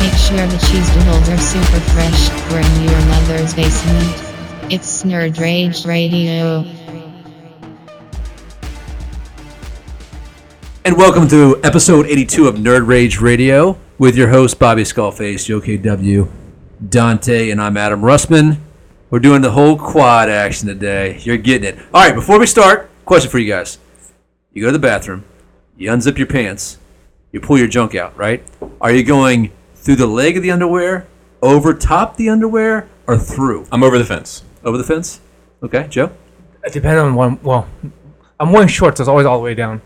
Make sure the cheese doodles are super fresh. We're in your mother's basement. It's Nerd Rage Radio. And welcome to episode 82 of Nerd Rage Radio with your host, Bobby Skullface, JKW, Dante, and I'm Adam Russman. We're doing the whole quad action today. You're getting it. All right, before we start, question for you guys. You go to the bathroom, you unzip your pants, you pull your junk out, right? Are you going through the leg of the underwear, over top the underwear, or through? I'm over the fence. Over the fence? Okay, Joe? It depends on one. Well, I'm wearing shorts. It's always all the way down.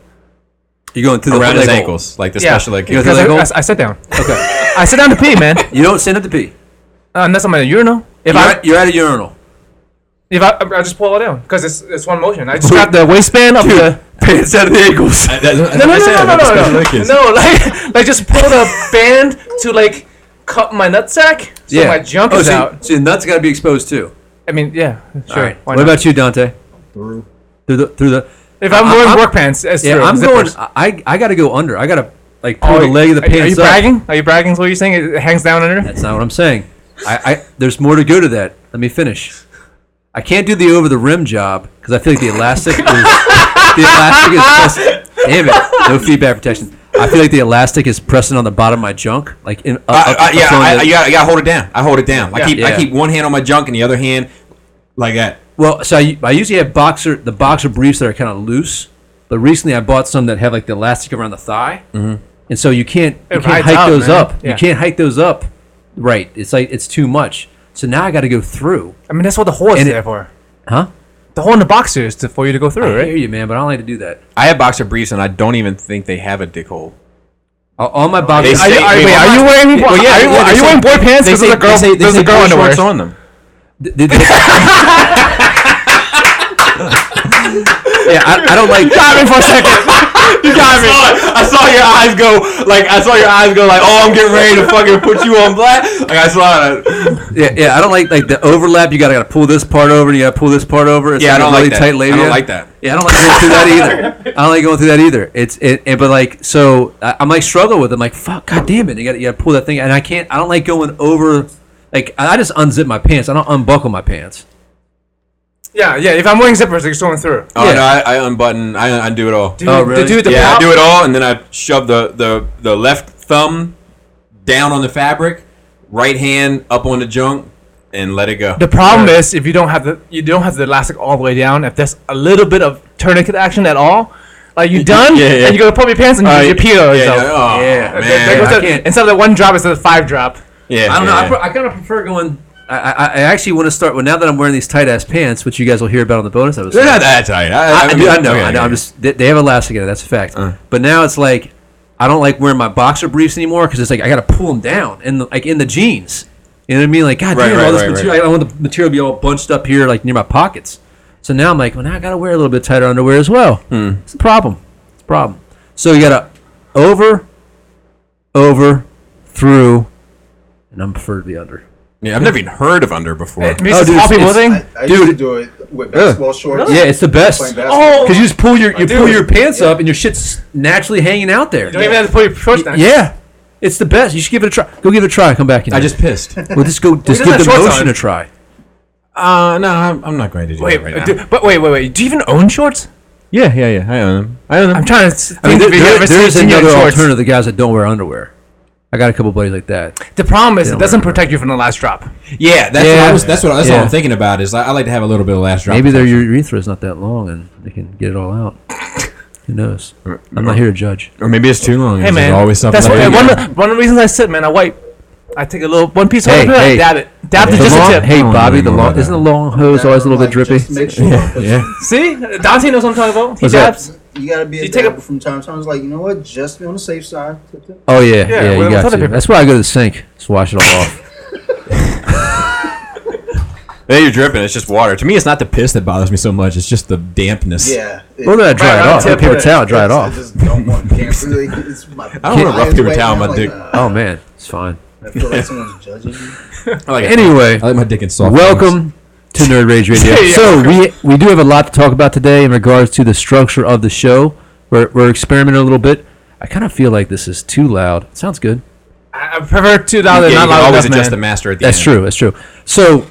You're going through the Around leg his hole. ankles, like the special leg. You kick. go- Because I, like, oh. I, I sat down. Okay. I sat down to pee, man. You don't stand up to pee. Uh, unless I'm at a urinal. If You're I at- you're at a urinal. if I, I just pull it down because it's it's one motion. I just got the waistband of the. pants out of the ankles. I- that- that's No, what no, I no, said, no, no, about the no, special no, leg kicks. no. Like, like just pull the band to like cut my nutsack so my junk oh, is so, out. So your nuts got to be exposed too. I mean, yeah, sure. All right. What Why not? about you, Dante? Through the through the. if I'm I- wearing I'm- work pants? It's Yeah, true. I'm zippers. going. I I got to go under. I got to like pull Oh, the leg of the are, pants Are you up. bragging? Are you bragging? Is what you're saying? It it hangs down under. That's not what I'm saying. I, I there's more to go to that. Let me finish. I can't do the over the rim job because I feel like the elastic is the elastic is pressed. Damn it! No feedback protection. I feel like the elastic is pressing on the bottom of my junk, like in. up- I, up- I, up yeah, on I, the- I, you gotta, you gotta hold it down. I hold it down. I Yeah. keep Yeah. I keep one hand on my junk and the other hand like that. Well, so I, I usually have boxer the boxer briefs that are kind of loose, but recently I bought some that have like the elastic around the thigh, mm-hmm. and so you can't you It can't rides hike up, those man. up. You Yeah. can't hike those up, right? It's like it's too much. So now I got to go through, I mean, that's what the hole is And it- there for. huh? The hole in the boxer is to, for you to go I through, hear right? you, man, but I don't like to do that. I have boxer briefs and I don't even think they have a dick hole. All, all my They boxers. Are you, say- are, wait, are you wearing? Well, yeah, are you, yeah, are they you say- wearing boy pants? This is a girl. they This is say a girl boy underwear. shorts on them. Did- did- yeah, I, I don't like. Got me for a second. You got me. I saw your eyes go like I saw your eyes go like oh I'm getting ready to fucking put you on black. Like I saw it. Yeah, yeah, I don't like like the overlap. You gotta gotta pull this part over, and you gotta pull this part over. It's Yeah, I like a don't like really that. tight labia. I don't like that. Yeah, I don't like going through that either. I don't like going through that either. It's it, and but like so I, I'm like struggle with. it. I'm like fuck, god damn it, you gotta you gotta pull that thing, and I can't. I don't like going over. Like I I just unzip my pants. I don't unbuckle my pants. Yeah, yeah. If I'm wearing zippers, it's going through. Oh Yeah. no, I, I unbutton. I, I do it all. Dude, Oh, really? The dude, the yeah, pop- I do it all, and then I shove the, the, the left thumb down on the fabric, right hand up on the junk, and let it go. The problem is if you don't have the you don't have the elastic all the way down. If there's a little bit of tourniquet action at all, like you done, yeah, yeah. and you go to pull your pants and Uh, you, you pee yeah, on yourself. yeah, oh, Yeah. man. There- there goes I the- can't- instead of the one drop, it's a five drop. yeah, I don't know. yeah. I, pre- I kind of prefer going. I, I, I actually want to start. Well, now that I'm wearing these tight ass pants, which you guys will hear about on the bonus episode. They're not that tight. I, I, I, mean, I know, okay, I know. I'm okay. just they, they have elastic in it. That's a fact. Uh. But now it's like I don't like wearing my boxer briefs anymore because it's like I got to pull them down and like in the jeans. You know what I mean? Like God Right, damn, right, all this right, material. I don't want the material to be all bunched up here like near my pockets. So now I'm like, well, now I got to wear a little bit tighter underwear as well. Hmm. It's a problem. It's a problem. So you got to over, over, through, and I'm preferred to be under. Oh, Yeah, I've never even heard of under before. It makes dude, this all it's- people it's- thing. I, I Dude. used to do it with basketball shorts. Yeah, it's the best. Playing Because basketball. you just pull your you Dude. pull your pants up and your shit's naturally hanging out there. You don't even have to put your shorts down. Yeah, it's the best. You should give it a try. Go give it a try. Come back. In I just pissed. well, just go. Just doesn't give have the shorts motion on. a try. Uh, no, I'm, I'm not going to do Wait, that right now. do- but wait, wait, wait. Do you even own shorts? Yeah, yeah, yeah. I own them. I own I'm trying to. s- I mean, think there, if you there, ever there is seen you in another shorts. alternative. The guys that don't wear underwear. I got a couple buddies like that. The problem is it don't doesn't wear protect you from the last drop. Yeah, that's Yeah. what I was, that's what that's what Yeah. I'm thinking about. Is I, I like to have a little bit of last drop. Maybe their urethra is not that long and they can get it all out. Who knows? I'm not here to judge. or maybe it's too long. Hey It's man, always something. that's like what, that. one, of, one of the reasons I sit, man. I wipe. I take a little one piece of Hey, underwear, hey. I dab it, dab The it just long- a tip. Hey I don't Bobby, really the know long about isn't the that. long hose always a little bit drippy? Just make sure. 'cause yeah. See, Dante knows what I'm talking about. He What's that? dabs. You gotta be a You take a- dabber from time to time. It's like you know what? Just to be on the safe side. Tip, tip. Oh yeah, yeah. with you got toilet to. paper. That's why I go to the sink. Just wash it all off. Hey, you're dripping. It's just water. To me, it's not the piss that bothers me so much. It's just the dampness. Yeah. it- Well, then I dry Right, it I'll off. I tip paper it. towel, dry it it's- I off. just don't want cancer. Like, it's my, I don't want a rough eyes paper wet towel now, on my like, dick. uh, Oh man, it's fine. I feel like someone's judging me. I like it. Anyway, I like my dick in soft. welcome to Nerd Rage Radio. Yeah, so we we do have a lot to talk about today in regards to the structure of the show. We're we're experimenting a little bit. I kind of feel like this is too loud. It sounds good. I I prefer two thousand. things. Yeah, not you loud can always enough, adjust the man. master at the That's end. true. That's true. So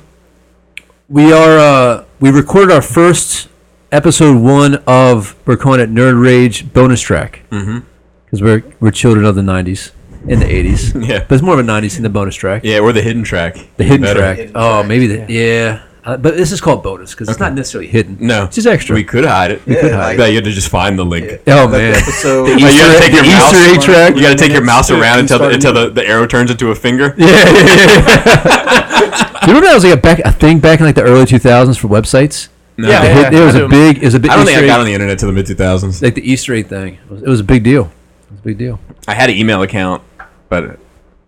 we are uh, we recorded our first episode one of we're calling it Nerd Rage bonus track because mm-hmm. we're we're children of the '90s and the '80s. Yeah. but it's more of a '90s than the bonus track. Yeah, or the hidden track. the hidden Better. track. Hidden oh, track, maybe the yeah. Uh, but this is called bonus because it's not necessarily hidden. No. it's just extra. We could hide it. could hide it. But you had to just find the link. oh Like, man, the episode. Like, you gotta take your the mouse. Easter egg track. You gotta take your mouse around until the, Starting until the, the arrow turns into a finger. Yeah, yeah, yeah. you remember that was like a back a thing back in like the early 2000s for websites. No. Yeah, The I hid- yeah, there I was do. a big, it was a big. don't think Easter I egg- got on the internet till the mid 2000s. like the Easter egg thing. It was, it was a big deal. It was a big deal. I had an email account, but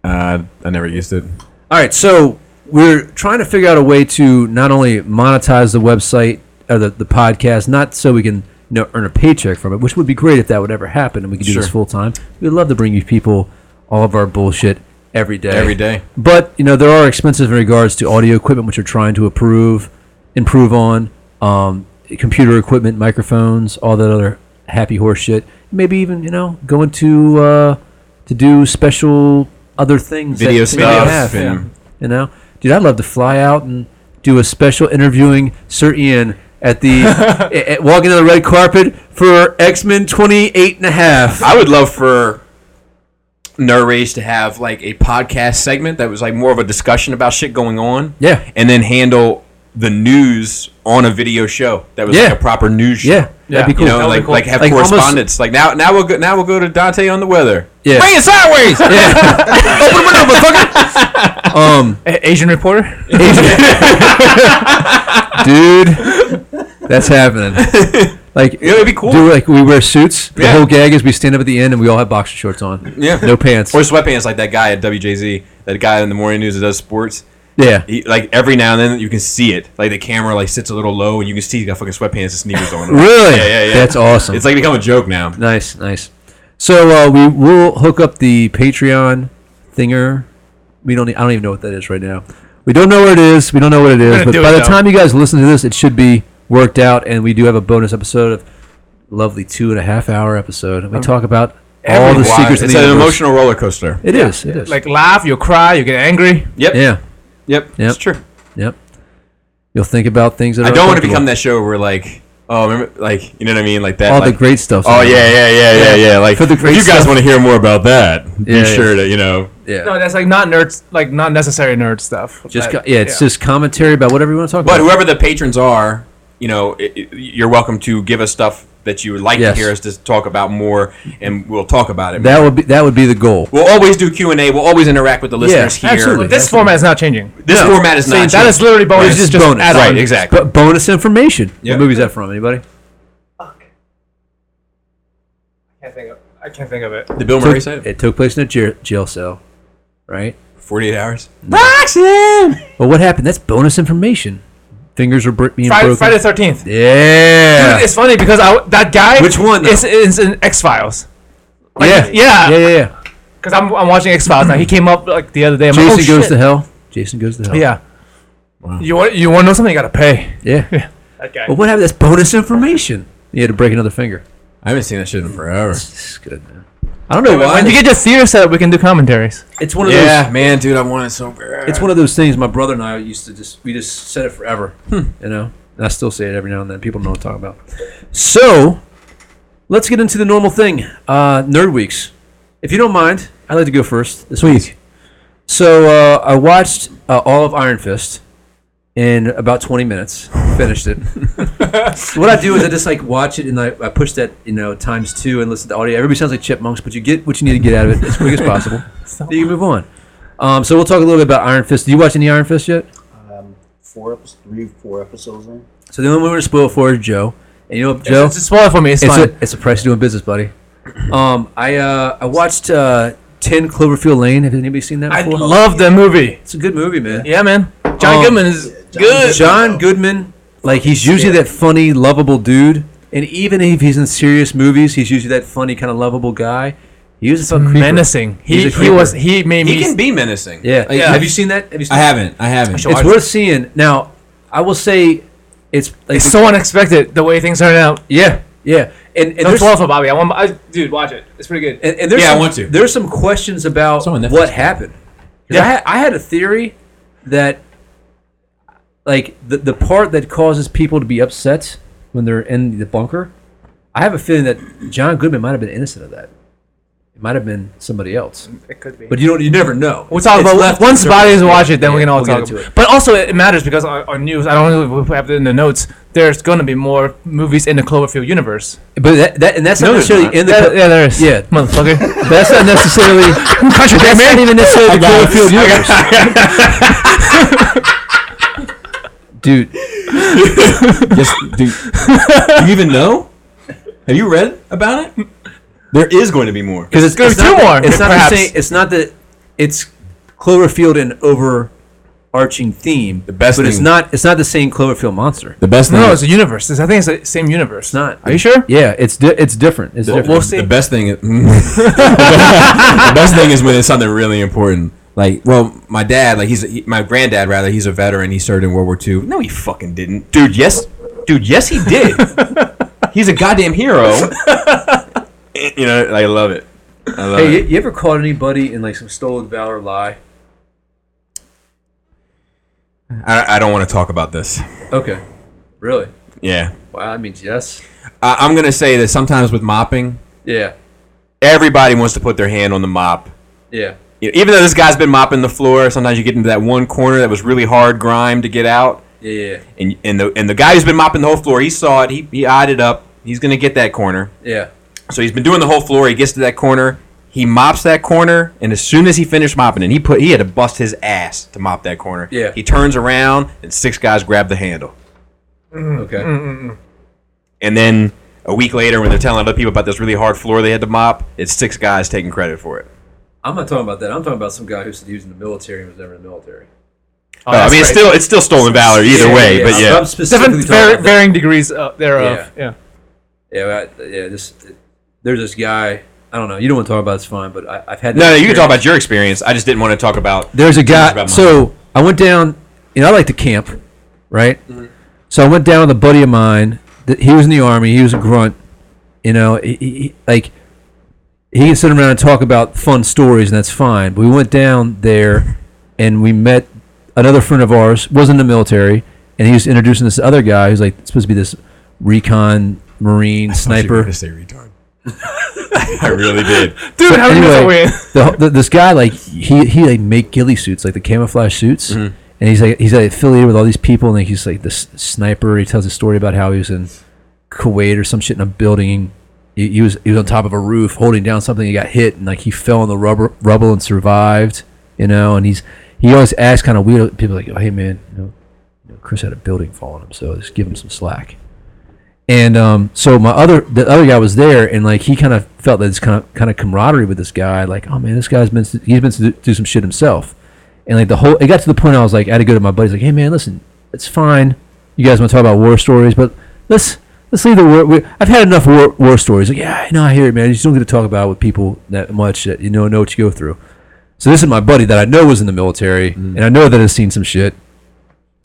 uh, I never used it. All right, so we're trying to figure out a way to not only monetize the website or the, the podcast, not so we can you know earn a paycheck from it, which would be great if that would ever happen and we could do this Sure. full time. We'd love to bring you people all of our bullshit every day. Every day. But you know there are expenses in regards to audio equipment, which we're trying to approve, improve on, um, computer equipment, microphones, all that other happy horse shit. Maybe even you know going to uh, to do special other things, that Video they may stuff have, and- you know, dude, I'd love to fly out and do a special interviewing Sir Ian at the a- a- walking on the red carpet for X Men 28 and a half. I would love for Nerd Rage to have like a podcast segment that was like more of a discussion about shit going on. Yeah. And then handle the news on a video show that was Yeah. like a proper news show. Yeah, that'd be Yeah. cool. You know, That would be like, cool. like have Like, almost- correspondence. like now, now we'll go, now we'll go to Dante on the weather. Yeah. bring it sideways. um, A- Asian reporter. dude, that's happening. Like Yeah, it'd be cool. Do like we wear suits. The Yeah. whole gag is we stand up at the end and we all have boxer shorts on. Yeah. no pants. Or sweatpants like that guy at WJZ, that guy in the morning news that does sports. yeah, He, like every now and then you can see it. Like the camera like sits a little low and you can see he's got fucking sweatpants and sneakers on. really. Yeah, yeah, yeah. That's awesome. It's like become a joke now. Nice, nice. So uh, we will hook up the Patreon thinger. We don't. e- I don't even know what that is right now. We don't know what it is. We don't know what it is. gonna But do by it, the though. time you guys listen to this, it should be worked out, and we do have a bonus episode of lovely two and a half hour episode. We talk about all the everyone- secrets. of Um, It's the an universe. emotional roller coaster. It is. It is. Like laugh, you cry, you get angry. Yep. yeah. Yep. That's true. Yep. You'll think about things that I are don't want to uncomfortable. become that show where like oh remember like you know what I mean like that. All like, the great stuff. Oh yeah, yeah, yeah, yeah, yeah. Like For the if great you guys stuff. want to hear more about that, Yeah, be yeah. sure to you know. yeah. No, that's like not nerds, like not necessary nerd stuff. just That- co- yeah. It's just commentary about whatever you want to talk But about. whoever the patrons are, you know, i i you're welcome to give us stuff that you would like Yes. to hear us to talk about more, and we'll talk about it. that would be that would be the goal. We'll always do Q and A. We'll always interact with the listeners here. absolutely. But this format is not changing. This format is Same, not that is literally bonus. It's just just bonus. add right. on. Exactly. But bonus information. Yeah. What movie is that from? Anybody? Can't think of- I can't think of it. Did Bill Murray said it? It took place in a jail, jail cell, right? Forty-eight hours. Well, what happened? That's bonus information. Fingers are br- being Friday, broken. Friday the Thirteenth. Yeah. Dude, it's funny because I, that guy. Which one, though? Is, is in X Files. yeah. yeah. Yeah. Yeah. yeah. Because I'm, I'm watching X Files now. He came up like the other day. I'm Jason like, oh, goes shit. to hell. Jason goes to hell. Yeah. You want you want to know something? You gotta pay. Yeah. That guy. But what happened? That's bonus information. You had to break another finger. I haven't seen that shit in forever. This is good, man. I don't know why. when you get your theater set up, we can do commentaries. it's one of those. Yeah, man, dude, I want it so bad. It's one of those things my brother and I used to just we just said it forever. You know? And I still say it every now and then. People know what I'm talking about. So let's get into the normal thing. Uh Nerd Weeks. If you don't mind, I'd like to go first this week. So uh, I watched uh, all of Iron Fist in about 20 minutes. Finished it. So what I do is I just like watch it and I, I push that you know times two and listen to audio. Everybody sounds like chipmunks, but you get what you need to get out of it as quick as possible. Then you move on. Um, so we'll talk a little bit about Iron Fist. Did you watch any Iron Fist yet? Um, e- four episodes, three, four episodes in. So the only one we're gonna spoil it for is Joe. And you know what, Joe? Just just spoil it for me. It's, It's fine. a it's a price of doing business, buddy. Um, I uh, I watched uh, Ten Cloverfield Lane. Have anybody seen that I before? love the movie. it's a good movie, man. Yeah, man. John Um, Goodman is good. John Goodman, like he's usually that funny, lovable dude. And even if he's in serious movies, he's usually that funny, kind of lovable guy. He was a fucking creeper. menacing. He's He, a he was. creeper. He made He me. can be menacing. Yeah. Like, Have you seen that? Have you seen I haven't. I haven't. Sure. It's watch worth seeing. Now, I will say, it's like it's so unexpected the way things turned out. yeah, yeah. And, and No there's twelve for Bobby. I want. I, dude, watch it. It's pretty good. and, and there's Yeah, I some, want to. There's some questions about Someone that- what happened. 'Cause Yeah. I, had, I had a theory that like the the part that causes people to be upset when they're in the bunker. I have a feeling that John Goodman might have been innocent of that. It might have been somebody else, it could be. but you don't. You never know. We'll talk It's about left once to interpret. bodies watch it, then Yeah, we can all we'll get talk into about it. But also, it matters because on, on news, I don't know if we have it in the notes. There's going to be more movies in the Cloverfield universe. But that, that and that's not No, there's necessarily not. in the. yeah, there is. Yeah. motherfucker. That's not necessarily. Country That's not even necessarily the got it. Cloverfield universe. Dude, Yes, do, do you even know? Have you read about it? There is going to be more. because it's, Gonna it's be two not more, That, it's not the perhaps. same. It's not that it's Cloverfield an overarching theme. The best but it's thing- not. It's not the same Cloverfield monster. The best thing. No, it's is, a universe. It's- I think it's the same universe. It's not. Are you sure? Yeah, it's di- it's different. It's the, different. we'll see. the best thing. Is, the best thing is when it's something really important. Like, well, my dad, like he's he, my granddad rather. He's a veteran. He served in World War II. No, he fucking didn't, dude. Yes, dude. Yes, he did. he's a goddamn hero. you know, I love it. I love hey, it. you, you ever caught anybody in like some stolen valor lie? I, I don't want to talk about this. Okay, really? Yeah, Wow. I mean, yes. I, I'm gonna say that sometimes with mopping, Yeah. everybody wants to put their hand on the mop. Yeah. You know, even though this guy's been mopping the floor, sometimes you get into that one corner that was really hard grime to get out, Yeah. Yeah. and and the and the guy who's been mopping the whole floor, he saw it, he he eyed it up. He's gonna get that corner, Yeah. so he's been doing the whole floor. He gets to that corner, he mops that corner, and as soon as he finished mopping it, he put he had to bust his ass to mop that corner. Yeah. he turns around and six guys grab the handle, Okay. and then a week later, when they're telling other people about this really hard floor they had to mop, it's six guys taking credit for it. I'm not talking about that. I'm talking about some guy who's used in the military and was never in the military. Oh, Oh, I that's mean, it's right. still it's still stolen valor either Yeah, way, yeah, but I'm, yeah. I'm specifically different, talking var- about that. varying degrees uh, thereof. Yeah. Yeah, I, yeah. This there's this guy. I don't know. You don't want to talk about. it, It's fine. But I, I've had. No, no, you can experience. talk about your experience. I just didn't want to talk about. There's a Talk guy. about mine. So I went down. You know, I like to camp, right? So I went down with a buddy of mine. That he was in the army. He was a grunt. You know, he, he, he- like he can sit around and talk about fun stories, and that's fine. But we went down there, and we met another friend of ours. was in the military, and he was introducing this other guy who's like supposed to be this recon Oh, marine sniper. say retard. I really did. Dude, how many minutes are we in? the, the, this guy like he he like make ghillie suits like the camouflage suits Mm-hmm. and he's like he's like, affiliated with all these people and like, he's like this sniper he tells a story about how he was in kuwait or some shit in a building he, he was he was on top of a roof holding down something he got hit and like he fell in the rubber rubble and survived you know and he's he always asks kind of weird people like oh, hey man you know, you know, chris had a building fall on him so just give him some slack and um, so my other the other guy was there, and like he kind of felt this kind of kind of camaraderie with this guy. Like, oh man, this guy's been he's been to do some shit himself, and like the whole it got to the point I was like I had to go to my buddies like, hey man, listen, it's fine. You guys want to talk about war stories, but let's let's leave the war. We, I've had enough war, war stories. Like, yeah, I know, I hear it, man. You just don't get to talk about it with people that much that you know know what you go through. So this is my buddy that I know was in the military, and I know that has seen some shit.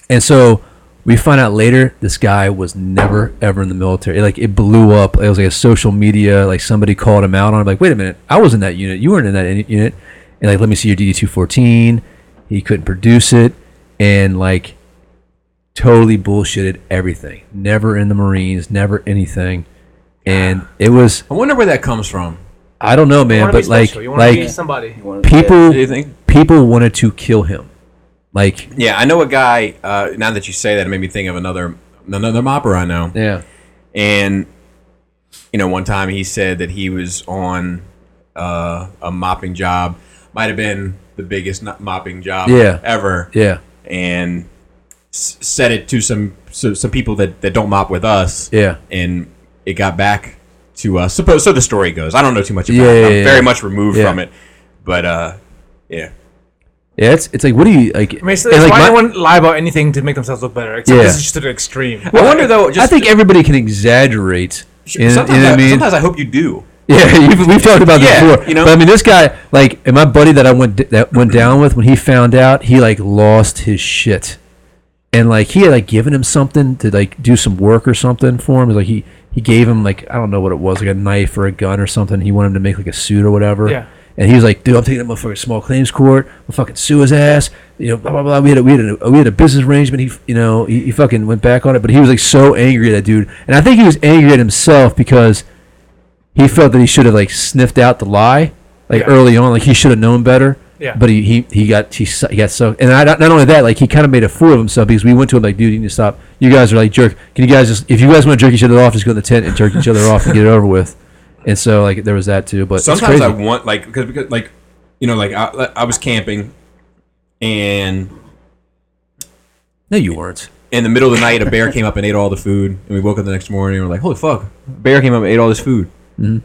And so we find out later this guy was never ever in the military. Like it blew up. It was like a social media. Like somebody called him out on. it. like, wait a minute, I was in that unit. You weren't in that uni- unit. And like, let me see your DD two fourteen. He couldn't produce it, and like, totally bullshitted everything. Never in the Marines. Never anything. And it was I wonder where that comes from. I don't know, man, but like like somebody. people Do you think? people wanted to kill him. Like Yeah, I know a guy. Uh, now that you say that, it made me think of another another mopper I know. yeah And you know, one time he said that he was on uh, a mopping job. Might have been the biggest no- mopping job Yeah. ever. yeah And s- said it to some so, some people that, that don't mop with us. yeah and it got back to us. Suppose so. The story goes. I don't know too much about Yeah, it. yeah, I'm yeah. very much removed Yeah. from it, but uh, yeah. Yeah, it's it's like what do you like? I mean, it's, and, it's like, why my- anyone lie about anything to make themselves look better? Except Yeah. this is just to the extreme. I wonder though. Just I think everybody can exaggerate. You know- you know sometimes, what I, I mean? sometimes I hope you do. Yeah, you've, we've talked about this Yeah, before. you know? But I mean, this guy, like, and my buddy that I went that went down with when he found out, he like lost his shit, and like he had like given him something to like do some work or something for him. Like he he gave him like I don't know what it was, like a knife or a gun or something. He wanted him to make like a suit or whatever. Yeah. And he was like, "Dude, I'm taking that motherfucker to small claims court. I'm fucking sue his ass. You know, blah blah blah. We had a, we had a, we had a business arrangement. He, f- you know, he, he fucking went back on it. But he was like so angry at that dude, and I think he was angry at himself because he felt that he should have like sniffed out the lie like Yeah. early on like he should have known better Yeah. but he he, he got he, su- he got so and I, not only that like he kind of made a fool of himself because we went to him like dude you need to stop you guys are like jerk can you guys just if you guys want to jerk each other off just go in the tent and jerk each other off and get it over with and so like there was that too but sometimes it's I crazy. want like because because like you know like I, like, I was camping and no you weren't in the middle of the night a bear came up and ate all the food and we woke up the next morning and we're like holy fuck a bear came up and ate all this food you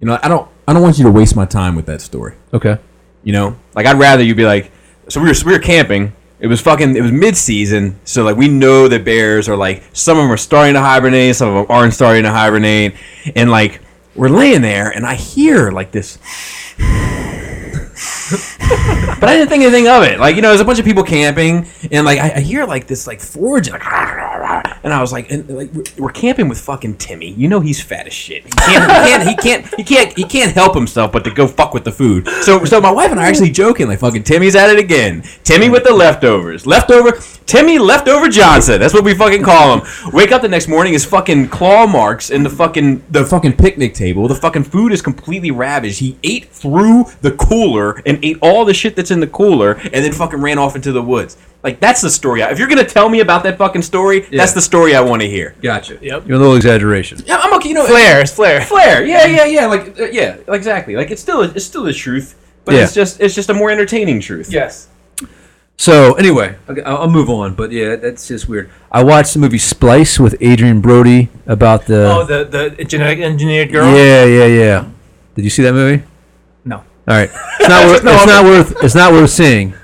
know I don't I don't want you to waste my time with that story okay you know like I'd rather you be like so we were we were camping it was fucking it was mid season so like we know that bears are like some of them are starting to hibernate some of them aren't starting to hibernate and like we're laying there and I hear like this But I didn't think anything of it. Like, you know, there's a bunch of people camping, and like I, I hear like this like foraging, like, and I was like, and, like we're, we're camping with fucking Timmy. You know he's fat as shit. He can't, he can't, he can't, he can't, he can't help himself but to go fuck with the food. So, so my wife and I are actually joking, like, fucking Timmy's at it again. Timmy with the leftovers, leftover Timmy, leftover Johnson. That's what we fucking call him. Wake up the next morning, his fucking claw marks in the fucking the fucking picnic table. The fucking food is completely ravaged. He ate through the cooler and ate all the shit that's in the cooler, and then fucking ran off into the woods. Like that's the story. I, if you're gonna tell me about that fucking story, that's the story I want to hear. gotcha Yep. you're a little exaggeration Yeah, I'm okay. You know, Flair, it's Flair. Flair. Yeah, yeah, yeah. Like, uh, yeah, exactly. Like it's still it's still the truth, but Yeah. it's just it's just a more entertaining truth. Yes. So anyway, okay, I'll, I'll move on. But yeah, that's just weird. I watched the movie Splice with Adrian Brody about the. Oh, the the genetic engineered girl. Yeah, yeah, yeah. Did you see that movie? No. All right, it's not worth. it's not worth. It's not worth seeing.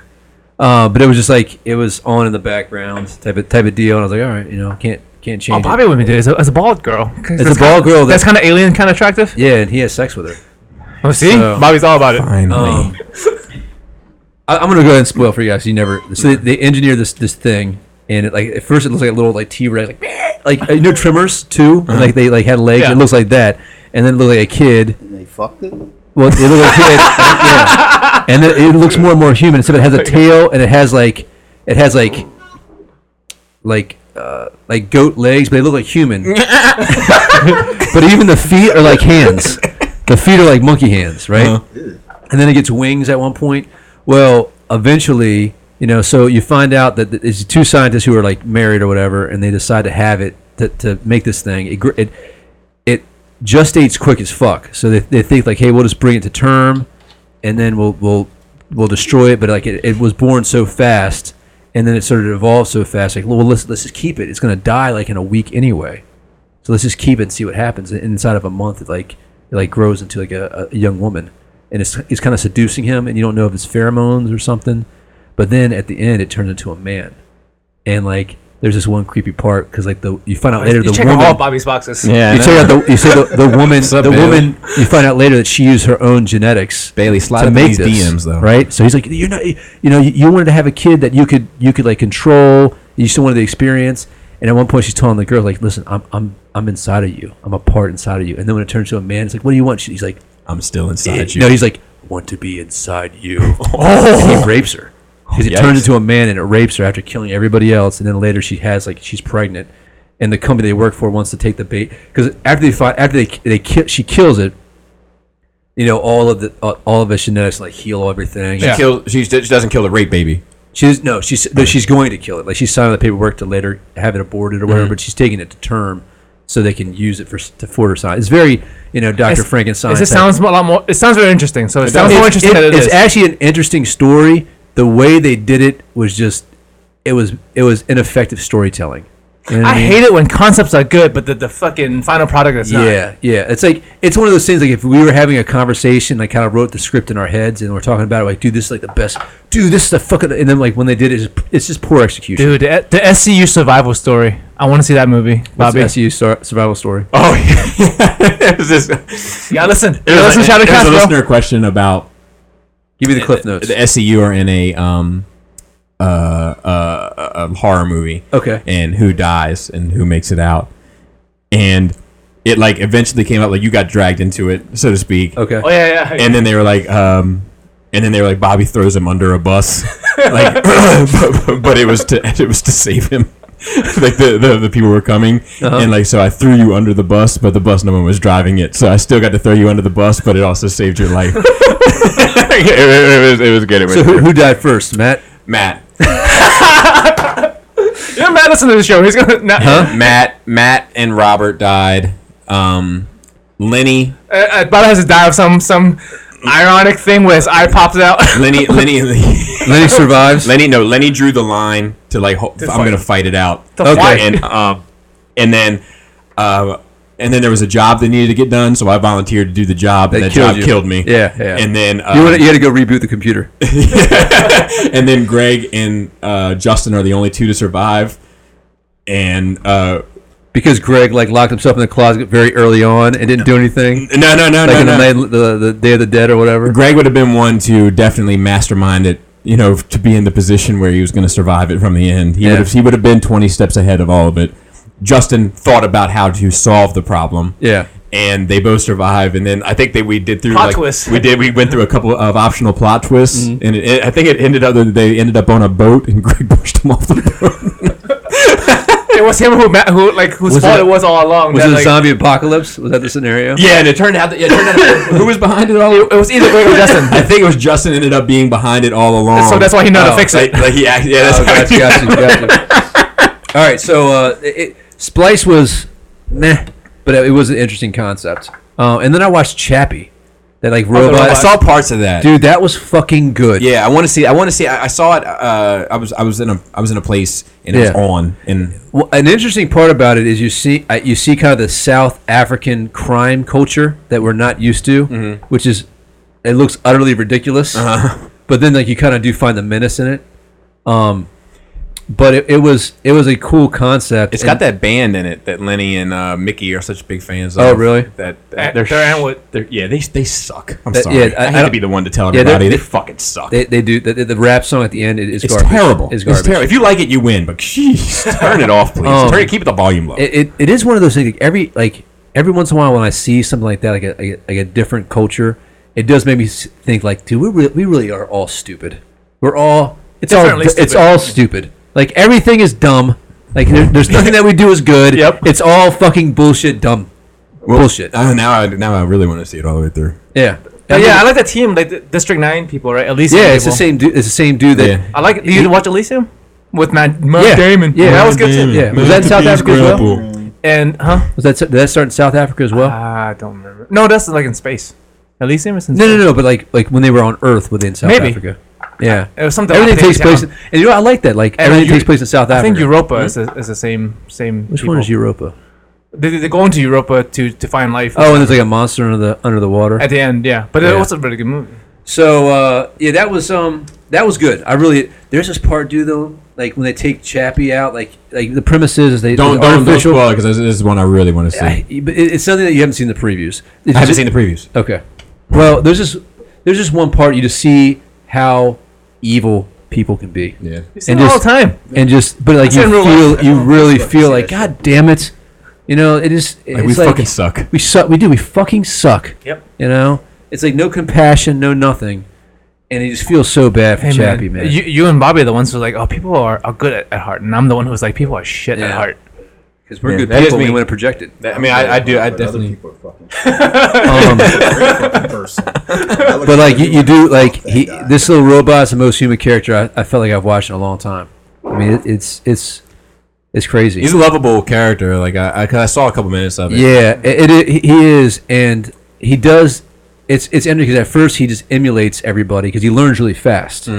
Uh, but it was just like it was on in the background type of type of deal, and I was like, all right, you know, can't can't Oh, change. it. Bobby would do it as a, as a bald girl. It's a bald girl That's that. kind of alien, kind of attractive. Yeah, and he has sex with her. Oh, see, So- Bobby's all about it. Um, I, I'm gonna go ahead and spoil for you guys. You never. So they, they engineer this this thing, and it, like at first it looks like a little like T-Rex, like "Meh," like you know trimmers too. And, like they like had legs. Yeah. It looks like that, and then it looked like a kid. And they fucked it. Well, it looks like a kid. yeah. And then it looks more and more human. Except it has a tail, and it has like it has like like uh, like goat legs, but they look like human. but even the feet are like hands. The feet are like monkey hands, right? and then it gets wings at one point. Well, eventually, you know, so you find out that th- it's two scientists who are like married or whatever, and they decide to have it to, to make this thing. It, gr- it it gestates quick as fuck. So they, they think like, hey, we'll just bring it to term, and then we'll we'll we'll destroy it. But like it, it was born so fast, and then it started to evolve so fast. Like, well, let's let's just keep it. It's gonna die like in a week anyway. So let's just keep it and see what happens. And inside of a month, it like it like grows into like a, a young woman, and it's it's kind of seducing him, and you don't know if it's pheromones or something. But then at the end, it turns into a man, and like there's this one creepy part because like the you find out later You the check woman all Bobby's boxes. Yeah. you no. check out the you say the, the woman up, the Bailey? woman you find out later that she used her own genetics Bailey, slide to up make these this, DMs though. right? So he's like, you're not, you know, you, you wanted to have a kid that you could you could like control. You still wanted the experience. And at one point, she's telling the girl like, listen, I'm I'm I'm inside of you. I'm a part inside of you. And then when it turns to a man, it's like, what do you want? She's like, I'm still inside you. no, he's like, "I want to be inside you. And he rapes her. Because it turns Yikes. into a man and it rapes her after killing everybody else. And then later she has, like, she's pregnant. And the company they work for wants to take the bait. Because after they fight, after they, they kill, she kills it, you know, all of the, all all of his genetics, like, heal everything. She kill- she she doesn't kill the rape baby. She's no, she's no, she's going to kill it. Like she signed the paperwork to later have it aborted or whatever, but she's taking it to term so they can use it for s- to for her science. It's very, you know, Doctor It's- Frankenstein. It just type. sounds a lot more. It sounds very interesting. So it, sounds It's- more interesting it- than it it's is. actually an interesting story. The way they did it was just it was it was ineffective storytelling. You know what I mean? hate it when concepts are good, but the, the fucking final product is not. Yeah, yeah. It's like it's one of those things. Like if we were having a conversation, like kind of wrote the script in our heads, and we're talking about it, like, dude, this is like the best. Dude, this is the fucking. And then like when they did it, it's just, it's just poor execution. Dude, the, the SCU survival story. I want to see that movie, What's Bobby. the SU star- survival story. Oh yeah, it was just. It Yeah, listen. You was, gotta listen, a, Shadow it was a Cast, bro. listener question about Give me the cliff notes. the SCU are in a um uh, uh a horror movie. Okay. And who dies and who makes it out, and it like eventually came out like you got dragged into it, so to speak. Okay. Oh yeah, yeah. yeah. and then they were like, um, and then they were like, Bobby throws him under a bus, like, but, but it was to it was to save him. like the, the the people were coming, Uh-huh. and like so I threw you under the bus, but the bus no one was driving it, so I still got to throw you under the bus, but it also saved your life. it, it was it was good. It was So who, who died first, Matt? Matt. You're mad listening to the show. He's gonna. Nah, Matt Matt and Robert died. Um, Lenny uh, uh, Bobby has to die of some some ironic thing where his eye pops out. Lenny Lenny. Lenny survives. Lenny, no, Lenny drew the line to like, ho- I'm fight. gonna fight it out. To fight. and um, and then, uh, and then there was a job that needed to get done, so I volunteered to do the job, and That that killed job you. killed me. Yeah, yeah. And then, you, um, wanna, you had to go reboot the computer. and then Greg and uh, Justin are the only two to survive, and uh, because Greg like locked himself in the closet very early on and didn't do anything, no, no, no, like no, in the, no. May- the the Day of the Dead or whatever. Greg would have been one to definitely mastermind it. You know, to be in the position where he was going to survive it from the end. He Yeah. would have he would have been 20 steps ahead of all of it. Justin thought about how to solve the problem. Yeah, and they both survive. And then I think that we did through Plot like, twist. We did. We went through a couple of optional plot twists, and it, it- I think it ended up that they ended up on a boat, and Greg pushed them off the boat. it was him who ma- who like whose Was fault it- it, was all along. was that, it a like, zombie apocalypse? Was that the scenario? yeah, and it turned out that yeah, it turned out that- who was behind it all. It was either Greg or Justin. I think it was Justin ended up being behind it all along. So that's why he know how Oh, to fix Like, it. like he act, yeah, that's Oh, how gotcha, gotcha, gotcha. All right, so uh, it, it- Splice was meh, but it, was an interesting concept. Uh, and then I watched Chappie, that like robot. robot. I saw parts of that. Dude, that was fucking good. Yeah, I want to see. I want to see. I, I saw it. Uh, I was. I was in a. I was in a place, and it Yeah. was on. And Well, an interesting part about it is you see uh, you see kind of the South African crime culture that we're not used to, Mm-hmm. which is it looks utterly ridiculous. Uh-huh. But then like you kind of do find the menace in it. Um, but it, it was it was a cool concept. It's and- got that band in it that Lenny and uh, Mickey are such big fans Oh, of. really? That That- they're, they're Antwood. they're- yeah, they they suck. I'm That- sorry. yeah, I- I, I hate to don't- be the one to tell Yeah, they're- everybody they, they- fucking suck. They, they do the, the rap song at the end. It is it's garbage. terrible. It's garbage. terrible. If you like it, you win. But jeez, turn it off, please. Um, turn it, keep the volume low. It, it, it is one of those things. Like every like every once in a while, when I see something like that, like a, like a, like a different culture, it does make me s- think like, dude, we really, we really are all stupid. We're all it's all Definitely it's stupid. all stupid. Like everything is dumb. Like there, there's nothing that we do is good. Yep. It's all fucking bullshit, dumb bullshit. Uh, now, I, now I really want to see it all the way through. yeah. But yeah, I like that team, like the District Nine people, right? Elysium. yeah. It's the people. same dude. It's the same dude that. Yeah. I like. Did you watch Elysium with Matt, Matt Yeah, Damon? yeah. that was good too. Yeah, was that in South Africa as well? And huh? Was that did that start in South Africa as well? I don't remember. No, that's like in space. Elysium is in No, space. no, no. But like, like when they were on Earth within South Maybe. Africa. Yeah, It was something. everything happening takes in Hmm? place, town. in, and you know I like that. Like And everything you- takes place in South I Africa. think Europa is, the, is the same same. Which one is people. Europa? They, they go into Europa to to find life. Oh, and there's like a monster under the under the water. at the end, yeah. But Yeah. it was a really good movie. So uh, yeah, that was um that was good. I really there's this part, dude. Though, like when they take Chappie out, like like the premise is they Don't it's don't, don't artificial. spoil it because this this is one I really want to see. I, I- but it- it's something that you haven't seen in the previews. It's haven't just- seen the previews. Okay. Well, there's just there's just one part you just see how evil people can be. Yeah. You see it And all the just- time. and just but like That's in you real feel life. you really fucking feel see like that shit. god damn it you know it is Like, it's we like fucking suck. we suck we do we fucking suck Yep. you know it's like no compassion no nothing and you just feel so bad for Hey, chappie man, You, you and Bobby are the ones who are like, oh, people are, are good at, at heart, and I'm the one who's like, people are shit at Yeah. heart. because we're Yeah, good that is people and me. we want to project it I mean, I, I do. I But other definitely. people are fucking- um, fucking person. I look but like at you, you do like that he guy. this little robot's the most human character I, I felt like I've watched in a long time I mean it, it's it's it's crazy He's a lovable character. Like I, I, 'cause I saw a couple minutes of it. Yeah, it, it, he is, and he does. It's it's interesting because at first he just emulates everybody because he learns really fast,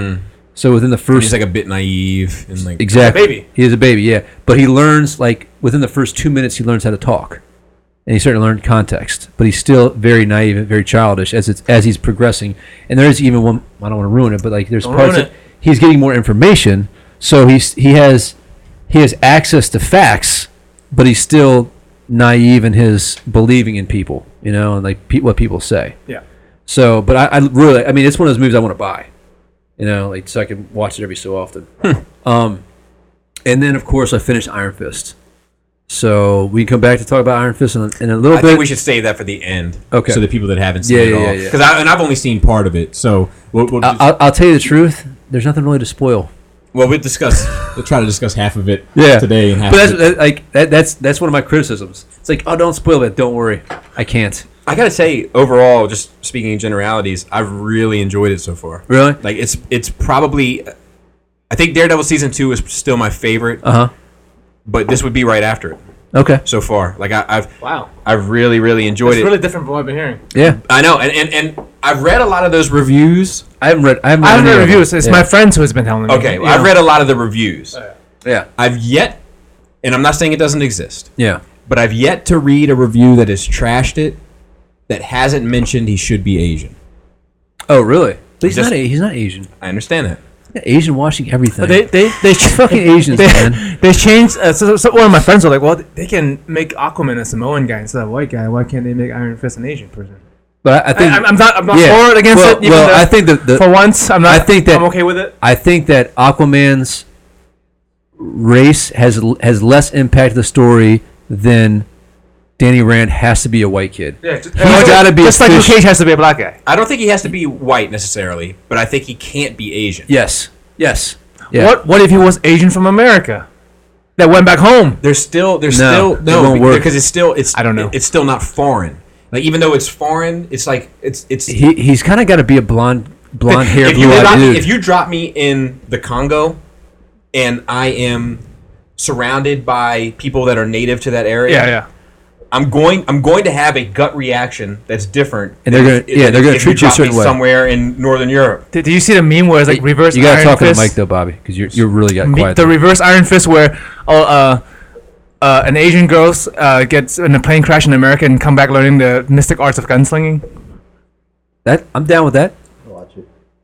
So within the first He's like a bit naive and like Exactly. baby. He is a baby, yeah. But he learns like within the first two minutes he learns how to talk. And he certainly learned context. But he's still very naive and very childish as it's as he's progressing. And there is even one I don't want to ruin it, but like there's Don't parts ruin that it. he's getting more information, so he's he has he has access to facts, but he's still naive in his believing in people, you know, and like pe- what people say. Yeah. So, but I, I really, I mean, it's one of those movies I want to buy, you know, like so I can watch it every so often. Hmm. Um, and then of course I finished Iron Fist. So we can come back to talk about Iron Fist in a, in a little I bit. think we should save that for the end. Okay. So the people that haven't seen Yeah, it yeah, all, yeah, yeah. because and I've only seen part of it, so we'll we'll, I- just, I'll, I'll tell you the truth. There's nothing really to spoil. well, we'll discuss. we'll try to discuss half of it today and half. But that's of it- that, like that, that's that's one of my criticisms. It's like, oh, don't spoil it. Don't worry, I can't. I gotta say, overall, just speaking in generalities, I've really enjoyed it so far. Really? Like it's it's probably, I think Daredevil season two is still my favorite, Uh huh. but this would be right after it Okay. so far. Like I, I've Wow. I've really really enjoyed It's it. really different from what I've been hearing. Yeah. I know, and, and and I've read a lot of those reviews. I haven't read. I haven't I read, haven't any read of them. reviews. It's yeah. my friends who has been telling me. Okay, you I've know. read a lot of the reviews. Yeah. I've yet, and I'm not saying it doesn't exist. Yeah. but I've yet to read a review that has trashed it that hasn't mentioned he should be Asian. Oh, really? But he's Just- not. A- He's not Asian. I understand that. Asian washing everything. But they they they fucking Asians, they, man. They changed. Uh, so, so one of my friends were like, "Well, they can make Aquaman a Samoan guy instead of a white guy. Why can't they make Iron Fist an Asian person?" but I I, think I'm I'm not. I'm not Yeah. for it against Well- it. even well, though I think that the- for once, I'm not. I think that- I'm okay with it. I think that Aquaman's race has has less impact to the story than Danny Rand has to be a white kid. Yeah, just, uh, He's gotta be a just like Luke fish. Cage has to be a black guy. I don't think he has to be white necessarily, but I think he can't be Asian. Yes. Yes. Yeah. What What if he was Asian from America that went back home? There's still there's No, still it no won't work. because it's still it's I don't know. it's still not foreign. Like even though it's foreign, it's like it's it's He he's kind of got to be a blonde blonde hair if you, blue eyed drop, dude. if you drop me in the Congo and I am surrounded by people that are native to that area, Yeah, yeah. I'm going. I'm going to have a gut reaction that's different. And they're gonna- than yeah, they're gonna if treat you a drop me certain way. Somewhere in Northern Europe. Did, did you see the meme where it's like reverse? you gotta Iron talk to the Fist? mic though, Bobby, because you you really got Me- quiet. the there. reverse Iron Fist, where oh, uh, uh, an Asian girl uh, gets in a plane crash in America and come back learning the mystic arts of gunslinging. that I'm down with that.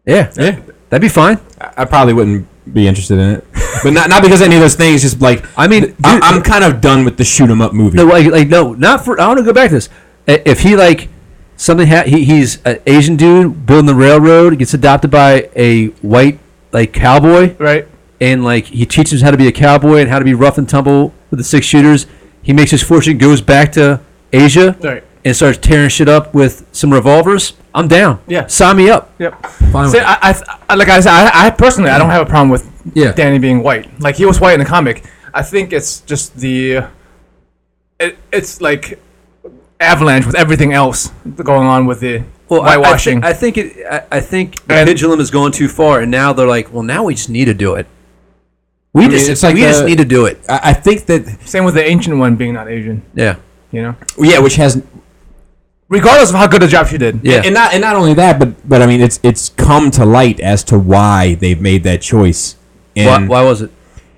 Yeah. Yeah. That'd be fine. I probably wouldn't be interested in it, but not not because of any of those things. Just like I mean, dude- I, am kind of done with the shoot 'em up movie. No, like, like no, not for. I want to go back to this. I- If he like something, ha- he, he's an Asian dude building the railroad, gets adopted by a white like cowboy, Right. and like he teaches how to be a cowboy and how to be rough and tumble with the six shooters. He makes his fortune, goes back to Asia, Right. and starts tearing shit up with some revolvers. I'm down. Yeah. sign me up. Yep. Fine. See, I, I, I- like I said, I, I personally, I don't have a problem with Yeah. Danny being white. Like he was white in the comic. I think it's just the, uh, it, it's like avalanche with everything else going on with the Well, I- whitewashing. I, thi- I think it. I, I think the And- pendulum has gone too far, and now they're like, well, now we just need to do it. We mean, just it's like we just the- need to do it. I, I think that Same with the ancient one being not Asian. Yeah. You know, yeah, which has regardless of how good a job she did. Yeah. and not and not only that, but but I mean, it's it's come to light as to why they've made that choice, why, and why was it?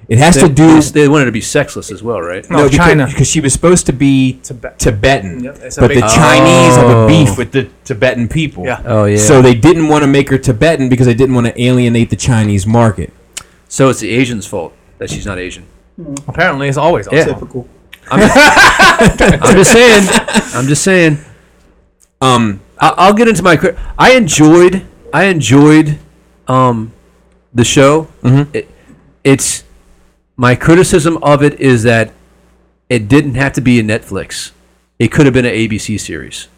it has They, to do they wanted to be sexless as well, right? No, Oh, China. because she was supposed to be Tibet. Tibetan, Yep, it's a but big- the Chinese have a Oh. beef with the Tibetan people. Yeah. Oh yeah. So they didn't want to make her Tibetan because they didn't want to alienate the Chinese market. so it's the Asian's fault that she's not Asian. Apparently, it's always Yeah. awesome. Typical. I'm just saying. I'm just saying. Um, I, I'll get into my. cri- I enjoyed. I enjoyed, um, the show. Mm-hmm. It, it's my criticism of it is that it didn't have to be a Netflix. It could have been an ABC series.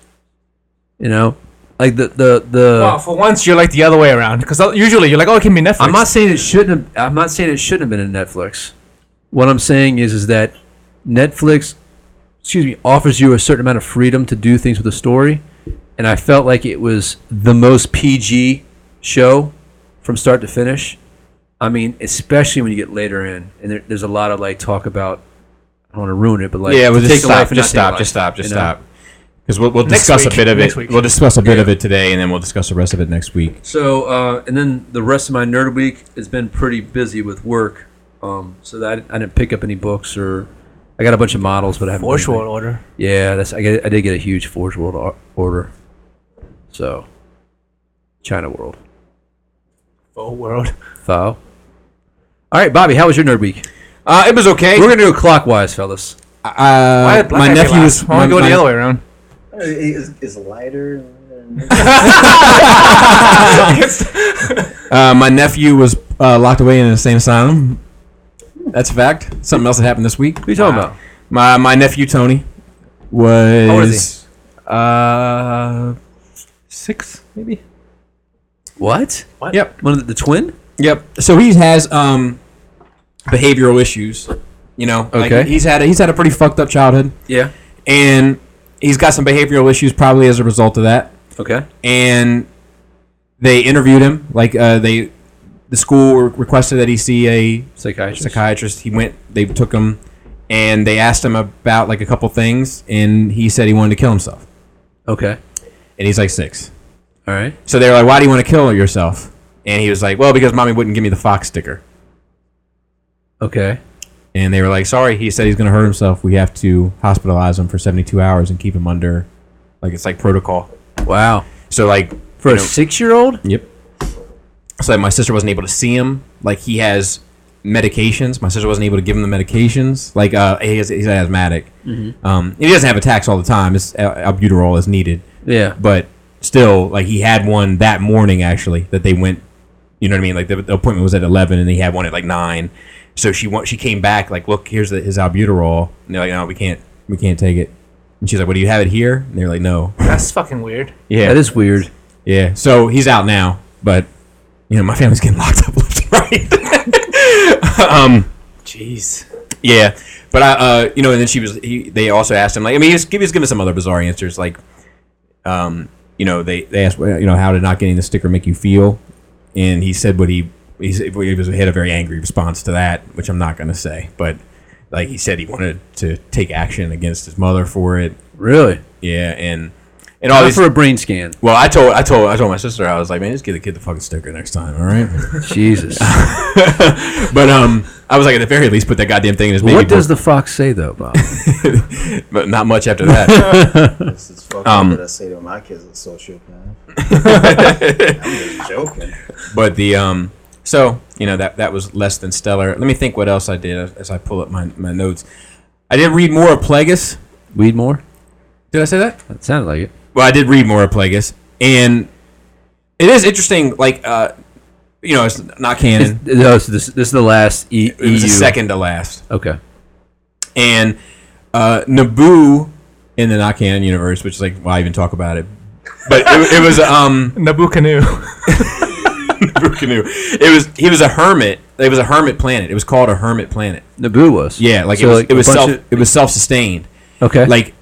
You know, like the the the. Wow, for once you're like the other way around. Because usually you're like, oh, it can be Netflix. I'm not saying it shouldn't. Have, I'm not saying it shouldn't have been in Netflix. What I'm saying is, is that Netflix, excuse me, offers you a certain amount of freedom to do things with a story, and I felt like it was the most PG show from start to finish. I mean, especially when you get later in, and there, there's a lot of like talk about. I don't want to ruin it, but like yeah, well, to just take a stop, life and just not take a stop, life, just stop, just you know? stop. because we'll, we'll Next discuss week. a bit of Next it. week. We'll discuss a bit of it today, and then we'll discuss the rest of it next week. So, uh, and then the rest of my nerd week has been pretty busy with work. Um, so that I didn't pick up any books or I got a bunch of models, but I haven't. done Forge anything. World Order. Yeah, that's I, get, I did get a huge Forge World or- order. So, China World. Oh, world. Thou. All right, Bobby, how was your nerd week? Uh, it was okay. We're gonna do it clockwise, fellas. Why Uh, did Black my Knight nephew last? was Why don't my, we go my- the other way around? Is, is lighter? uh, my nephew was uh, locked away in the same asylum. That's a fact. Something else that happened this week. What are you talking about? My my nephew Tony was old is uh six maybe. What? What? Yep. One of the, the twin? Yep. So he has um behavioral issues. You know. Okay. Like he's had a, he's had a pretty fucked up childhood, Yeah. and he's got some behavioral issues probably as a result of that. Okay. and they interviewed him. Like uh, they, the school re- requested that he see a Psychiatrist. psychiatrist. He went. They took him, and they asked him about like a couple things, and he said he wanted to kill himself. Okay. And he's like six. All right. So they were like, "Why do you want to kill yourself?" And he was like, "Well, because mommy wouldn't give me the fox sticker." Okay. And they were like, "Sorry," he said he's going to hurt himself. We have to hospitalize him for seventy-two hours and keep him under, like it's like protocol. Wow. So like For you a know- six-year-old? Yep. So my sister wasn't able to see him. Like he has medications. My sister wasn't able to give him the medications. Like uh, he has, he's asthmatic. Um, he doesn't have attacks all the time. It's uh, albuterol is needed, Yeah. but still, like he had one that morning actually that they went. You know what I mean? Like the, the appointment was at eleven, and he had one at like nine. So she wa- she came back like, look, here's the, his albuterol. And they're like, no, we can't, we can't take it. And she's like, well, do you have it here? And they're like, no. That's fucking weird. Yeah, That is weird. yeah, so he's out now, but you know my family's getting locked up left and right. um, Jeez. yeah, but I, uh, you know, and then she was. He, they also asked him, like, I mean, he was, he was giving some other bizarre answers, like, um, you know, they they asked, well, you know, how did not getting the sticker make you feel, and he said what he he, said, he was he had a very angry response to that, which I'm not gonna say, but like he said he wanted to take action against his mother for it. Really? Yeah, and and all Not these for a brain scan. well, I told I told I told my sister I was like, man, just give the kid the fucking sticker next time, all right? Jesus. but um, I was like, at the very least, put that goddamn thing in his baby. what does book. the fox say though, Bob? But not much after that. This is fucking Um, what I say to my kids, a sociopath. I'm just joking. but the um, so you know that that was less than stellar. Let me think what else I did as I pull up my, my notes. I did read more of Plagueis. Weed more? Did I say that? That sounded like it. Well, I did read more of Plagueis, and it is interesting. Like uh, you know, it's not canon. No, so this, this is the last e- It was the EU. second to last. Okay. and uh, Naboo in the not canon universe, which is like why even talk about it. But it, it was um Naboo Canoe. Naboo canoe. It was he was a hermit. It was a hermit planet. It was called a hermit planet. Naboo was. Yeah, like So, it was it a was bunch self of- it was self sustained. okay. Like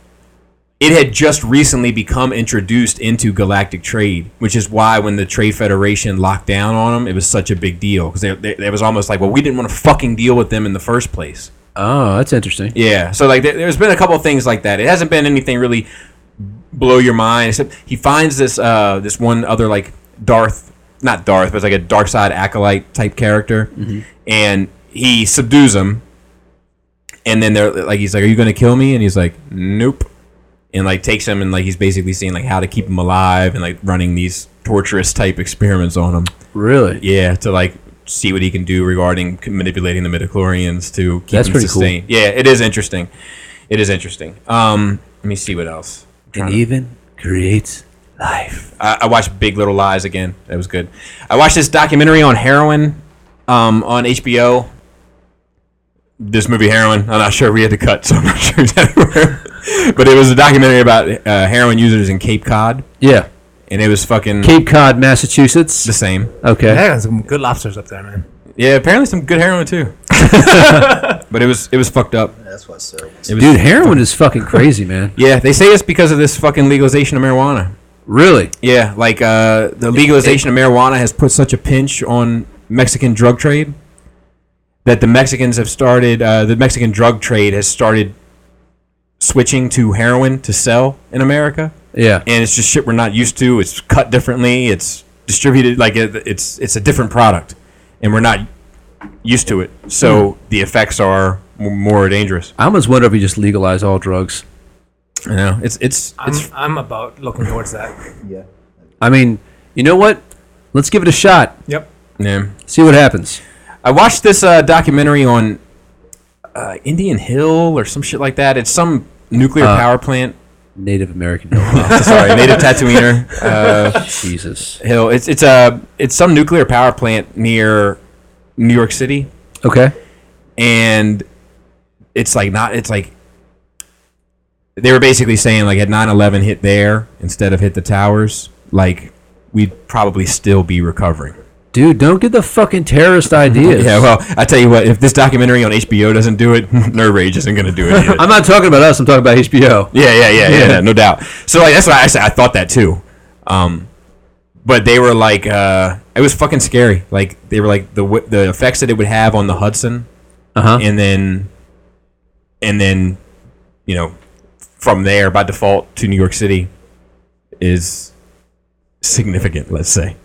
it had just recently become introduced into galactic trade, which is why when the Trade Federation locked down on them, it was such a big deal because they, they, it was almost like, well, we didn't want to fucking deal with them in the first place. oh, that's interesting. Yeah. So like, there, there's been a couple of things like that. It hasn't been anything really blow your mind. Except he finds this uh this one other like Darth, not Darth, but it's like a dark side acolyte type character, and he subdues him. And then they're like, he's like, "Are you gonna kill me?" And he's like, "Nope." And like takes him and like he's basically seeing like how to keep him alive and like running these torturous type experiments on him. Really? Yeah, to like see what he can do regarding c- manipulating the midichlorians to keep That's him pretty cool. sustained. Yeah, it is interesting. It is interesting. Um, let me see what else. And even creates life. I, I watched Big Little Lies again. That was good. I watched this documentary on heroin um, on HBO. This movie heroin. I'm not sure we had to cut, so I'm not sure exactly where. But it was a documentary about uh, heroin users in Cape Cod, Yeah. and it was fucking Cape Cod, the Massachusetts. same. Okay. They got some good lobsters up there, man. Yeah, apparently some good heroin too. but it was it was fucked up. That's what servants. It was Dude, heroin is fucking crazy, man. Yeah, they say it's because of this fucking legalization of marijuana. Really? Yeah, like uh, the legalization of marijuana has put such a pinch on Mexican drug trade that the Mexicans have started. Uh, the Mexican drug trade has started switching to heroin to sell in America, Yeah. and it's just shit we're not used to. It's cut differently. It's distributed like it, it's it's a different product, and we're not used to it. So the effects are m- more dangerous. I almost wonder if we just legalize all drugs. You know, it's it's I'm, it's I'm about looking towards that. Yeah. I mean, you know what? Let's give it a shot. Yep. yeah. See what happens. I watched this uh, documentary on uh, Indian Hill or some shit like that. It's some nuclear Uh, power plant. Native American. No, Sorry, native Tatooiner uh, Jesus. Hill. It's it's a it's some nuclear power plant near New York City, Okay. and it's like not it's like they were basically saying like had 9-11 hit there instead of hit the towers, like we'd probably still be recovering. Dude, don't get the fucking terrorist ideas. Yeah, well, I tell you what, if this documentary on HBO doesn't do it, Nerd Rage isn't going to do it. Either. I'm not talking about us. I'm talking about HBO. Yeah, yeah, yeah, yeah, no doubt. So like that's why I said I thought that too. Um, but they were like, uh, it was fucking scary. Like they were like the w- the effects that it would have on the Hudson, Uh huh. and then, and then, you know, from there by default to New York City is significant. Let's say,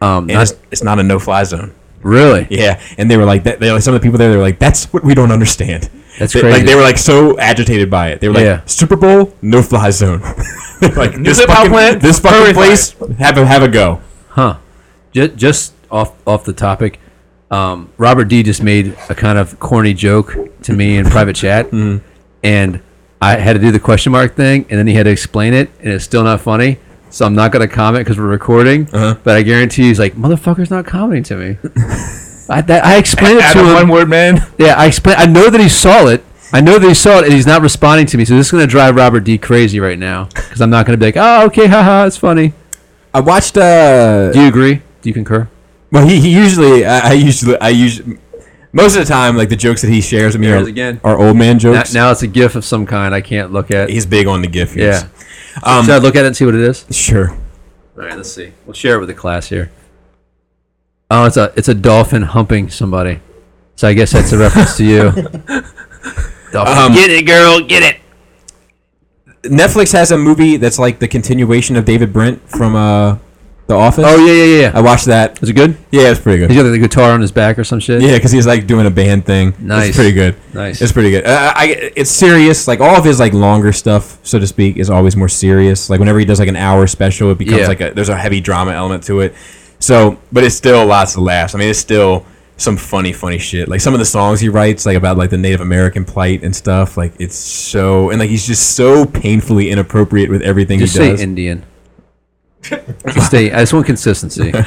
Um, and not- it's, it's not a no fly zone. really? Yeah, and they were like that. They like some of the people there. They were like, "That's what we don't understand." That's They- crazy. Like they were like so agitated by it. They were like, Yeah. "Super Bowl, no fly zone." They're like this Nuclear power fucking, plant, this fucking hurry, place, have a have a go. Huh. Just, just off off the topic, um, Robert D just made a kind of corny joke to me in private chat, and I had to do the question mark thing, and then he had to explain it, and it's still not funny. So I'm not gonna comment because we're recording. Uh-huh. But I guarantee he's like, "Motherfucker's not commenting to me." I, that, I explained it to Adam, him. one word, man. Yeah, I explain. I know that he saw it. I know that he saw it, and he's not responding to me. So this is gonna drive Robert D crazy right now because I'm not gonna be like, "Oh, okay, haha, it's funny." I watched. uh Do you agree? Do you concur? Well, he, he usually I, I usually I usually most of the time like the jokes that he shares with me There it are, is again. are old man Now, jokes. now it's a GIF of some kind. I can't look at. He's big on the gif. Yeah. yes. Um, Should I look at it and see what it is? sure. All right, let's see. We'll share it with the class here. Oh, it's a it's a dolphin humping somebody. So I guess that's a reference to you. Dolphin. get it, girl, get it. Netflix has a movie that's like the continuation of David Brent from uh, The Office. oh yeah, yeah, yeah. I watched that. Is it good? Yeah, it's pretty He's good. got the guitar on his back or some shit. Yeah, because he's like doing a band thing. Nice. it's pretty good. Nice. It's pretty good. Uh, I, it's serious. Like all of his like longer stuff, so to speak, is always more serious. Like whenever he does like an hour special, it becomes Yeah. like a there's a heavy drama element to it. So, but it's still lots of laughs. I mean, it's still some funny, funny shit. Like some of the songs he writes, like about like the Native American plight and stuff. Like it's so and like he's just so painfully inappropriate with everything Just he say does. Indian. Just stay. I just want consistency. All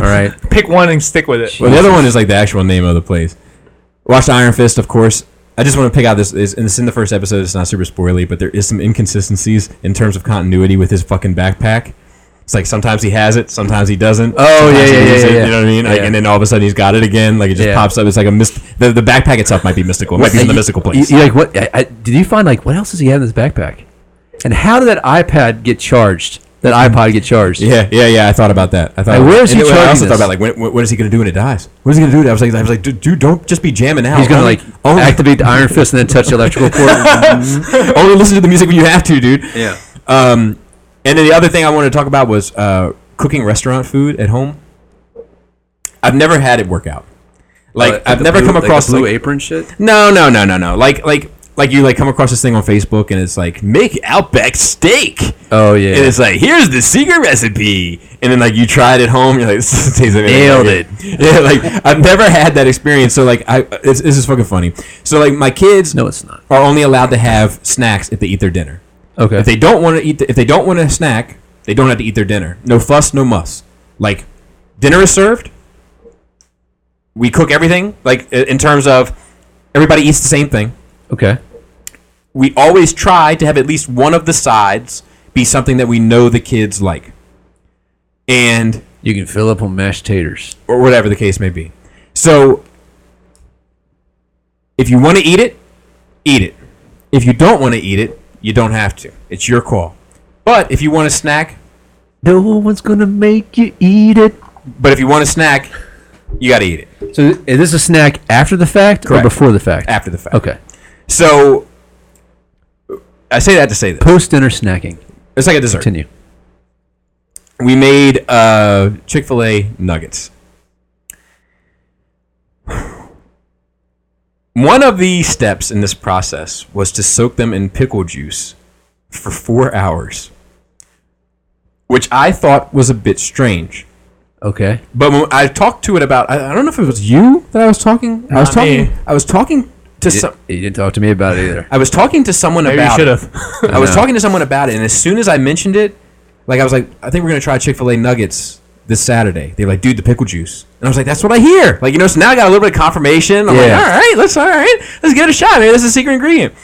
right. Pick one and stick with it. Well, the other one is like the actual name of the place. Watch Iron Fist, of course. I just want to pick out this, is, and it's in the first episode. It's not super spoily, but there is some inconsistencies in terms of continuity with his fucking backpack. It's like sometimes he has it, sometimes he doesn't. Oh, yeah, sometimes he yeah, leaves yeah, it, yeah. You know what I mean? Like, Yeah. and then all of a sudden he's got it again. Like it just Yeah. pops up. It's like a mist. The, the backpack itself might be mystical. It might be from the You- mystical you- place. you like what? I, I, did you find like what else does he have in his backpack? And how did that iPad get charged? That iPod get charged? Yeah, yeah, yeah. I thought about that. I thought. Like, about where that. is And he then I also charging thought this? about like, when, what is he gonna do when it dies? What is he gonna do? I was like, I was like, dude, dude, don't just be jamming out. He's gonna Only- like only- activate the Iron Fist and then touch the electrical cord. only listen to the music when you have to, dude. Yeah. Um, and then the other thing I wanted to talk about was uh, cooking restaurant food at home. I've never had it work out. Uh, Like I've never come across like, apron shit. no, no, no, no, no. Like like like you like come across this thing on Facebook and it's like make Outback steak. Oh yeah, And it's like, here's the secret recipe. And then like you try it at home, you're like, this tastes amazing. Nailed it. Yeah, like I've never had that experience. So like I, it's, this is fucking funny. So like my kids, no, it's not. are only allowed to have snacks if they eat their dinner. Okay, If they don't want to eat, if they don't want a snack, they don't have to eat their dinner. No fuss, no muss. Like, dinner is served. We cook everything. Like i- in terms of, everybody eats the same thing. okay, We always try to have at least one of the sides be something that we know the kids like, and you can fill up on mashed taters. or whatever the case may be. So, if you want to eat it, eat it. If you don't want to eat it, you don't have to. It's your call. But if you want a snack, No one's gonna make you eat it. but if you want a snack, you got to eat it So is this a snack after the fact Correct. or before the fact? after the fact. Okay, So I say that to say that Post dinner snacking. it's like a dessert. Continue. we made uh, Chick Fil A nuggets. One of the steps in this process was to soak them in pickle juice for four hours, which I thought was a bit strange. Okay. But when I talked to it about, I, I don't know if it was you that I was talking. I was Not talking. me. I was talking to You, some. you didn't talk to me about it either. I was talking to someone Maybe you about. should it. have. I was know. talking to someone about it, and as soon as I mentioned it, like I was like, I think we're gonna try Chick Fil A nuggets this Saturday. They're like, dude, the pickle juice, and I was like, that's what I hear. Like you know, so now I got a little bit of confirmation. I'm like, Yeah. all right, let's all right, let's give it a shot. Maybe this is a secret ingredient.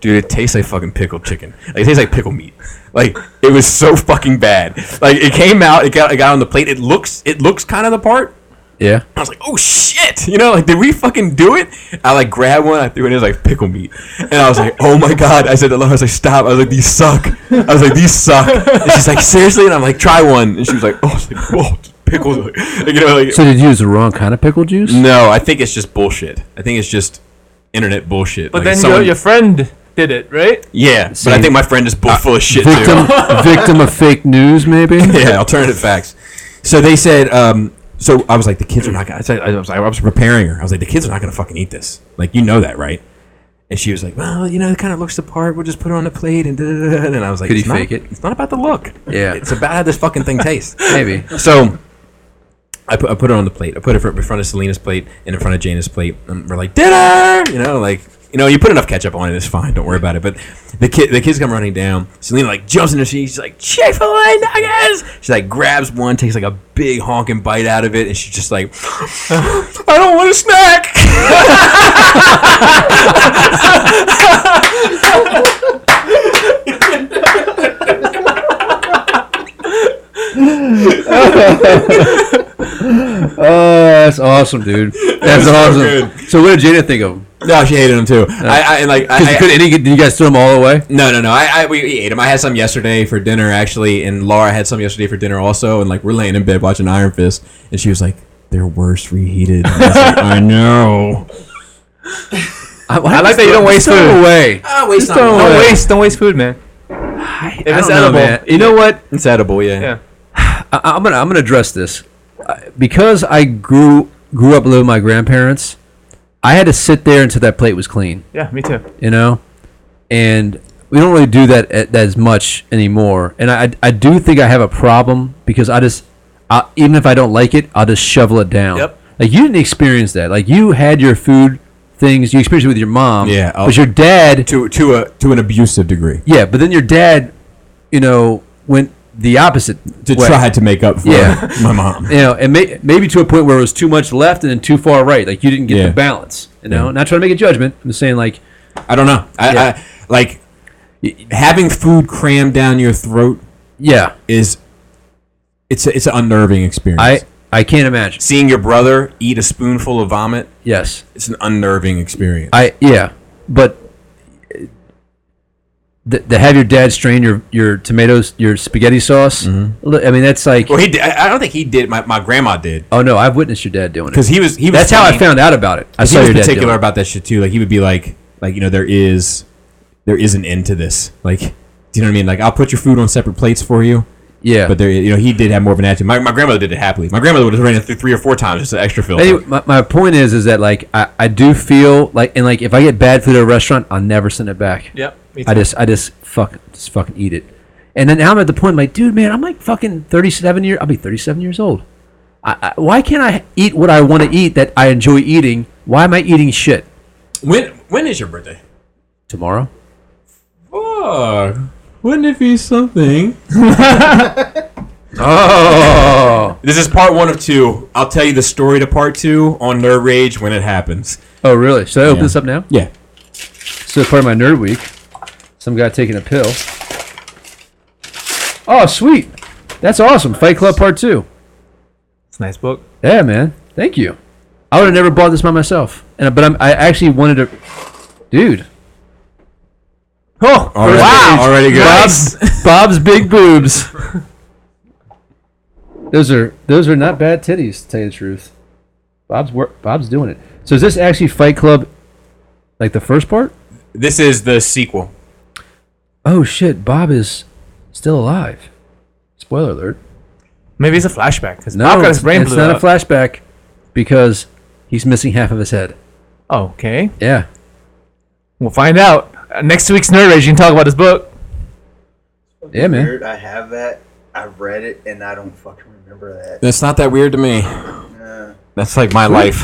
Dude, it tastes like fucking pickled chicken. Like it tastes like pickle meat. Like it was so fucking bad. Like it came out, it got it got on the plate. It looks it looks kind of the part, Yeah. I was like, oh shit! You know, like, did we fucking do it? I like grabbed one, I threw it in, it was like pickle meat. And I was like, oh my god. I said to Laura, I was like, stop. I was like, these suck. I was like, these suck. And she's like, seriously? And I'm like, try one. And she was like, oh, I was like, whoa, pickles. Like, you know, like, So did you use the wrong kind of pickle juice? no, I think it's just bullshit. I think it's just internet bullshit. But Like, then someone- your, your friend did it, right? yeah, but I Same. think my friend is bull full of shit too. Victim, victim of fake news, maybe. yeah, alternative facts. So they said, um, so I was like, the kids are not gonna. I, said, I was I was preparing her. I was like, the kids are not gonna fucking eat this. Like you know that, right? And she was like, well, you know, it kind of looks the part. We'll just put it on the plate and da da da. da. And I was like, Could you it's not- fake it? It's not about the look. Yeah. it's about how this fucking thing tastes. Maybe. So I put, I put it on the plate. I put it fr- in front of Selena's plate and in front of Jana's plate. And we're like, dinner! You know, like, you know, you put enough ketchup on it, it's fine. Don't worry about it. But the kid, the kids come running down. Selena like jumps in her seat. She's like, Chick Fil A nuggets. She like grabs one, takes like a big honking bite out of it, and she's just like, I don't want a snack. Oh, that's awesome, dude. That's awesome. good. So what did Jada think of? them? No, she hated him too. I, I and like I, Because you I- could any did you guys throw them all away? No, no, no. I, I we, we ate them. I had some yesterday for dinner actually, and Laura had some yesterday for dinner also. And like we're laying in bed watching Iron Fist, and she was like, "They're worse reheated." And I, was like, I know. I, like that you don't waste food. away. Ah, waste Just throw Don't away. waste, don't waste food, man. I, If don't it's know, edible, man. You know what? It's edible. Yeah. yeah. I, I'm gonna I'm gonna address this Uh, because I grew grew up living with my grandparents. I had to sit there until that plate was clean, Yeah, me too. you know, and we don't really do that a- as much anymore. And I I do think I have a problem because I just I, even if I don't like it, I'll just shovel it down. Yep. Like you didn't experience that. Like you had your food things you experienced it with your mom. Yeah, I'll- but your dad To to a to an abusive degree Yeah, but then your dad, you know, went the opposite to way. try to make up for Yeah. my mom. You know, and may, maybe to a point where it was too much left and then too far right. Like you didn't get Yeah. the balance. You know, Yeah. not trying to make a judgment. I'm just saying like I don't know. I, Yeah. I like having food crammed down your throat yeah, is it's a, it's an unnerving experience. I I can't imagine. Seeing your brother eat a spoonful of vomit, Yes, it's an unnerving experience. I yeah, but th- to have your dad strain your your tomatoes, your spaghetti sauce. li- I mean, that's like Well, he did, I I don't think he did. My, my grandma did oh no, I've witnessed your dad doing because it. he was he was. That's how I funny. found out about it. I He saw was your dad particular doing it. about that shit too. Like he would be like, like you know, there is, there is an end to this. Like, do you know what I mean? Like I'll put your food on separate plates for you. Yeah, But there, you know, he did have more of an attitude. My, my grandmother did it happily. My grandmother would have ran it through three or four times just an extra fill. Anyway, my, my point is is that like I, I do feel like and like if I get bad food at a restaurant, I'll never send it back. Yep, me too. I just I just fuck just fucking eat it. And then now I'm at the point like, dude, man, I'm like fucking 37 year. I'll be 37 years old. I, I, why can't I eat what I want to eat that I enjoy eating? Why am I eating shit when when is your birthday? tomorrow? Fuck. Wouldn't it be something? Oh, This is part one of two. I'll tell you the story to part two on Nerd Rage when it happens. oh, really? Should I open Yeah. this up now? Yeah. So part of my nerd week, some guy taking a pill. Oh, sweet. That's awesome. Fight Club Part Two. It's a nice book. Yeah, man. Thank you. I would have never bought this by myself, and but I'm, I actually wanted to, dude. Oh, Already, wow. Already good. Bob's Bob's big boobs. Those are those are not bad titties, to tell you the truth. Bob's work. Bob's doing it. So is this actually Fight Club, like the first part? This is the sequel. oh shit, Bob is still alive. Spoiler alert. Maybe it's a flashback because No, got his it's, brain it's blew not up. a flashback because he's missing half of his head. oh, okay, Yeah. we'll find out uh, next week's Nerd Rage. You can talk about this book. Yeah, man. Weird, I have that. I read it and I don't fucking remember that. That's not that weird to me. Nah. That's like my life.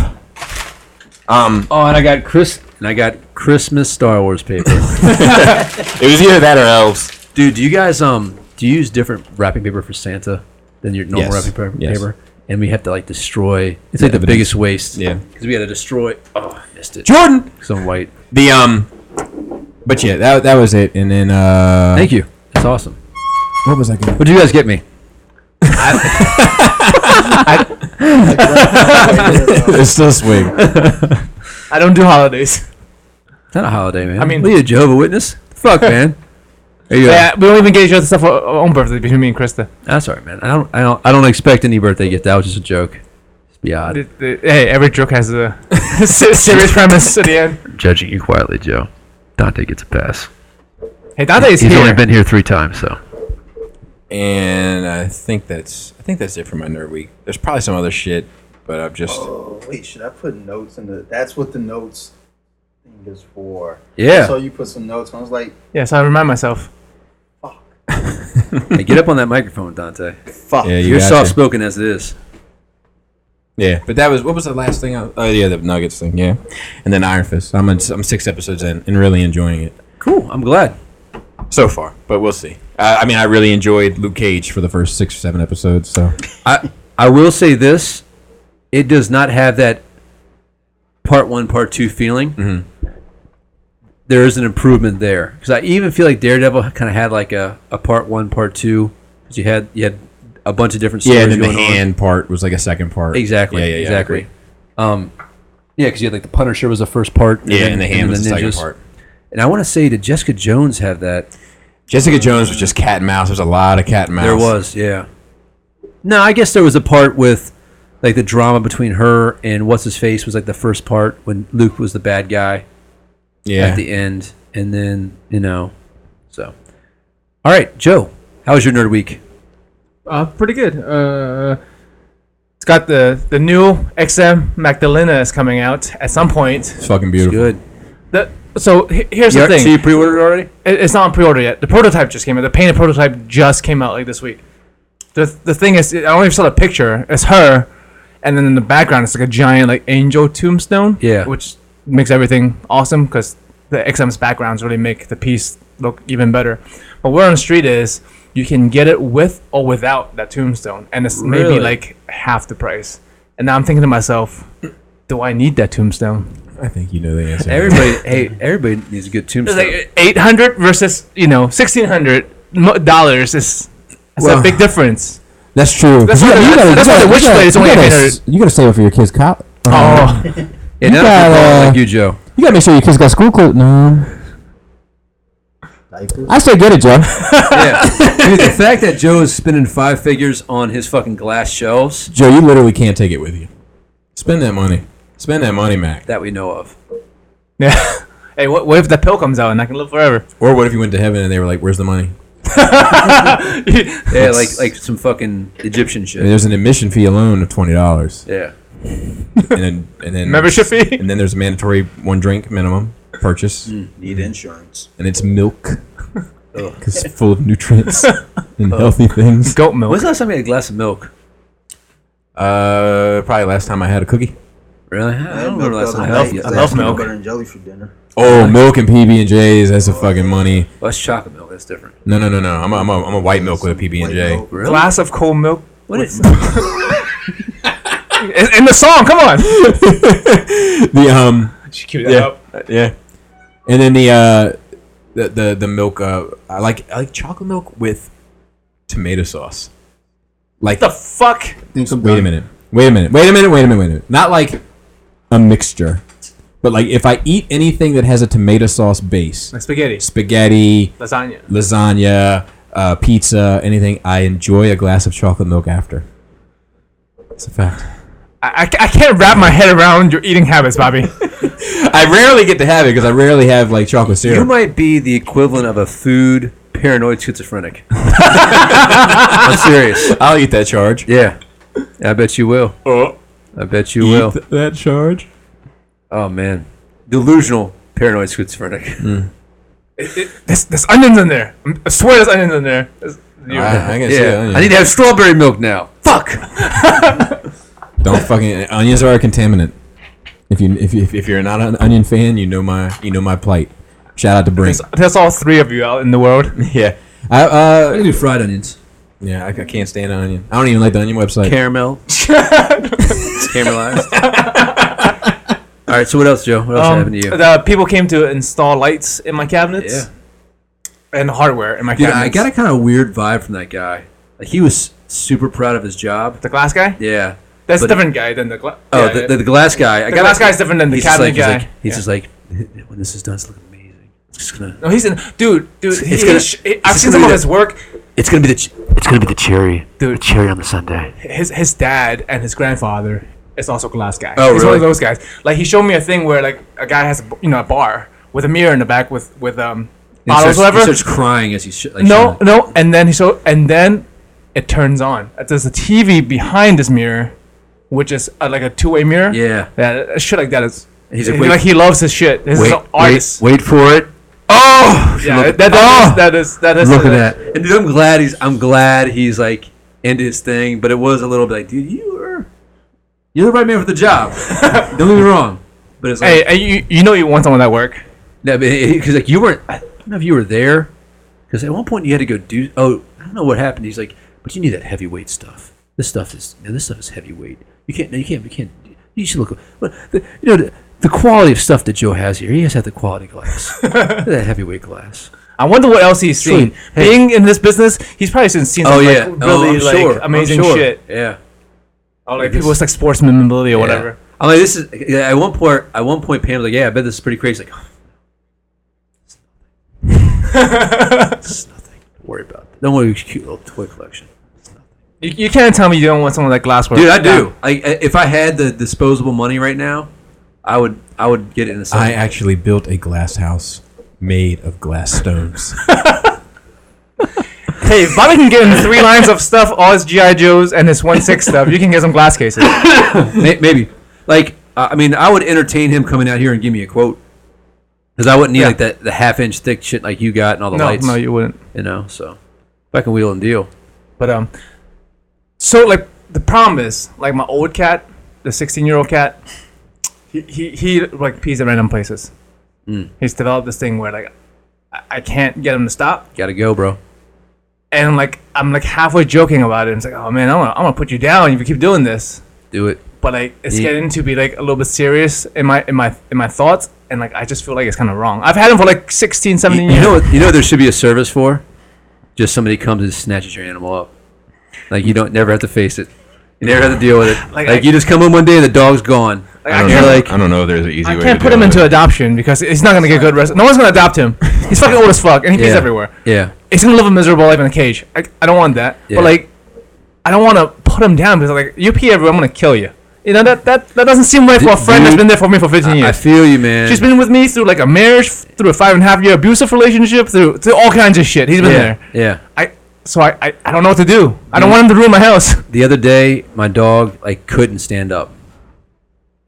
Um, Oh, and I got Chris and I got Christmas Star Wars paper. it was either that or elves. Dude, do you guys um do you use different wrapping paper for Santa than your normal Yes. wrapping paper? Yes. paper? And we have to like destroy. It's like the evidence. biggest waste. Yeah. Because we had to destroy. Oh, I missed it. Jordan. Some white. The um, but yeah, that that was it. And then uh, Thank you. That's awesome. What was I going? What did you guys get me? it's still swing. I don't do holidays. It's not a holiday, man. I mean- we a Jehovah Witness. Fuck, man. There you go. Yeah, we don't even get each other stuff for our own birthday between me and Krista. That's all right, man. I don't. I don't. I don't expect any birthday gift. That was just a joke. Just be odd. The- the- Hey, every joke has a se- serious premise at the end. Judging you quietly, Joe. Dante gets a pass. Hey, Dante is He's here. only been here three times, so. And I think that's I think that's it for my nerd week. There's probably some other shit, but I've just Oh, wait, should I put notes in the? That's what the notes thing is for. Yeah. So you put some notes. And I was like, yes, I remind myself. fuck, Hey, get up on that microphone, Dante. fuck. yeah, you You're got soft to. spoken as it is. Yeah, but that was what was the last thing? I, oh yeah, the Nuggets thing. Yeah, and then Iron Fist. I'm on, I'm six episodes in and really enjoying it Cool. I'm glad. so far. But we'll see. Uh, I mean, I really enjoyed Luke Cage for the first six or seven episodes. So I I will say this: it does not have that part one, part two feeling. Mm-hmm. There is an improvement there because I even feel like Daredevil kind of had like a, a part one, part two because you had you had a bunch of different stories yeah, and then the going on. hand part was like a second part. Exactly. Yeah, yeah, yeah, I exactly. agree. Um, yeah, because you had like the Punisher was the first part. Yeah, and the hand was the second ninjas. part. And I want to say, did Jessica Jones have that? Jessica Jones was just cat and mouse. There's a lot of cat and mouse. There was, yeah. No, I guess there was a part with like the drama between her and what's his face was like the first part when Luke was the bad guy Yeah. at the end, and then you know, so. All right, Joe, how was your nerd week? Uh, pretty good. Uh, it's got the the new XM Magdalena is coming out at some point. it's fucking beautiful. Good. The, so he- here's You, the thing. so you pre-ordered already? It- it's not on pre-order yet. The prototype just came out. The painted prototype just came out like this week. The the thing is, I don't even saw the picture. It's her, and then in the background, it's like a giant like angel tombstone. Yeah. which makes everything awesome because the XM's backgrounds really make the piece look even better. But where on the street is you can get it with or without that tombstone, and it's Really? maybe like half the price. And now I'm thinking to myself, do I need that tombstone? I think you know the answer. Everybody, hey, everybody needs a good It's tombstone. like eight hundred versus you know sixteen hundred dollars is it's Well, a big difference. That's true. That's why- that's- that's why the wish list only had- You gotta save it for your kids' cop. Oh, yeah, none of got, people are uh, like you, Joe. You gotta make sure your kids got school clothes. No, Diapers? I say get it, Joe. Yeah, Dude, the fact that Joe is spending five figures on his fucking glass shelves Joe, you literally can't take it with you. Spend that money. Spend that money, Mac. that we know of. yeah. Hey, what, what if the pill comes out and I can live forever? Or what if you went to heaven and they were like, "Where's the money?" Yeah, like like some fucking Egyptian And shit. there's an admission fee alone of twenty dollars, Yeah. and then and then Membership fee? and then there's a mandatory one drink minimum purchase, Mm. Need insurance. and it's milk because it's full of nutrients and healthy things. Goat milk. When's the last time you had a glass of milk? Uh, probably last time I had a cookie. Really? I don't had remember last milk time. the I other had day, it. 'cause love had peanut milk. Butter and jelly for dinner. Oh, milk and PB and J's. That's the fucking money. Well, that's chocolate milk. That's different. No, no, no, no. I'm a, I'm a, I'm a white milk with a PB and J. White milk. Really? glass of cold milk What is? in, in the song. Come on. The um, She queued yeah, yeah. And then the uh, the the, the milk. Uh, I like I like chocolate milk with tomato sauce. Like The fuck? Wait a minute. Wait a minute. Wait a minute. Wait a minute. Wait a minute. Not like a mixture, but like if I eat anything that has a tomato sauce base, Like spaghetti, spaghetti, lasagna. lasagna, uh, pizza, anything, I enjoy a glass of chocolate milk after. It's a fact. I, I ca- I can't wrap my head around your eating habits, Bobby. I rarely get to have it because I rarely have like chocolate You syrup. might be the equivalent of a food paranoid schizophrenic. I'm serious. I'll eat that charge. Yeah, Uh. I bet you will. I bet you will. that charge. Oh man, delusional paranoid schizophrenic. There's, there's onions in there. I swear there's onions in there. There's- you- I, I can see Yeah, onions. I need to have strawberry milk now. Fuck. Don't fucking onions are a contaminant. If you if you, if you're not an onion fan, you know my you know my plight. Shout out to Brink. There's, there's all three of you out in the world. Yeah. I uh do fried onions, yeah I, I can't stand onion. I don't even like the onion website. caramel, caramelized. All right, so what else, Joe? What else Um, happened to you? the people came to install lights in my cabinets Yeah. and hardware in my Dude, I cabinets. got a kind of weird vibe from that guy. Like he was super proud of his job. the glass guy. Yeah. That's a But- different guy than the glass. Oh, the, the, the glass guy. I The got glass guy's different than the he's just cabinet like, guy. He's Yeah. just like, he's just like, when this is done, it's looking amazing. It's just gonna, no, he's in, dude, dude. It's gonna- he- he- he- I've it's seen gonna some of be his work. it's gonna be the. Ch- It's gonna be the cherry. Dude. the cherry on the Sunday. his his dad and his grandfather is also a glass guy. Oh, He's one of really? those guys. Like he showed me a thing where like a guy has a, b- you know a bar with a mirror in the back with with um he starts, bottles he or whatever. starts crying as he sh- like, No, showing- no, and then he so and then it turns on. There's a TV behind this mirror, which is uh, like a two way mirror. Yeah. yeah, uh, shit like that is. He's He's like, like, wait- he loves his shit. This is Wait, an wait, artist. wait for it. Oh, yeah, Look- that, that, is, that is that is Look at that. And dude, I'm glad he's. I'm glad he's like into his thing. But it was a little bit like, dude, you were, you're the right man for the job. Don't get me wrong. But it's like, Hey, hey, you you know you want someone that work. No, because like you weren't. I don't know if you were there. Because at one point you had to go do. Oh, I don't know what happened. He's like, but you need that heavyweight stuff. This stuff is. You know, this stuff is heavyweight. You can't. No, you can't. You can't. You should look. But the, you know the, the quality of stuff that Joe has here. He has had the quality glass. Look at that heavyweight glass. I wonder what else he's seen. Sweet. Hey. Oh, Being in this business, he's probably seen seen some like, really like amazing shit. Yeah. Or like Like people this- with like sportsman mobility or whatever. I'm like, this is yeah, at one point. At one point, Pam's like, "Yeah, I bet this is pretty crazy." Like, it's nothing. Don't worry about it. Don't worry about your cute little toy collection, You, you can't tell me you don't want someone like glassware. dude. I do. I, I- if I had the disposable money right now, I would. I would get it in a I second. actually built a glass house made of glass stones. Hey, if Bobby can get in three lines of stuff, all his GI Joes and his one six stuff. You can get some glass cases. May- maybe. Like, uh, I mean, I would entertain him coming out here and give me a quote because I wouldn't need Yeah. like that the half inch thick shit like you got and all the No, lights. no, you-, you wouldn't. know, so if I can wheel and deal. But um, so like the problem is like my old cat, the sixteen year old cat, he, he he like pees at random places. He's developed this thing where like I, I can't get him to stop. Gotta go, bro. and like I'm like halfway joking about it. And it's like, oh man, I'm gonna, I'm gonna put you down if you keep doing this. Do it. But like it's Yeah. getting to be like a little bit serious in my in my in my thoughts, and like I just feel like it's kind of wrong. I've had him for like 16, 17 You years. know, what, you know, what there should be a service for just somebody comes and snatches your animal up. Like you don't never have to face it. You never have to deal with it. Like, Like, I- you just come in one day and the dog's gone. Like, I and can't- you're like, I don't know if there's an easy I way. can't to put deal him with into it. adoption because he's not gonna get good rest. No one's gonna adopt him. He's fucking old as fuck, and he pees yeah, everywhere. Yeah, He's gonna live a miserable life in a cage. I, I don't want that. Yeah. But like, I don't want to put him down because like you pee everywhere, I'm gonna kill you. You know that that, that doesn't seem right for a Dude, friend that's been there for me for 15 years. I feel you, man. She's been with me through like a marriage, through a five and a half year abusive relationship, through through all kinds of shit. He's been yeah, there. yeah. I so I, I I don't know what to do. I Mm. don't want him to ruin my house. The other day, my dog like couldn't stand up.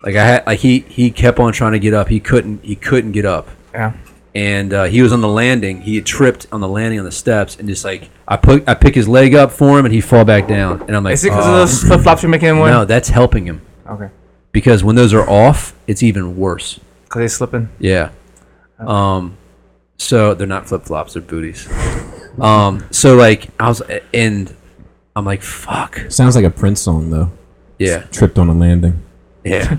Like I had, like he he kept on trying to get up. He couldn't. He couldn't get up. Yeah. and uh, he was on the landing. He had tripped on the landing on the steps, and just like I put, I pick his leg up for him, and he fall back down. And I'm like, Is it because "Oh, of those flip flops you're making him wear? no, that's helping him Okay. because when those are off, it's even worse. Because he's slipping. Yeah. Um, so they're not flip flops; they're booties. Um, so like I was, and I'm like, fuck, Sounds like a Prince song though. yeah, Tripped on a landing. yeah.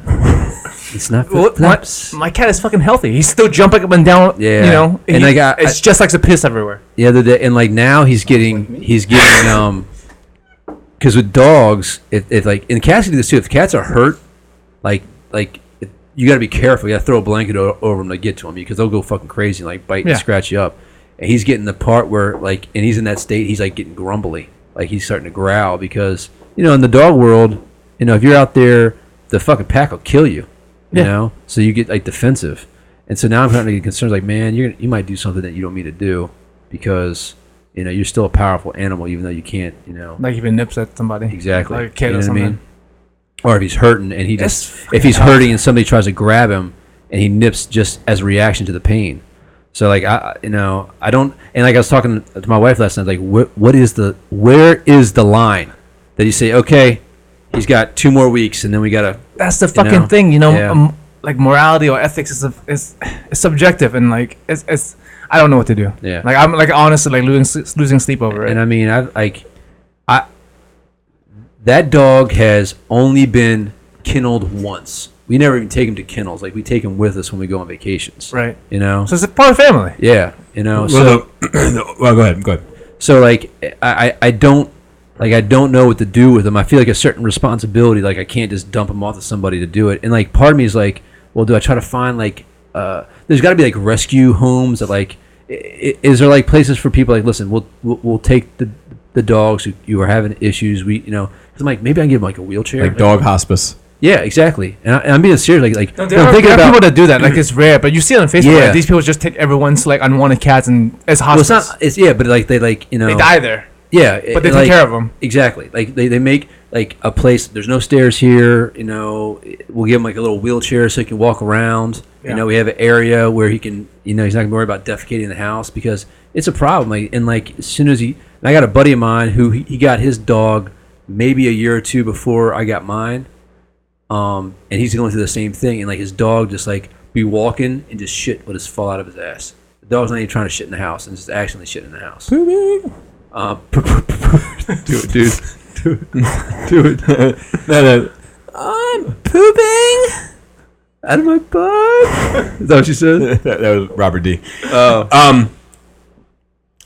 it's not flip What, my, flops. my cat is fucking healthy. He's still jumping up and down. Yeah. You know. And he- I got- It's just like the piss everywhere. the other day, and like now he's getting he's getting um because with dogs, if, if like and cats do this too. If cats are hurt, like like if, you got to be careful. You got to throw a blanket o- over them to get to them because they'll go fucking crazy and like bite Yeah. and scratch you up. And he's getting the part where like and he's in that state. He's like getting grumbly, like he's starting to growl because you know in the dog world, you know if you're out there the fucking pack will kill you. You know, so you get like defensive, and so now I'm starting to get concerned. Like, man, you are you might do something that you don't mean to do because you know you're still a powerful animal, even though you can't. You know, Like if he nips at somebody. Exactly. Like a kid You know or what I something. mean? or if he's hurting and he That's just fucking if he's tough. hurting and somebody tries to grab him and he nips just as a reaction to the pain. So like I I- you know I don't and like I was talking to my wife last night like what what is the where is the line that you say okay he's got two more weeks and then we gotta That's the fucking know? thing, you know. Yeah. Um, like morality or ethics is, sub- is is subjective, and like it's it's I don't know what to do. Yeah. Like I'm like honestly like losing s- losing sleep over it. and I mean I like I that dog has only been kenneled once. We never even take him to kennels. Like we take him with us when we go on vacations. right. You know. So it's a part of family. yeah. You know. so Well, the- Oh, well, go ahead. Go ahead. So like I, I I don't like I don't know what to do with them. I feel like a certain responsibility. Like I can't just dump them off to somebody to do it. And like part of me is like, well, do I try to find like uh, there's got to be like rescue homes that like i- i- is there like places for people like listen we'll we'll, we'll take the the dogs who you are having issues we you know 'Cause I'm like maybe I can give them like a wheelchair Like dog hospice. yeah exactly and, I, and I'm being serious like like No, there I'm are, thinking there are about people that do that. Like it's rare, but you see it on Facebook. Yeah. Like, these people just take everyone's like unwanted cats and as well, hospice. it's not it's yeah but like they like you know They die there. Yeah, But they and, take like- care of 'em. Exactly. Like they, they make like a place. There's no stairs here. You know, we'll give him like a little wheelchair so he can walk around. Yeah. You know, we have an area where he can. You know, he's not gonna worry about defecating in the house because it's a problem. Like and like as soon as he, and I got a buddy of mine who he, he got his dog maybe a year or two before I got mine. Um, and he's going through the same thing, and like his dog just like be walking and just shit would just fall out of his ass. The dog's not even trying to shit in the house, and just accidentally shit in the house. Uh, Do it, dude. Do it. Do it. no, no. I'm pooping. out of my butt. Is that what she said? that, that was Robert D. Oh. Um.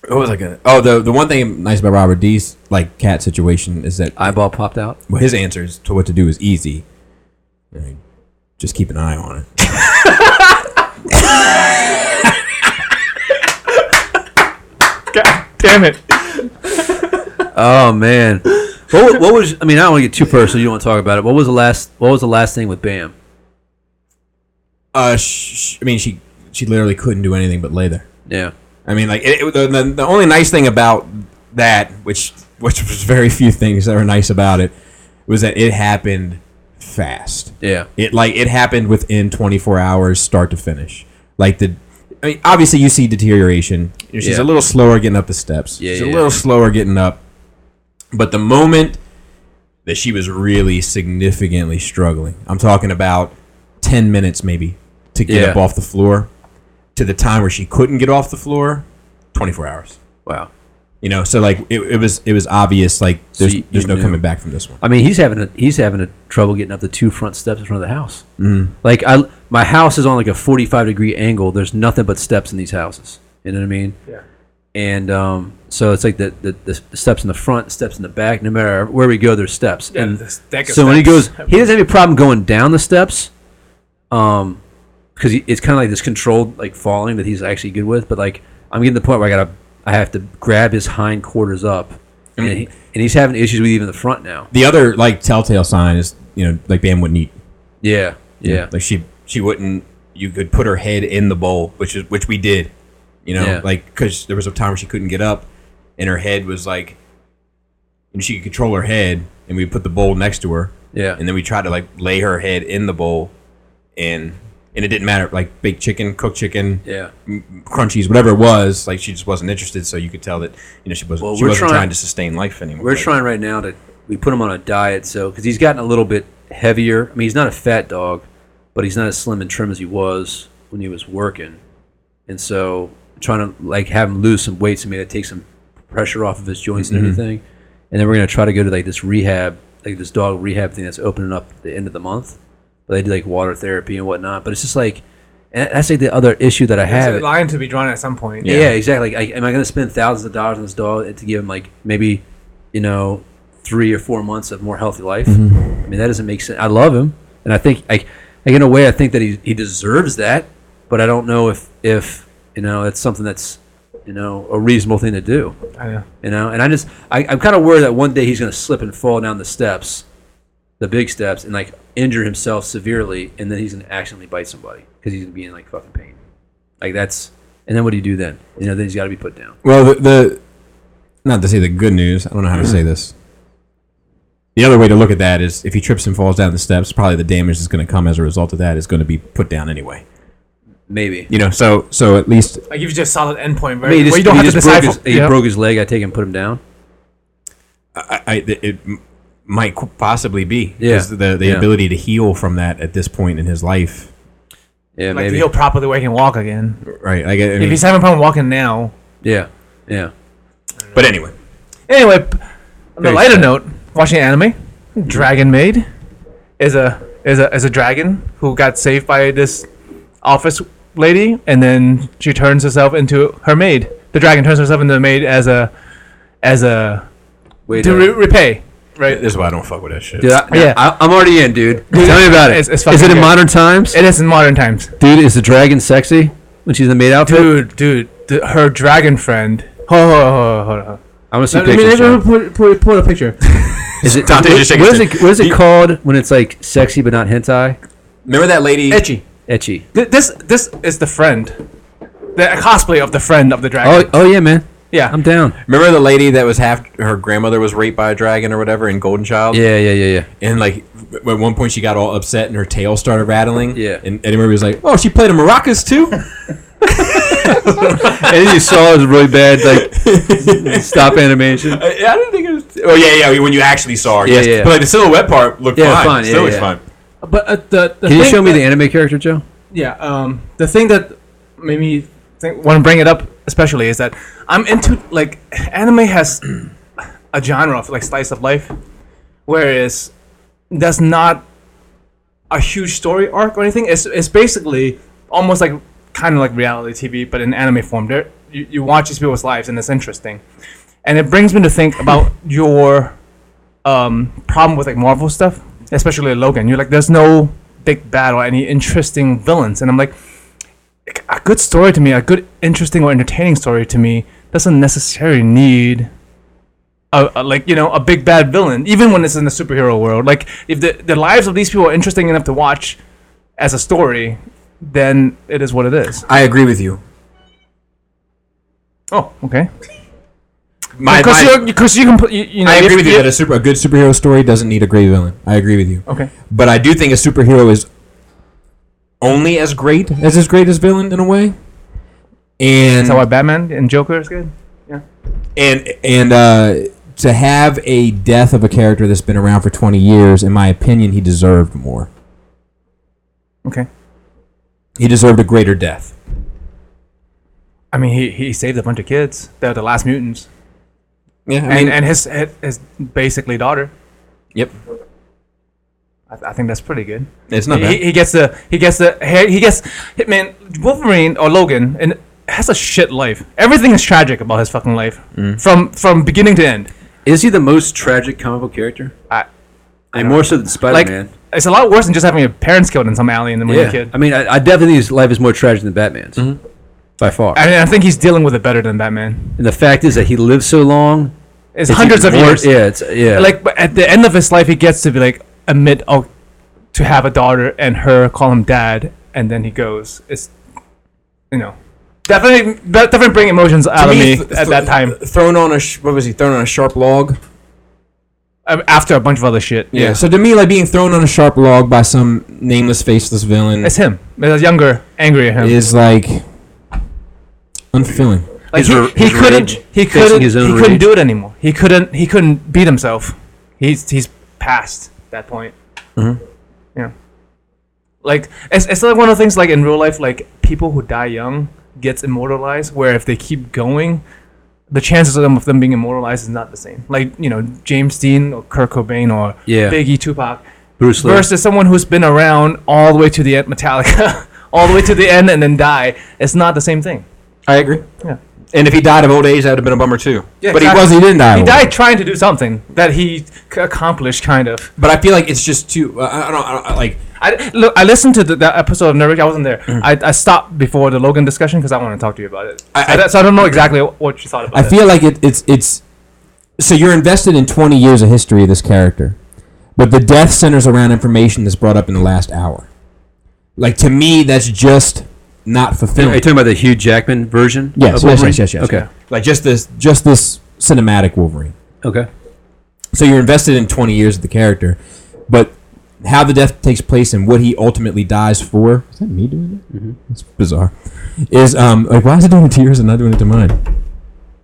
What was I gonna? Oh, the the one thing nice about Robert D's like cat situation is that Eyeball popped out. well, his answers to what to do is easy. You know, Just keep an eye on it. God damn it! Oh man, what, wa- what was? I mean, I don't want to get too personal. You don't want to talk about it. What was the last? What was the last thing with Bam? Uh, sh- sh- I mean, she she literally couldn't do anything but lay there. Yeah, I mean, like it, it, the, the the only nice thing about that, which which was very few things that were nice about it, was that it happened fast. yeah, It like it happened within 24 hours, start to finish. Like the, I mean, obviously you see deterioration. You know, She's Yeah. a little slower getting up the steps. Yeah, She's a yeah, little yeah. slower getting up. But the moment that she was really significantly struggling, I'm talking about 10 minutes maybe to get Yeah. up off the floor, to the time where she couldn't get off the floor, 24 hours. wow. You know, so like it, it was it was obvious like So there's you- there's you no knew. coming back from this one. I mean, he's having a, he's having a trouble getting up the two front steps in front of the house. Mm. Like I, my house is on like a forty five degree angle. There's nothing but steps in these houses. You know what I mean? Yeah. And um, so it's like the, the the the steps in the front, steps in the back. No matter where we go, there's steps. Yeah, and this deck so of when he goes, steps. he doesn't have any problem going down the steps, um, because it's kind of like this controlled like falling that he's actually good with. But like I'm getting to the point where I gotta I have to grab his hind quarters up, and, he, and he's having issues with even the front now. The other like telltale sign is you know like Bam wouldn't eat. Yeah, yeah, Like she she wouldn't. You could put her head in the bowl, which is which we did. You know, Yeah. like because there was a time where she couldn't get up, and her head was like, and she could control her head, and we put the bowl next to her, yeah. and then we tried to like lay her head in the bowl, and and it didn't matter like baked chicken, cooked chicken, Yeah. m- crunchies, whatever it was. Like she just wasn't interested, so you could tell that you know she wasn't Well, she we're wasn't trying- trying to sustain life anymore. We're Like, trying right now to we put him on a diet so because he's gotten a little bit heavier. I mean, he's not a fat dog, but he's not as slim and trim as he was when he was working, and so trying to like have him lose some weight so maybe that takes some pressure off of his joints and everything. And then we're gonna try to go to like this rehab, like this dog rehab thing that's opening up at the end of the month. But they do like water therapy and whatnot. But it's just like, and that's like the other issue that I have. There's a line to be drawn at some point. Yeah, exactly. Like, I, am I going to spend thousands of dollars on this dog to give him like maybe, you know, three or four months of more healthy life? I mean, that doesn't make sense. I love him, and I think like, like in a way, I think that he he deserves that, but I don't know if if you know that's something that's you know a reasonable thing to do. I know. You know, and I just I, I'm kind of worried that one day he's going to slip and fall down the steps, the big steps, and like injure himself severely, and then he's gonna accidentally bite somebody because he's gonna be in like fucking pain. Like that's, and then what do you do then? You know, then he's got to be put down. Well, the, the not to say the good news. I don't know how to say Mm-hmm. this. The other way to look at that is if he trips and falls down the steps, probably the damage that's going to come as a result of that is going to be put down anyway. Maybe. You know, so so at least Like if you just solid endpoint, I right? mean, he just, where you don't he have to just broke decide. his, for- he yeah. broke his leg. I take him, put him down. I, I it it m- might qu- possibly be 'cause Yeah. the the Yeah. ability to heal from that at this point in his life, Yeah, like maybe. he'll properly where he can walk again. right? Like, I If mean, he's having a problem walking now. Yeah, yeah. but anyway, Anyway, p- on the Very lighter sad. note, watching anime, Dragon Maid is a is a is a dragon who got saved by this office lady, and then she turns herself into her maid. The dragon turns herself into a maid as a as a Wait, to re- repay. right? This is why I don't fuck with that shit. dude, I, Yeah. I, am already in, dude. Tell me about it. It's- it's is fucking it in good. modern times, It is in modern times, dude? Is the dragon sexy when she's in the maid outfit? dude. Dude, the, her dragon friend. Hold on, hold on, hold on, hold on. I want to see Let me- pictures. let me John. put, put, put a picture. Is it, Dante what- just shaking what is his it? What is it called when it's like sexy but not hentai? Remember that lady? Itchy. Etchy. Th- This this is the friend, the cosplay of the friend of the dragon. Oh, oh yeah, man. yeah, I'm down. Remember the lady that was half her grandmother was raped by a dragon or whatever in Golden Child? Yeah, yeah, yeah, yeah. And like at one point she got all upset and her tail started rattling. Yeah. And Eddie Murphy was like, "Oh, she played a maracas too." and then you saw it was really bad, like stop animation. I, I didn't think it was. Oh yeah, yeah. When you actually saw her, Yeah, yes. yeah. But like the silhouette part looked Yeah, fine. fine, yeah, Still looks yeah. fine. but uh, the, the Can you thing show me that- the anime character, Joe? Yeah, um, the thing that made me think, want to bring it up especially is that I'm into like anime has a genre of like slice of life, whereas that's not a huge story arc or anything. It's it's basically almost like kind of like reality TV, but in anime form. There, you, you watch these people's lives and it's interesting, and it brings me to think about your um, problem with like Marvel stuff, especially Logan. You're like, there's no big bad or any interesting villains, and I'm like, a good story to me, a good interesting or entertaining story to me doesn't necessarily need. A, a, like you know a big bad villain even when it's in the superhero world like if the, the lives of these people are interesting enough to watch as a story then it is what it is I agree with you. oh okay My, because my- you're because you can put you, you know I if- agree with you if- that a super a good superhero story doesn't need a great villain. I agree with you. okay But I do think a superhero is only as great as his greatest villain in a way. And so why Batman and Joker is good and and uh, to have a death of a character that's been around for 20 years, in my opinion, he deserved more. okay He deserved a greater death. I mean, he, he saved a bunch of kids. They're the last mutants, Yeah, I and and his his, his basically daughter. yep, I, I think that's pretty good. it's not He, bad. he gets the he gets the he he gets man Wolverine or Logan and has a shit life. Everything is tragic about his fucking life Mm. from from beginning to end. Is he the most tragic comic book character? I- I mean, more so than Like Spider-Man. it's a lot worse than just having your parents killed in some alley and then when you're a kid. I mean, I, I definitely think his life is more tragic than Batman's by far. I mean, I think he's dealing with it better than Batman. and the fact is that he lived so long. It's, it's hundreds of even more- years. Yeah, it's yeah. Like but at the end of his life, he gets to be like admit oh, to have a daughter and her call him dad, and then he goes. It's you know definitely that definitely bring emotions out of me th- at th- that time thrown on a sh- what was he thrown on a sharp log? um, after a bunch of other shit. Yeah. So to me, like being thrown on a sharp log by some nameless, faceless villain It's him. It's younger, angrier him. is like unfilling. Like His he, re- he his couldn't. rage, he facing couldn't. his own he couldn't rage. do it anymore. He couldn't. He couldn't beat himself. He's he's past that point. Mm-hmm. Yeah. Like it's it's like one of the things like in real life like people who die young gets immortalized where if they keep going, the chances of them of them being immortalized is not the same. Like you know James Dean or Kurt Cobain or Yeah. Biggie Tupac Bruce Lee. versus someone who's been around all the way to the end Metallica, all the way to the end and then die. It's not the same thing. I agree. Yeah. And if he died of old age, that would have been a bummer too. Yeah, but exactly. he was. He didn't die. of he old died trying to do something that he c- accomplished, kind of. But I feel like it's just too. Uh, I, I don't. I don't I, like. I look. I listened to the, that episode of Nerd. I wasn't there. Mm. I, I stopped before the Logan discussion because I want to talk to you about it. I- so, I- that- so I don't know exactly what you thought about I uh, it. feel like it, it's it's. So you're invested in 20 years of history of this character, But the death centers around information that's brought up in the last hour. Like to me, that's just not Are you fulfilling. talking about the Hugh Jackman version? Yes, of yes, Wolverine? yes, yes, yes. Okay. Like just this, just this cinematic Wolverine. Okay. So you're invested in 20 years of the character, but how the death takes place and what he ultimately dies for. Is that me doing it? That's bizarre. Is um like why is it doing it to yours and not doing it to mine?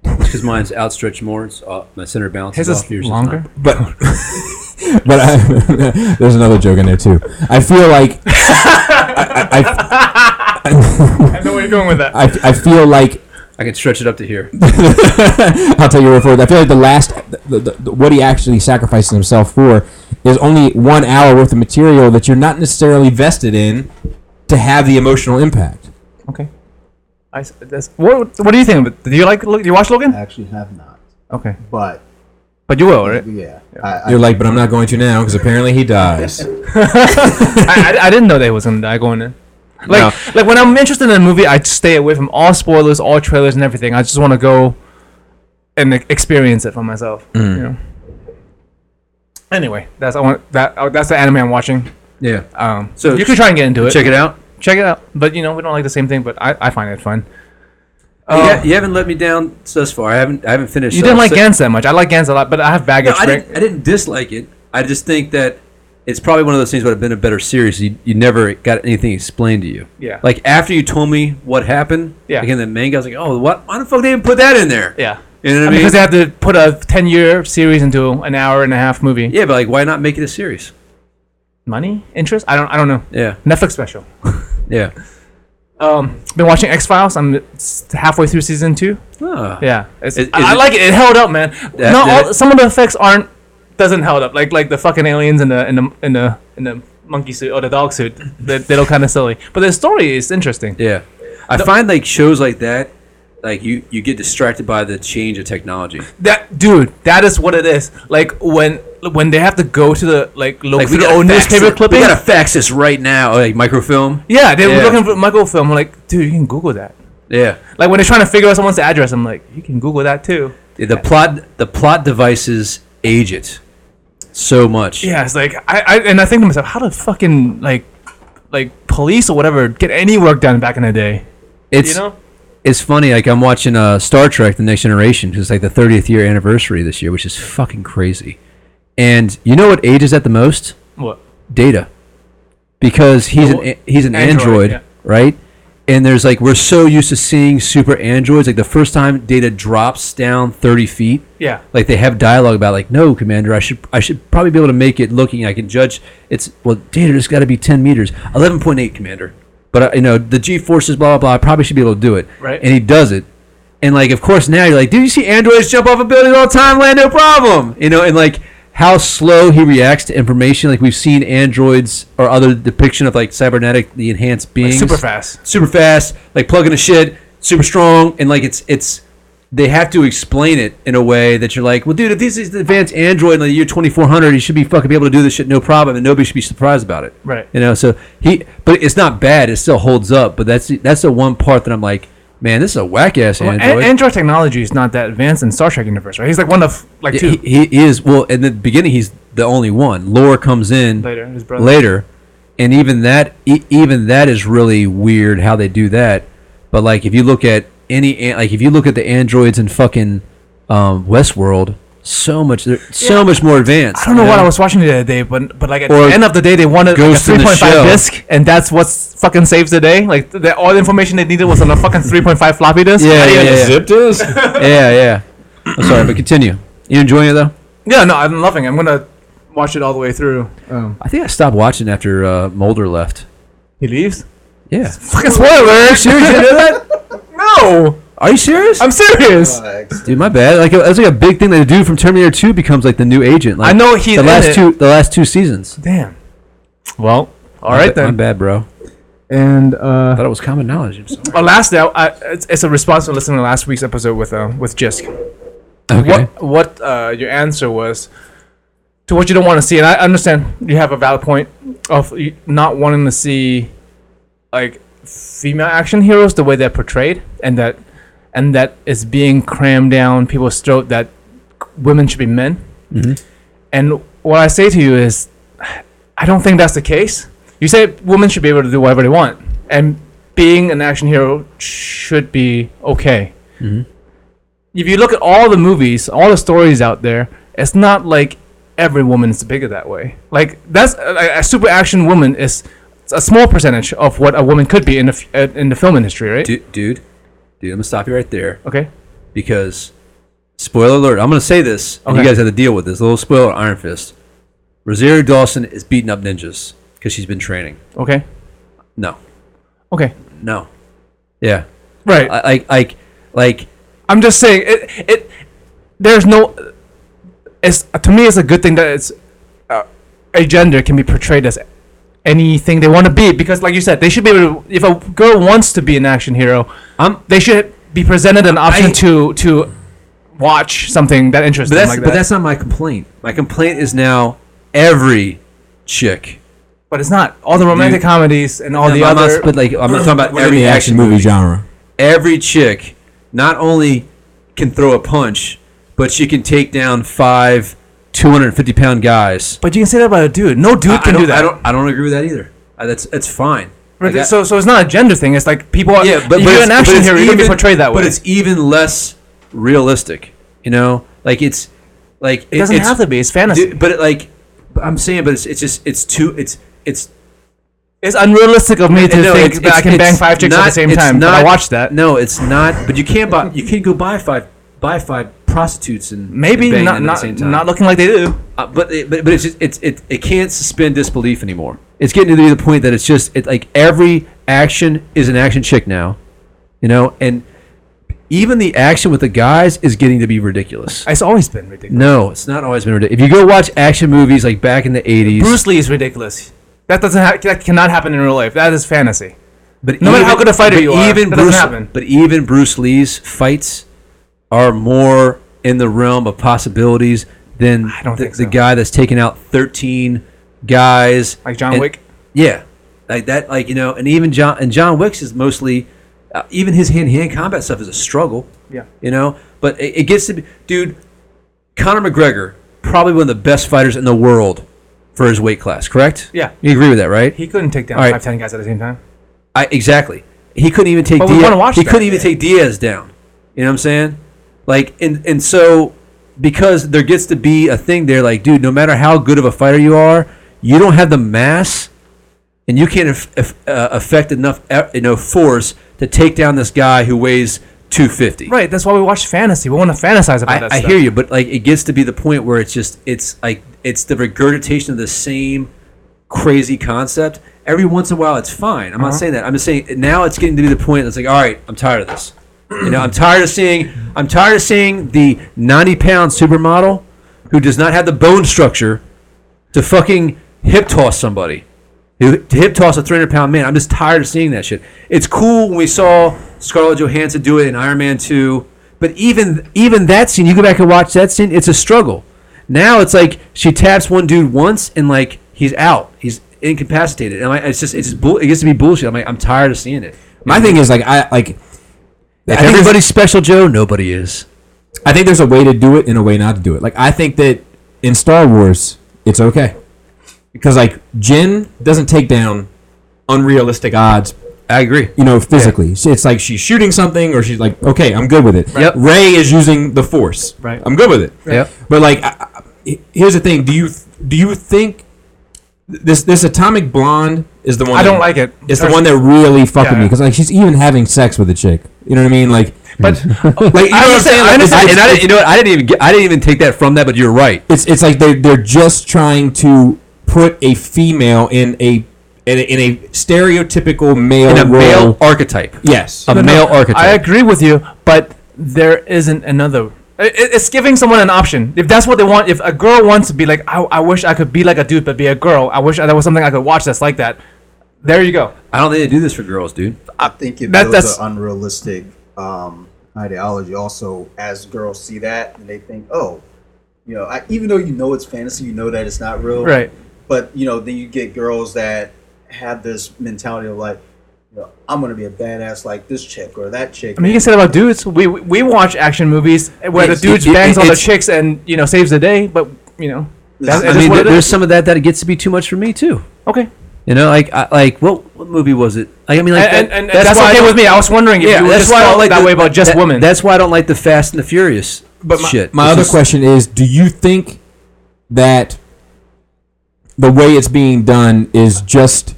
Because mine's outstretched more. It's off, my center balance His is off. is yours longer. But but I, there's another joke in there too. I feel like I, I know where you're going with that. I, I, I feel like I can stretch it up to here. I'll tell you where for it. I feel like the last, the, the, the, what he actually sacrifices himself for is only one hour worth of material that you're not necessarily vested in to have the emotional impact. Okay. I s that's, what What do you think? of it? Do you like? Lo- Do you watch I Uh, Logan? actually have not. Okay, But but you will, right? yeah, I, I, You're like, but I'm not going to now because apparently he dies. I, I, I didn't know that he was gonna die going in. Like like when I'm interested in a movie, I stay away from all spoilers, all trailers, and everything. I just want to go and e- experience it for myself. Mm. You know. Anyway, that's I want that uh, that's the anime I'm watching. Yeah. Um, So so you can try and get into it. Check it out. Check it out. But you know we don't like the same thing. But I, I find it fun. You Uh, ha- you, haven't let me down thus far. I haven't. I haven't finished. you so didn't I'll like say- Gans that much. I like Gans a lot, but I have baggage. No, I right? didn't. I didn't dislike it. I just think that it's probably one of those things. Would have been a better series. You, you never got anything explained to you. Yeah. Like after you told me what happened. Yeah. Like in the manga, I was like, oh, what? Why the fuck they didn't put that in there? Yeah. You know what I mean? Because they have to put a 10 year series into an hour and a half movie. yeah, but like, why not make it a series? Money? Interest? I don't I don't know. Yeah. Netflix special. Yeah. Um, been watching X Files. I'm s- halfway through season two. Ah. Yeah, it's, Is- is I, I it- like it. It held up, man. Yeah, no, did all, it? some of the effects aren't doesn't held up. Like like the fucking aliens in the in the in the in the monkey suit or the dog suit. They, they look kind of silly, but the story is interesting. Yeah, I find like shows like that, like you you get distracted by the change of technology. That dude, that is what it is. Like when when they have to go to the like look Like through the gotta old fax newspaper it- clipping. We gotta fax this right now, Oh, like microfilm. Yeah, they Yeah. were looking for microfilm. I'm like, dude, you can Google that. Yeah, Like when they're trying to figure out someone's address, I'm like, you can Google that too. the plot the plot devices age it so much. Yeah, it's like I, I and I think to myself, how did fucking like like police or whatever get any work done back in the day? it's you know? it's funny. Like I'm watching uh, Star Trek: The Next Generation, because like the 30th year anniversary this year, which is fucking crazy. And you know what ages at the most? What? data because he's The wha- an he's an android, Android, yeah. right and there's like we're so used to seeing super androids like the first time data drops down 30 feet Yeah. like they have dialogue about like no commander i should i should probably be able to make it looking i can judge it's well data has got to be 10 meters 11.8 commander but uh, you know the g forces blah blah blah i probably should be able to do it Right. and he does it and like of course now you're like dude you see androids jump off a building all the time land no problem you know and like how slow he reacts to information like we've seen androids or other depiction of like cybernetic the enhanced beings super fast. super fast, like plugging a shit, super strong, and like it's it's they have to explain it in a way that you're like, well, dude, if this is the advanced Android in the year 2400, you should be fucking be able to do this shit no problem, and nobody should be surprised about it. Right. You know, so he, but it's not bad. It still holds up. But that's that's the one part that I'm like, man, this is a whack ass Well, a- Android. Android. technology is not that advanced in Star Trek universe, right? He's like one of like two. he, he is well in the beginning. He's the only one. Lore comes in Later, his brother. later, and even that, e- even that is really weird how they do that. But like, if you look at any, an- like if you look at the androids in fucking um, Westworld, so much, they're so much more advanced. I don't know you what I was watching the other day, but but like at Or the end of the day, they wanted like a Ghost in the 3.5 Shell. disc, and that's what fucking saves the day. Like the, all the information they needed was on a fucking 3.5 floppy disk. Yeah, yeah, yeah, Zip this. yeah, yeah. I'm sorry, but continue. You enjoying it though? Yeah, no, I'm loving. it. I'm gonna watch it all the way through. I think I stopped watching after uh, Mulder left. He leaves. Yeah. Fucking spoiler! Seriously, you know that? no, Are you serious? I'm serious. Dude, my bad. Like that's like a big thing that they do from Terminator Two becomes like the new agent. Like, I know he's the in last it. two the last two seasons. Damn. Well, all My right ba- then. My bad, bro. And uh, Thought it was common knowledge. I'm sorry. uh, lastly, I, I, it's, it's a response to listening to last week's episode with uh, with Jisk. Okay. What what uh, your answer was to what you don't want to see, and I understand you have a valid point of you not wanting to see like female action heroes the way they're portrayed, and that and that is being crammed down people's throat that women should be men. And what I say to you is, I don't think that's the case. You say women should be able to do whatever they want, and being an action hero should be okay. If you look at all the movies, all the stories out there, it's not like every woman is bigger that way. Like that's a, a super action woman is a small percentage of what a woman could be in the f- uh, in the film industry, right? dude, dude, dude, I'm gonna stop you right there Okay. because spoiler alert. I'm gonna say this, and you Okay. guys have to deal with this. A little spoiler, Iron Fist. Rosario Dawson is beating up ninjas because she's been training. Okay. No, Okay. no, yeah, Right. I- like, like, like. I'm just saying it. It there's no. It's to me, it's a good thing that it's uh, a gender can be portrayed as anything they want to be because, like you said, they should be able. To, if a girl wants to be an action hero, I'm- they should be presented an option I- to to watch something that interests But them that's like but that. that's not my complaint. My complaint is now every chick. but it's not all the romantic Dude. comedies and all No, the I'm not- other. but like I'm not talking about Whatever every the action action movie. movie genre. Every chick not only can throw a punch, but she can take down five 250 pound guys. but you can say that about a dude. No dude I, I can don't, do that. I don't. I don't agree with that either. Uh, that's that's fine. But Like, I- so so it's not a gender thing. It's like people. Are, yeah, but, but you're it's- an but action it's hero. You can be even- portrayed that way. But it's even less realistic. You know, like it's like it doesn't it's, have to be. It's fantasy. Dude, but it, like I'm saying, but it's, it's just it's too it's it's It's unrealistic of me to no, think it's- that I it's- can bang it's five chicks at the not- same it's time. but I not- watched that. No, it's not. But you can't buy you can't go buy five buy five prostitutes and Maybe and bang them not at the not, same time. not looking like they do. Uh, but, it, but but it's just, it's it, it can't suspend disbelief anymore. It's getting to the point that it's just it like every action is an action chick now, you know, and even the action with the guys is getting to be ridiculous. It's always been ridiculous. no, it's not always been ridiculous. If you go watch action movies like back in the eighties, Bruce Lee is ridiculous. That doesn't ha- that cannot happen in real life. That is fantasy. But No matter how good a fighter but you are, even that doesn't Bruce, happen. but even Bruce Lee's fights are more in the realm of possibilities than I don't the, think the so. guy that's taken out thirteen guys, Like John and- Wick. Yeah, like that, like you know, and even John and John Wick's is mostly, uh, even his hand-to-hand combat stuff is a struggle. Yeah. you know, but it, it gets to be, dude. Conor McGregor, probably one of the best fighters in the world for his weight class. Correct? Yeah. you agree with that, right? He couldn't take down All right. five ten guys at the same time. I exactly. He couldn't even take But we Diaz. wanna watch he that, couldn't even yeah. take Diaz down. You know what I'm saying? Like and and so because there gets to be a thing there like dude, no matter how good of a fighter you are, you don't have the mass and you can't eff- eff- uh, affect enough uh, you know force to take down this guy who weighs 250. Right. That's why we watch fantasy. We want to fantasize about that. I, I stuff. hear you, but like it gets to be the point where it's just it's like it's the regurgitation of the same crazy concept. Every once in a while, it's fine. I'm Uh-huh. not saying that. I'm just saying now it's getting to be the point that's like, all right, I'm tired of this. You know, I'm tired of seeing I'm tired of seeing the 90 pound supermodel who does not have the bone structure to fucking hip toss somebody. To to hip toss a 300 pound man. I'm just tired of seeing that shit. It's cool when we saw Scarlett Johansson do it in Iron Man 2, but even even that scene, you go back and watch that scene, it's a struggle. Now it's like she taps one dude once and like he's out. He's incapacitated. And like, it's just it's just bull, it gets to be bullshit. I'm like I'm tired of seeing it. My thing is like I like. I If think it's- everybody's special, Joe, nobody is. I think there's a way to do it and a way not to do it. Like I think that in Star Wars, it's okay because like Jin doesn't take down unrealistic odds, I agree. you know, physically. So it's like she's shooting something or she's like, okay, I'm good with it. Yep. Ray is using the Force. Right. I'm good with it. Yep. But like, I, I, here's the thing: Do you do you think this this Atomic Blonde is the one? I that- don't like it. It's the one that really fucked with Yeah. me because like she's even having sex with a chick. You know what I mean? Like, But like you know what I'm saying? Like, it's- I- it's- and I didn't, you know what? I didn't even get, I didn't even take that from that, but you're right. it's it's like they they're just trying to put a female in a in a, in a stereotypical male In a role. male Um, archetype. yes. A No, no, male I archetype. agree with you, but there isn't another. I- I- It's giving someone an option. If that's what they want, if a girl wants to be like, I, I wish I could be like a dude, but be a girl. I wish there was something I could watch that's like that. There you go. I don't think they do this for girls, dude. I think it That- builds that's- an unrealistic um, ideology. Also, as girls see that and they think, oh, you know, I, even though you know it's fantasy, you know that it's not real, Right. But you know, then you get girls that have this mentality of like, you know, I'm gonna be a badass like this chick or that chick. I mean, you can say that about dudes. We we- we watch action movies where It's- the dudes it- it- bangs on the it's- chicks and you know saves the day, but you know That's, I mean, there- there's some of that that it gets to be too much for me too. okay. You know, like I, like what, what movie was it? Like, I mean, like and, that- and, and that's, why I okay don't- with me. I was wondering if Yeah, you that's just why I felt don't like that the- way about just that- women. That's why I don't like the Fast and the Furious But my, shit. my It's other just- question is, do you think that the way it's being done is just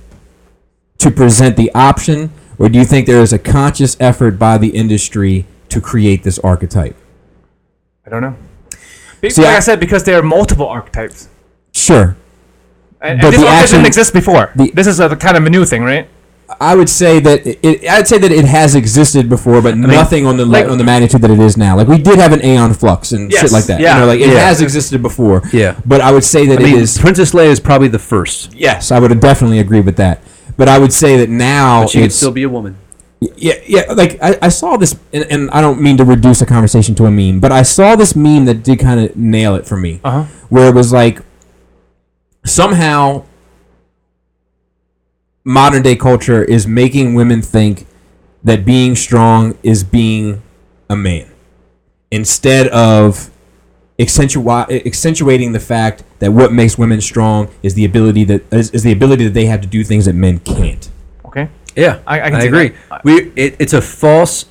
to present the option, or do you think there is a conscious effort by the industry to create this archetype? I don't know. Be- See, like I- I, said, because there are multiple archetypes, Sure, and, But and Uh, this the archetype action- didn't exist before. the- this is a kind of a new thing, right? I would say that it. I'd say that it has existed before, but nothing on the le- like- on the magnitude that it is now. Like we did have an Aeon Flux and shit Yes, like that. yeah, you know, like it yeah. has existed before. Yeah. but I would say that I mean, it is. Princess Leia is probably the Oh, first. Yes, I would definitely agree with that. But I would say that now She could it's- still be a woman. yeah, yeah. Like I, I saw this, and, and I don't mean to reduce a conversation to a meme, but I saw this meme that did kind of nail it for me, Uh huh. where it was like somehow modern day culture is making women think that being strong is being a man instead of accentua- accentuating the fact that what makes women strong is the ability that is, is the ability that they have to do things that men can't. Okay. Yeah, I- I can see agree. that. We it, it's a false,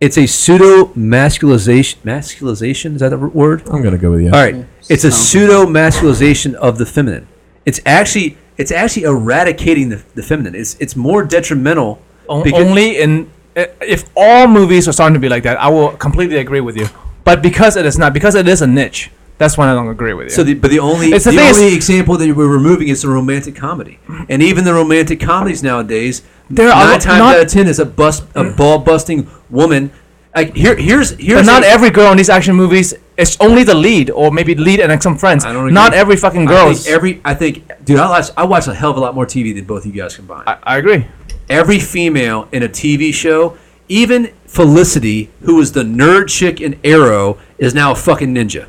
it's a pseudo masculization. Masculization is that the word? I'm gonna go with you. All right, it's a pseudo masculization of the feminine. It's actually it's actually eradicating the, the feminine. It's it's more detrimental. O- because- only in i- if all movies are starting to be like that, I will completely agree with you. But because it is not, because it is a niche, that's when I don't agree with you. So, the, but the only It's the, the thing is- only example that we're removing is the romantic comedy, and even the romantic comedies nowadays, There are nine a- times not- out of ten is a bust a ball busting woman. Like here here's here's but not a- every girl in these action movies is only the lead, or maybe lead and like some friends. I don't Not agree. every fucking I girl. think every I think dude I watch I watch a hell of a lot more TV than both of you guys combined. I, I agree. every female in a TV show, even Felicity, who was the nerd chick in Arrow, is now a fucking ninja.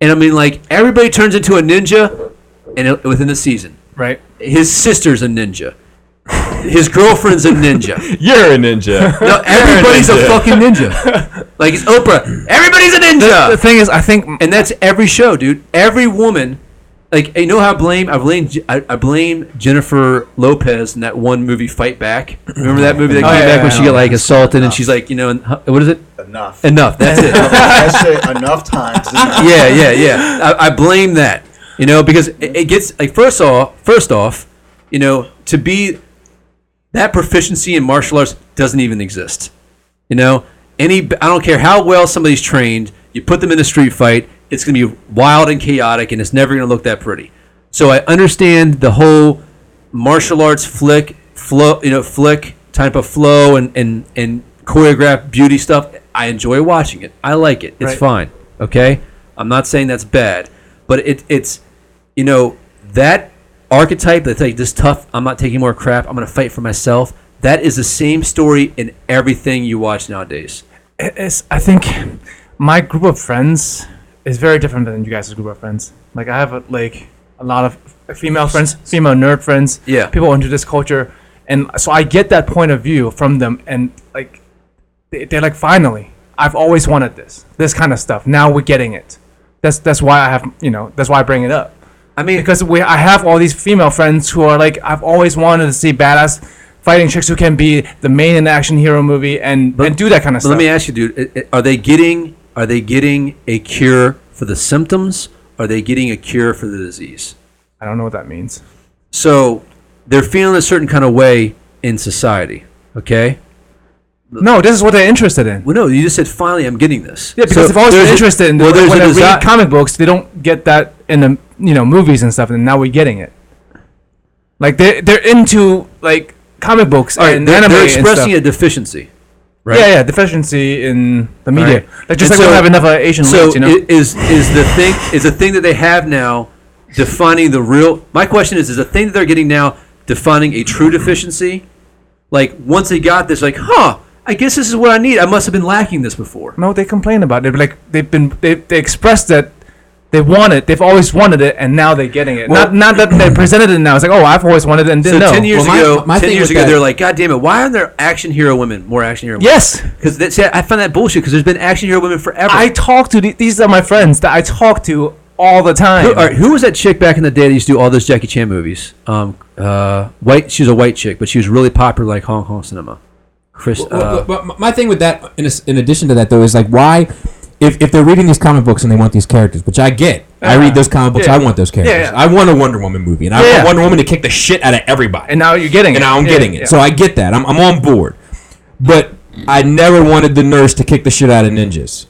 And I mean, like everybody turns into a ninja, and it, within the season, Right. his sister's a ninja, his girlfriend's a ninja. You're a ninja. No, everybody's a fucking ninja. Like it's Oprah. Everybody's a ninja. The thing is, I think And that's every show, dude. Every woman, like you know how I blame I blame I, I blame Jennifer Lopez in that one movie Fight Back. Remember that movie that Oh, came yeah, back yeah, when yeah. she got like assaulted and she's like, you know, and, what is it? Enough. Enough. That's it. I said enough times. Enough. yeah, yeah, yeah. I, I blame that. You know, because it, it gets like first off, first off, you know, to be that proficiency in martial arts doesn't even exist. You know, any I don't care how well somebody's trained, you put them in a street fight, it's going to be wild and chaotic, and it's never going to look that pretty. So I understand the whole martial arts flick flow, you know, flick type of flow and and and choreographed beauty stuff. I enjoy watching it. I like it. It's Right. fine. Okay, I'm not saying that's bad, but it it's you know that archetype that's like this tough i'm not taking more crap i'm gonna fight for myself that is the same story in everything you watch nowadays it is. I think my group of friends is very different than you guys' group of friends. Like I have like a lot of female friends, female nerd friends. Yeah. People into this culture, and so I get that point of view from them, and like they- they're like, finally, I've always wanted this, this kind of stuff. Now we're getting it. That's that's why I have you know that's why I bring it up i mean because we I have all these female friends who are like I've always wanted to see badass fighting chicks who can be the main in action hero movie and and do that kind of but let stuff. me ask you dude i- i- are they getting are they getting a cure for the symptoms are they getting a cure for the disease I don't know what that means. so they're feeling a certain kind of way in society okay No, this is what they're interested in. well no you just said finally i'm getting this Yeah, because So they've always been there's a- interested in well, like, there's when a they desi- read comic books, they don't get that in the you know movies and stuff, and now we're getting it. Like they they're into like comic books all right and they're, anime they're and expressing stuff. a deficiency Yeah, yeah, deficiency in the media. Right. Like And just like we so- don't have enough uh, Asian so leads, you know. i- is is the thing is the thing that they have now defining the real my question is is the thing that they're getting now defining a true deficiency like once they got this like huh i guess this is what i need i must have been lacking this before no, they complain about it. Like they've been they they expressed that they want it. They've always wanted it, and now they're getting it. not not that they presented it now. It's like oh, I've always wanted it and so didn't know. 10 years Well, my- ago my 10 thing years with ago that- they're like god damn it why aren't there action hero women more action hero women yes, because i find that bullshit because there's been action hero women forever I talk to the, these are my friends that I talk to all the time. Who, all right, who was that chick back in the day that used to do all those Jackie Chan movies? Um, uh, white. She was a white chick, but she was really popular like Hong Kong cinema. Chris. Well, Uh, but, but my thing with that, in, as- in addition to that, though, is like why, if, if they're reading these comic books and they want these characters, which I get, I read those comic books, Uh-huh. Yeah. I want those characters. Yeah, yeah. I want a Wonder Woman movie, and I Yeah, yeah. want Wonder Woman to kick the shit out of everybody, and now you're getting it. and I'm Yeah, getting it. yeah. So I get that. I'm, I'm on board. But I never wanted the nurse to kick the shit out of ninjas.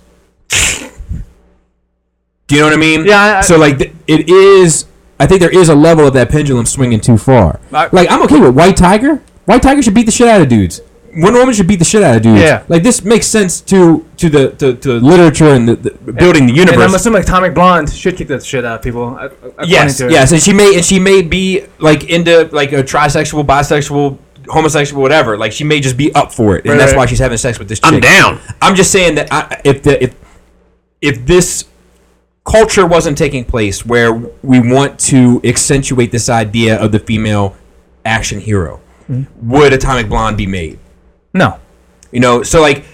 Do you know what I mean? Yeah, I- I- so like, th- it is. I think there is a level of that pendulum swinging too far. I- like I'm okay with White Tiger. White Tiger should beat the shit out of dudes. Wonder Woman should beat the shit out of dudes. Yeah. Like this makes sense to to the to, to literature and the, the building the and universe. I'm assuming Atomic Blonde should kick that shit out of people. I, I- according yes, to her. yes, and she may and she may be like into like a trisexual, bisexual, homosexual, whatever. Like she may just be up for it, and Right, that's right. why she's having sex with this. Chick. I'm down. I'm just saying that I, if the if if this culture wasn't taking place where we want to accentuate this idea of the female action hero, Mm-hmm. would Atomic Blonde be made? No. You know, so like,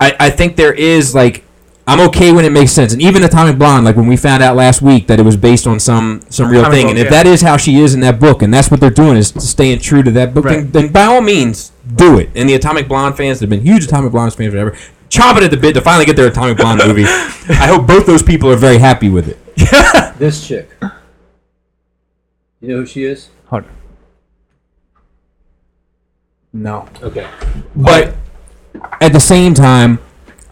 I I think there is like. I'm okay when it makes sense, and even Atomic Blonde, like when we found out last week that it was based on some some real Comic thing, book, and if yeah. that is how she is in that book, and that's what they're doing is staying true to that book, then, Right. then by all means do it. And the Atomic Blonde fans have been huge Atomic Blonde fans forever, chomping at the bit to finally get their Atomic Blonde movie. I hope both those people are very happy with it. This chick. You know who she is? Hold on. No. Okay. But at the same time,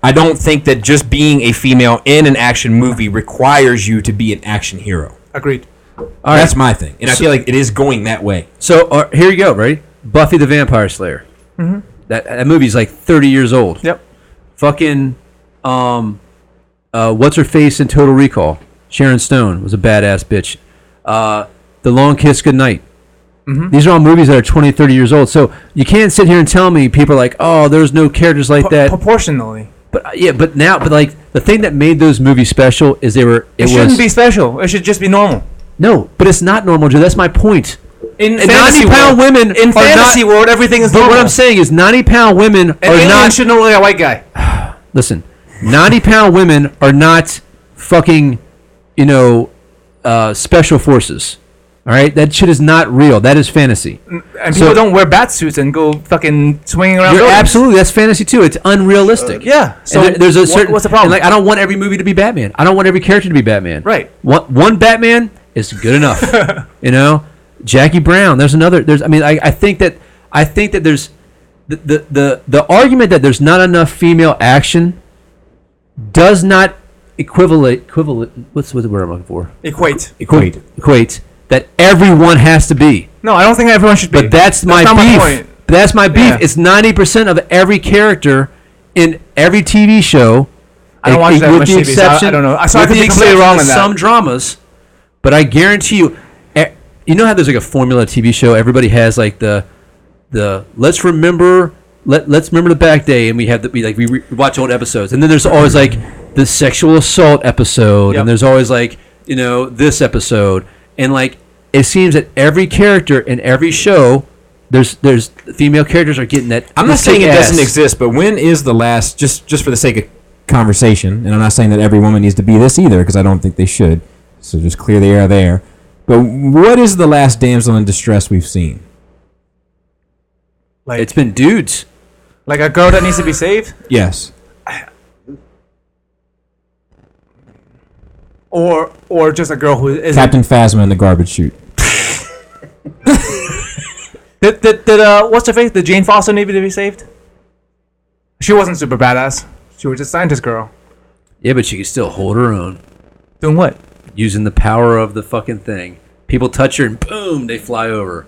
I don't think that just being a female in an action movie requires you to be an action hero. Agreed. That's my thing, and I feel like it is going that way. so uh, here you go. Ready? Buffy the Vampire Slayer. Mm-hmm. That that movie's like 30 years old. Yep. Fucking. Um. Uh, what's her face in Total Recall? Sharon Stone was a badass bitch. Uh, the Long Kiss Goodnight. These are all movies that are 20, 30 years old. So you can't sit here and tell me people are like, oh, there's no characters like Pro- that. proportionally, But uh, yeah, but now, but like the thing that made those movies special is they were. it, It, shouldn't was be special. It should just be normal. no, but it's not normal, Joe. That's my point. In And ninety-pound women in are fantasy not, world, everything is But normal. what I'm saying is, ninety-pound women An are alien not. should know like a white guy. listen, ninety-pound women are not fucking, you know, uh, special forces. All right, that shit is not real. That is fantasy. And So- people don't wear bat suits and go fucking swinging around. You're buildings. absolutely that's fantasy too. It's unrealistic. Uh, Yeah. So there's a what- certain. what's the problem? and, Like I don't want every movie to be Batman. I don't want every character to be Batman. Right. One one Batman is good enough. you know, Jackie Brown. There's another. There's. I mean, I, I think that I think that there's the, the the the argument that there's not enough female action does not equivalent equivalent. What's what's the word I'm looking for? equate. Equate. Equate that everyone has to be. No, I don't think everyone should be. But that's, my not beef. point. That's my beef. Yeah. It's ninety percent of every character in every TV show. eh, I don't watch that with much the TV, so I- exception, I don't know. I- so I with could the be completely exception wrong of on that. Some dramas, but I guarantee you, e- you know how there's like a formula TV show. Everybody has like the the let's remember let let's remember the back day, and we have the we like we re- watch old episodes, and then there's always like the sexual assault episode, Yep. and there's always like you know this episode, and like it seems that every character in every show. There's, there's female characters are getting that. I'm not this saying it kick doesn't ass. exist, but when is the last? Just just for the sake of conversation, and I'm not saying that every woman needs to be this either, because I don't think they should. So just clear the air there. But what is the last damsel in distress we've seen? Like, It's been dudes. like a girl that needs to be saved, Yes, or or just a girl who is. Captain Phasma in the garbage chute. Did, did, did uh, what's her face? Did Jane Foster need to be saved? She wasn't super badass. She was just scientist girl. Yeah, but she can still hold her own Doing what? using the power of the fucking thing. People touch her and boom, they fly over.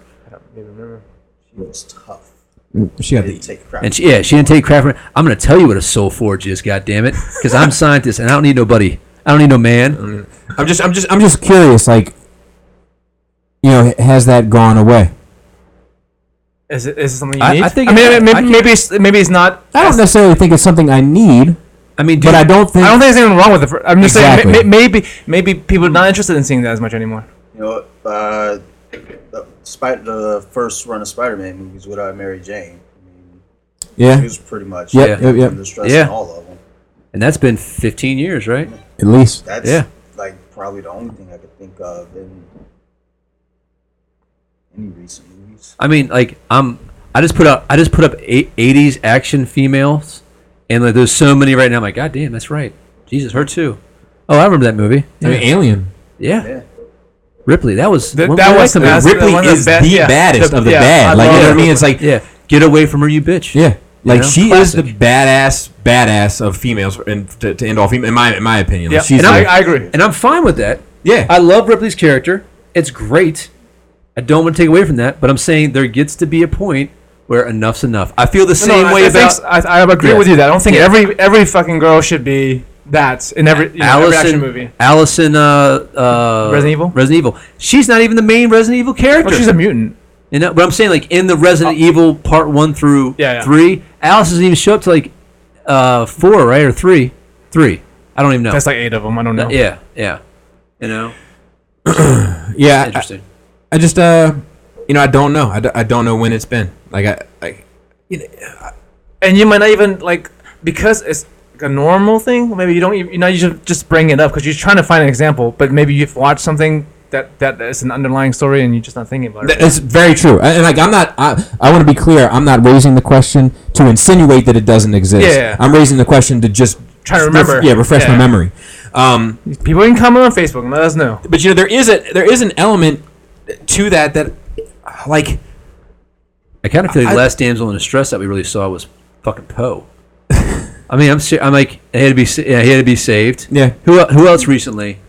She was tough. She got the. Didn't take crap. And she, yeah, she didn't take crap from. I'm gonna tell you what a soul forge is, goddammit. it, because I'm scientist and I don't need nobody. I don't need no man. I'm just I'm just I'm I'm just just curious, like, you know, has that gone away? Is it, is it something you I- need? I think- I mean, I- maybe, I can- maybe, it's, maybe it's not. I don't necessarily think it's something I need, I mean, dude, but I don't think. I don't think there's anything wrong with it. for- I'm just Exactly. saying, may, may, maybe maybe people are not interested in seeing that as much anymore. You know, uh, the, Spy- the first run of Spider-Man movies without Mary Jane. I mean, yeah, she was pretty much Yep, Yeah. yep, yep. under stress Yeah. in all of them. and that's been 15 years, right? at least. That's Yeah. probably the only thing I could think of in any recent movies. I mean, like I'm. I just put up. I just put up eight, '80s action females, and like there's so many right now. I'm like, God damn, that's right. Jesus, her too. Oh, I remember that movie. I mean, Alien. Yeah, Yeah. Ripley. That was. Th- what- that what was that the movie? best- Ripley one of the is the, best- yeah, baddest the- of the yeah, I bad. Like you know love what I mean? It's like Yeah, get away from her, you bitch. Yeah. You Like know? she is the badass, badass of females, and to, to end all female, in my in my opinion, Yeah, like, she's and I, the, I agree. and I'm fine with that. yeah. I love Ripley's character. It's great. I don't want to take away from that, but I'm saying there gets to be a point where enough's enough. I feel the No, same I- way I about think- I, I agree Yeah. with you. That I don't think Yeah. every every fucking girl should be that in every, you know, every action Allison. movie. Allison, uh, uh, Resident Evil? Resident Evil. She's not even the main Resident Evil character. Well, she's a mutant. you know, but I'm saying like in the Resident Evil Part One through Yeah, yeah. three, Alice doesn't even show up to like uh, four, right, or three, three. I don't even know. That's like eight of them. I don't know. yeah, yeah. You know, yeah, I, interesting. I just uh, you know, I don't know. I, d- I don't know when it's been. Like I like and you might not even like because it's like a normal thing. Maybe you don't. ev- You know, you should just bring it up because you're trying to find an example. But maybe you've watched something that that is an underlying story, and you're just not thinking about it. th- right? it's very true. And, and like I'm not. I, I want to be clear. I'm not raising the question to insinuate that it doesn't exist. Yeah, yeah. I'm raising the question to just Try to remember. yeah, refresh Yeah. my memory. Um, People can comment on Facebook and let us know. but you know there is a there is an element to that that like I kind of feel like I- the last damsel in distress that we really saw was fucking Poe. I mean, I'm ser- I'm like he had to be sa- yeah, he had to be saved. Yeah. Who el- who else recently?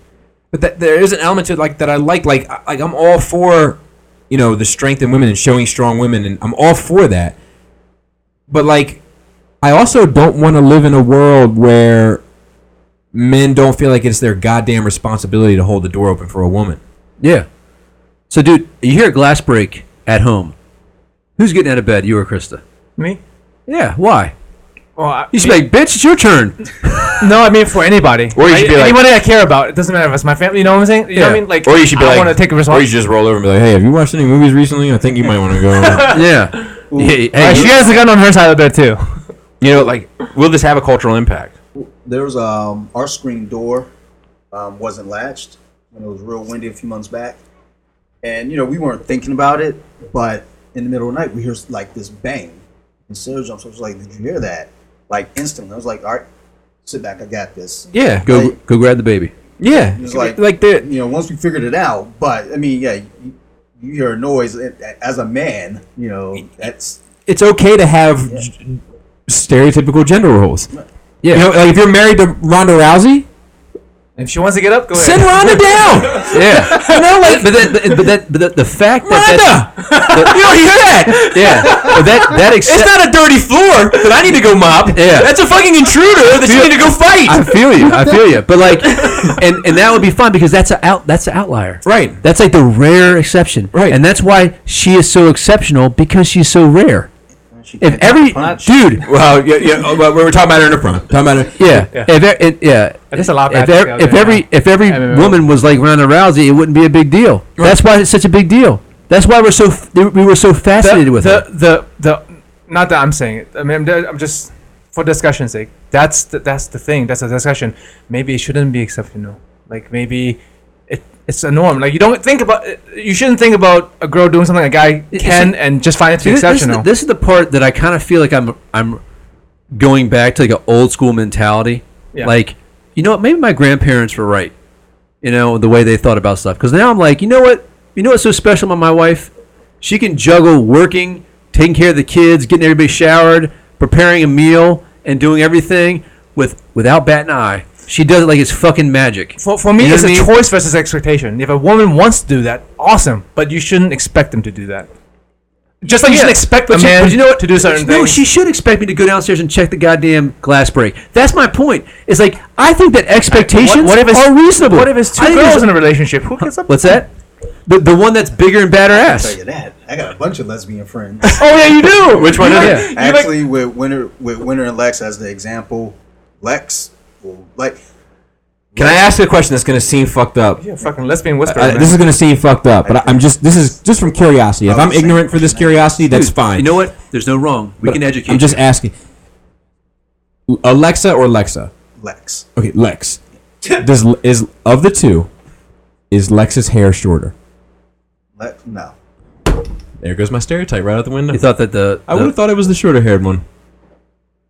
but that there is an element to it like that I like like I- like I'm all for you know the strength in women and showing strong women and I'm all for that but like I also don't want to live in a world where men don't feel like it's their goddamn responsibility to hold the door open for a woman Yeah. So, dude, you hear a glass break at home. Who's getting out of bed? You or Krista? Me? Yeah. Why? Well, I, You should be like, bitch, it's your turn. no, I mean for anybody. Or you should I- be like- anybody I care about. It doesn't matter if it's my family. You know what I'm saying? You know what Yeah. I mean? Like, I want to take or a you responsibility. just roll over and be like hey have you watched any movies recently I think you might want to go yeah. Yeah, hey, she you- has a gun on her side of the bed too. you know like will this have a cultural impact There was um our screen door um, wasn't latched when it was real windy a few months back, and you know we weren't thinking about it, but in the middle of the night we hear like this bang, and Sarah jumps up. She's like, "Did you hear that?" Like instantly, I was like, "All right, sit back, I got this." yeah go Like- go grab the baby. yeah It's like- like the You know, once we figured it out, but I mean, yeah, you, you hear a noise and- as a man. You know, that's it's okay to have g- stereotypical gender roles. You know, like if you're married to Ronda Rousey, If she wants to get up, go send ahead. Ronda down. Yeah. You know, like but that, but, but that, but the, the fact that Ronda. you don't hear that. that's, yeah, but that that It's except, not a dirty floor that I need to go mop. Yeah. That's a fucking intruder that you need to go fight. I feel you. I feel you. But like, and and that would be fun because that's a out that's an outlier. Right. That's like the rare exception. Right. And that's why she is so exceptional because she's so rare. If every dude. well, yeah, yeah. oh, well, we were talking about her in the front. Talking about her. Yeah, Yeah. If, e- it, yeah. That's a lot If, faster e- than I was if doing every now. if every MMA. woman was like Ronda Rousey, it wouldn't be a big deal. That's why it's such a big deal. That's why we're so f- we were so fascinated the, with the, her. the the not that I'm saying it. I mean, I'm, ju- I'm just for discussion's sake. That's the, that's the thing. That's the discussion. Maybe it shouldn't be exceptional. Like maybe it, it's a norm. Like you don't think about. You shouldn't think about a girl doing something a guy It's can a- and just find it to Dude, be this, is the, exceptional. this is the part that I kind of feel like I'm I'm going back to like an old school mentality. Yeah. Like, you know what? Maybe my grandparents were right. You know the way they thought about stuff. Because now I'm like, you know what? You know what's so special about my wife? She can juggle working, taking care of the kids, getting everybody showered, preparing a meal, and doing everything with without batting an eye. She does it like it's fucking magic. for, for me, You know it's a what I mean? choice versus expectation. If a woman wants to do that, awesome. But you shouldn't expect them to do that. Just like you shouldn't expect a But you- man but you know what? to do certain No, things. she should expect me to go downstairs and check the goddamn glass break. That's my point. It's like I think that expectations what if it's- are reasonable. what if it's I two think there's- girls in a relationship? Who gets up? What's that? The, the one that's bigger and badder I'll ass. tell you that. I got a bunch of lesbian friends. Oh yeah, you do. Which one is it? Actually, with Winter with Winter and Lex as the example, Lex will like Can I ask you a question that's gonna seem fucked up? Yeah, fucking lesbian whisperer. I, man. this is gonna seem fucked up, but I, I'm just this is just from curiosity. If Oh, I'm same. ignorant for this curiosity, that's fine. You know what? There's no wrong. We But can educate. I'm just asking. Alexa or Lexa? Lex. Okay, Lex. Does is of the two, Is Lex's hair shorter? Le- no. There goes my stereotype right out the window. You thought that the, I would have thought it was the shorter haired one.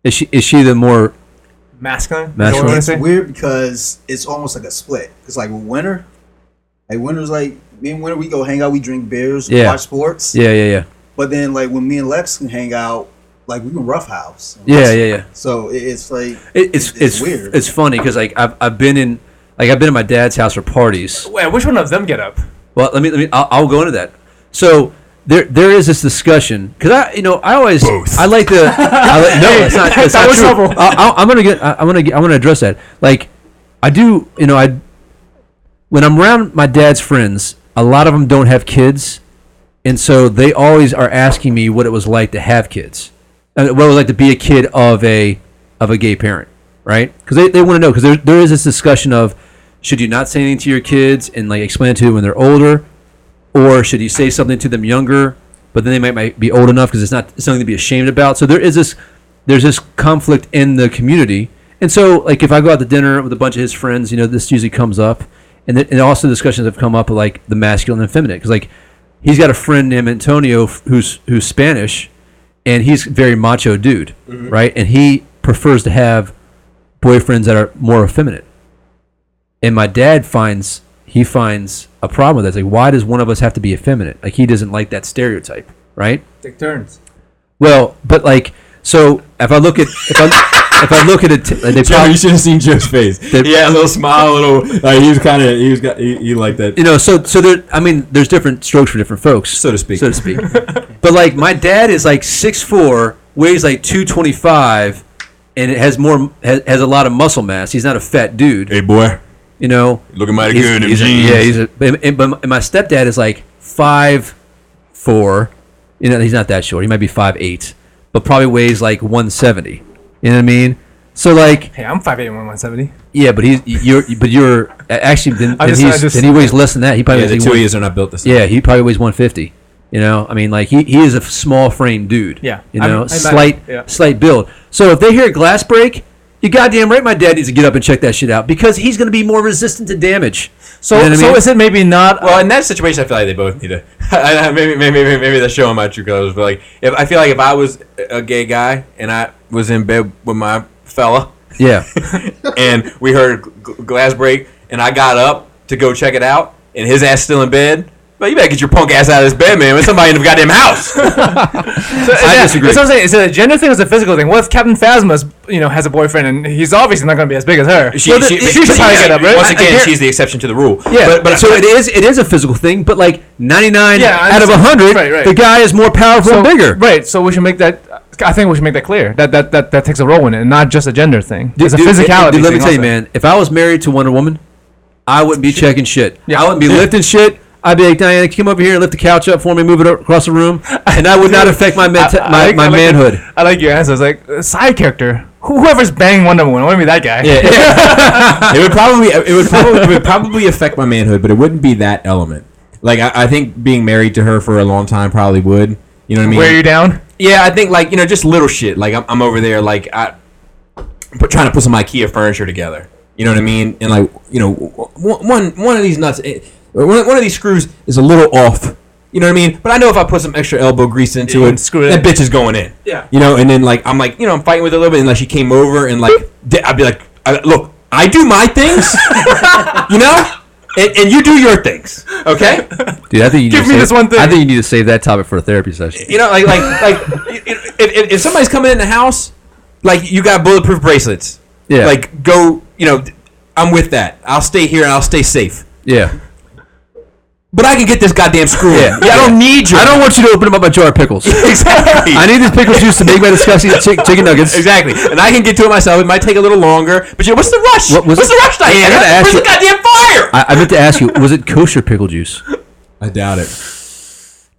is she is she the more Masculine. Is that Masculine. what I It's say? weird because it's almost like a split. It's like winter. Like winter's like me and winter we go hang out, we drink beers, we Yeah. watch sports. yeah yeah yeah But then like when me and Lex can hang out, like we can roughhouse. yeah yeah yeah So it, it's like it, it's, It's it's it's weird. funny because like I've, I've been in like I've been in my dad's house for parties. Wait, which one of them get up? Well, let me let me I'll, I'll go into that. So there there is this discussion because I you know I always I like the I like, no it's not it's That not was true. trouble. I, I, I'm gonna get I, I'm gonna get, I'm gonna address that like I do you know I when I'm around my dad's friends a lot of them don't have kids and so they always are asking me what it was like to have kids uh, what it was like to be a kid of a of a gay parent right because they, they want to know because there, there is this discussion of should you not say anything to your kids and like explain it to them when they're older or should you say something to them younger but then they might, might be old enough because it's not something to be ashamed about so there is this there's this conflict in the community and so like if i go out to dinner with a bunch of his friends you know this usually comes up and, th- and also discussions have come up like the masculine and feminine because like he's got a friend named antonio f- who's who's spanish and he's a very macho dude right and he prefers to have boyfriends that are more effeminate and my dad finds he finds a problem with that. It's like, why does one of us have to be effeminate? Like he doesn't like that stereotype, right? Take turns. Well, but like, so if I look at if I if I look at it, t- they Joe, probably, you should have seen Joe's face. He had a little smile, a little. Like, he was kind of. He was. got- He, he liked that. you know, so so there. I mean, there's different strokes for different folks, So to speak. so to speak. but like, my dad is like six four, weighs like two twenty five, and it has more has, has a lot of muscle mass. He's not a fat dude. Hey, boy. you know, Looking mighty he's- good in he's a- jeans. yeah, he's a, and, and- but my stepdad is like five four. You know, he's not that short. He might be five eight, but probably weighs like one seventy. You know what I mean? So like, Hey, I'm 5'8", 170. yeah, but he's you're but you're a- actually then, I then just- I he's, just- then he weighs less than that. He probably Yeah, the weighs two like of one- yous are not built the same. yeah he probably weighs one fifty. You know, I mean, like he, he is a small frame dude. Yeah. you I'm- know, I'm- slight yeah. slight build. So if they hear a glass break. You goddamn right, my dad needs to get up and check that shit out because he's going to be more resistant to damage. So, You know what I so mean? is it maybe not? Well, in that situation, I feel like they both need to. I- I- maybe, maybe, maybe, maybe that's showing my true colors. But like, if I feel like if I was a gay guy and I was in bed with my fella, Yeah. and we heard gl- glass break, and I got up to go check it out, and his ass still in bed. But you better get your punk ass out of this bed, man. With somebody in the goddamn house. I disagree. That's what I'm saying. Is it a gender thing or is it a physical thing? What if Captain Phasma's, you know, has a boyfriend and he's obviously not going to be as big as her? She, So the- she, she should but- probably yeah, get up, right? Once I- I again, hear- she's the exception to the rule. Yeah, but, but so it is it is a physical thing, but like 99 Yeah, I out of 100, understand. Right, right. the guy is more powerful so, and bigger. Right. So we should make that. I think we should make that clear. That that that, that takes a role in it, and not just a gender thing. Dude, it's a dude, physicality. dude, let me thing tell you, also. man, if I was married to Wonder Woman, I wouldn't be checking shit. Yeah. I wouldn't be lifting shit. I'd be like, Diana, come over here and lift the couch up for me, move it up across the room, and that would not affect my menta- I- I my, like- my I like your- manhood. I like your answers. Like uh, side character, Who- whoever's banging Wonder Woman, I want to be that guy. it would probably it would probably it would probably affect my manhood, but it wouldn't be that element. Like I, I think being married to her for a long time probably would. You know what I mean? Wear you down. yeah, I think like you know just little shit. Like I'm, I'm over there like I, I'm put- trying to put some IKEA furniture together. You know what I mean? And like you know one one- one of these nuts, eh, one, one of these screws is a little off. You know what I mean? But I know if I put some extra elbow grease into Yeah, it, screw it. that bitch is going in. Yeah. You know, and then like I'm like you know I'm fighting with her a little bit, and like she came over and like di- I'd be like, I, look, I do my things. you know. And, and you do your things, okay? Dude, I think you need Give me to save, this one thing. I think you need to save that topic for a therapy session. You know, like like like if, if, if somebody's coming in the house, like you got bulletproof bracelets. Yeah. Like go, you know, I'm with that. I'll stay here and I'll stay safe. Yeah. But I can get this goddamn screw. in. Yeah. Yeah, I don't need you. I don't want you to open up my jar of pickles. exactly. I need this pickle juice to make my disgusting chick- chicken nuggets. exactly. And I can get to it myself. It might take a little longer, but you know, what's the rush? What was what's it- the rush, I Diana? gotta ask Where's you- the goddamn fire? I, I meant to ask you, was it kosher pickle juice? I doubt it.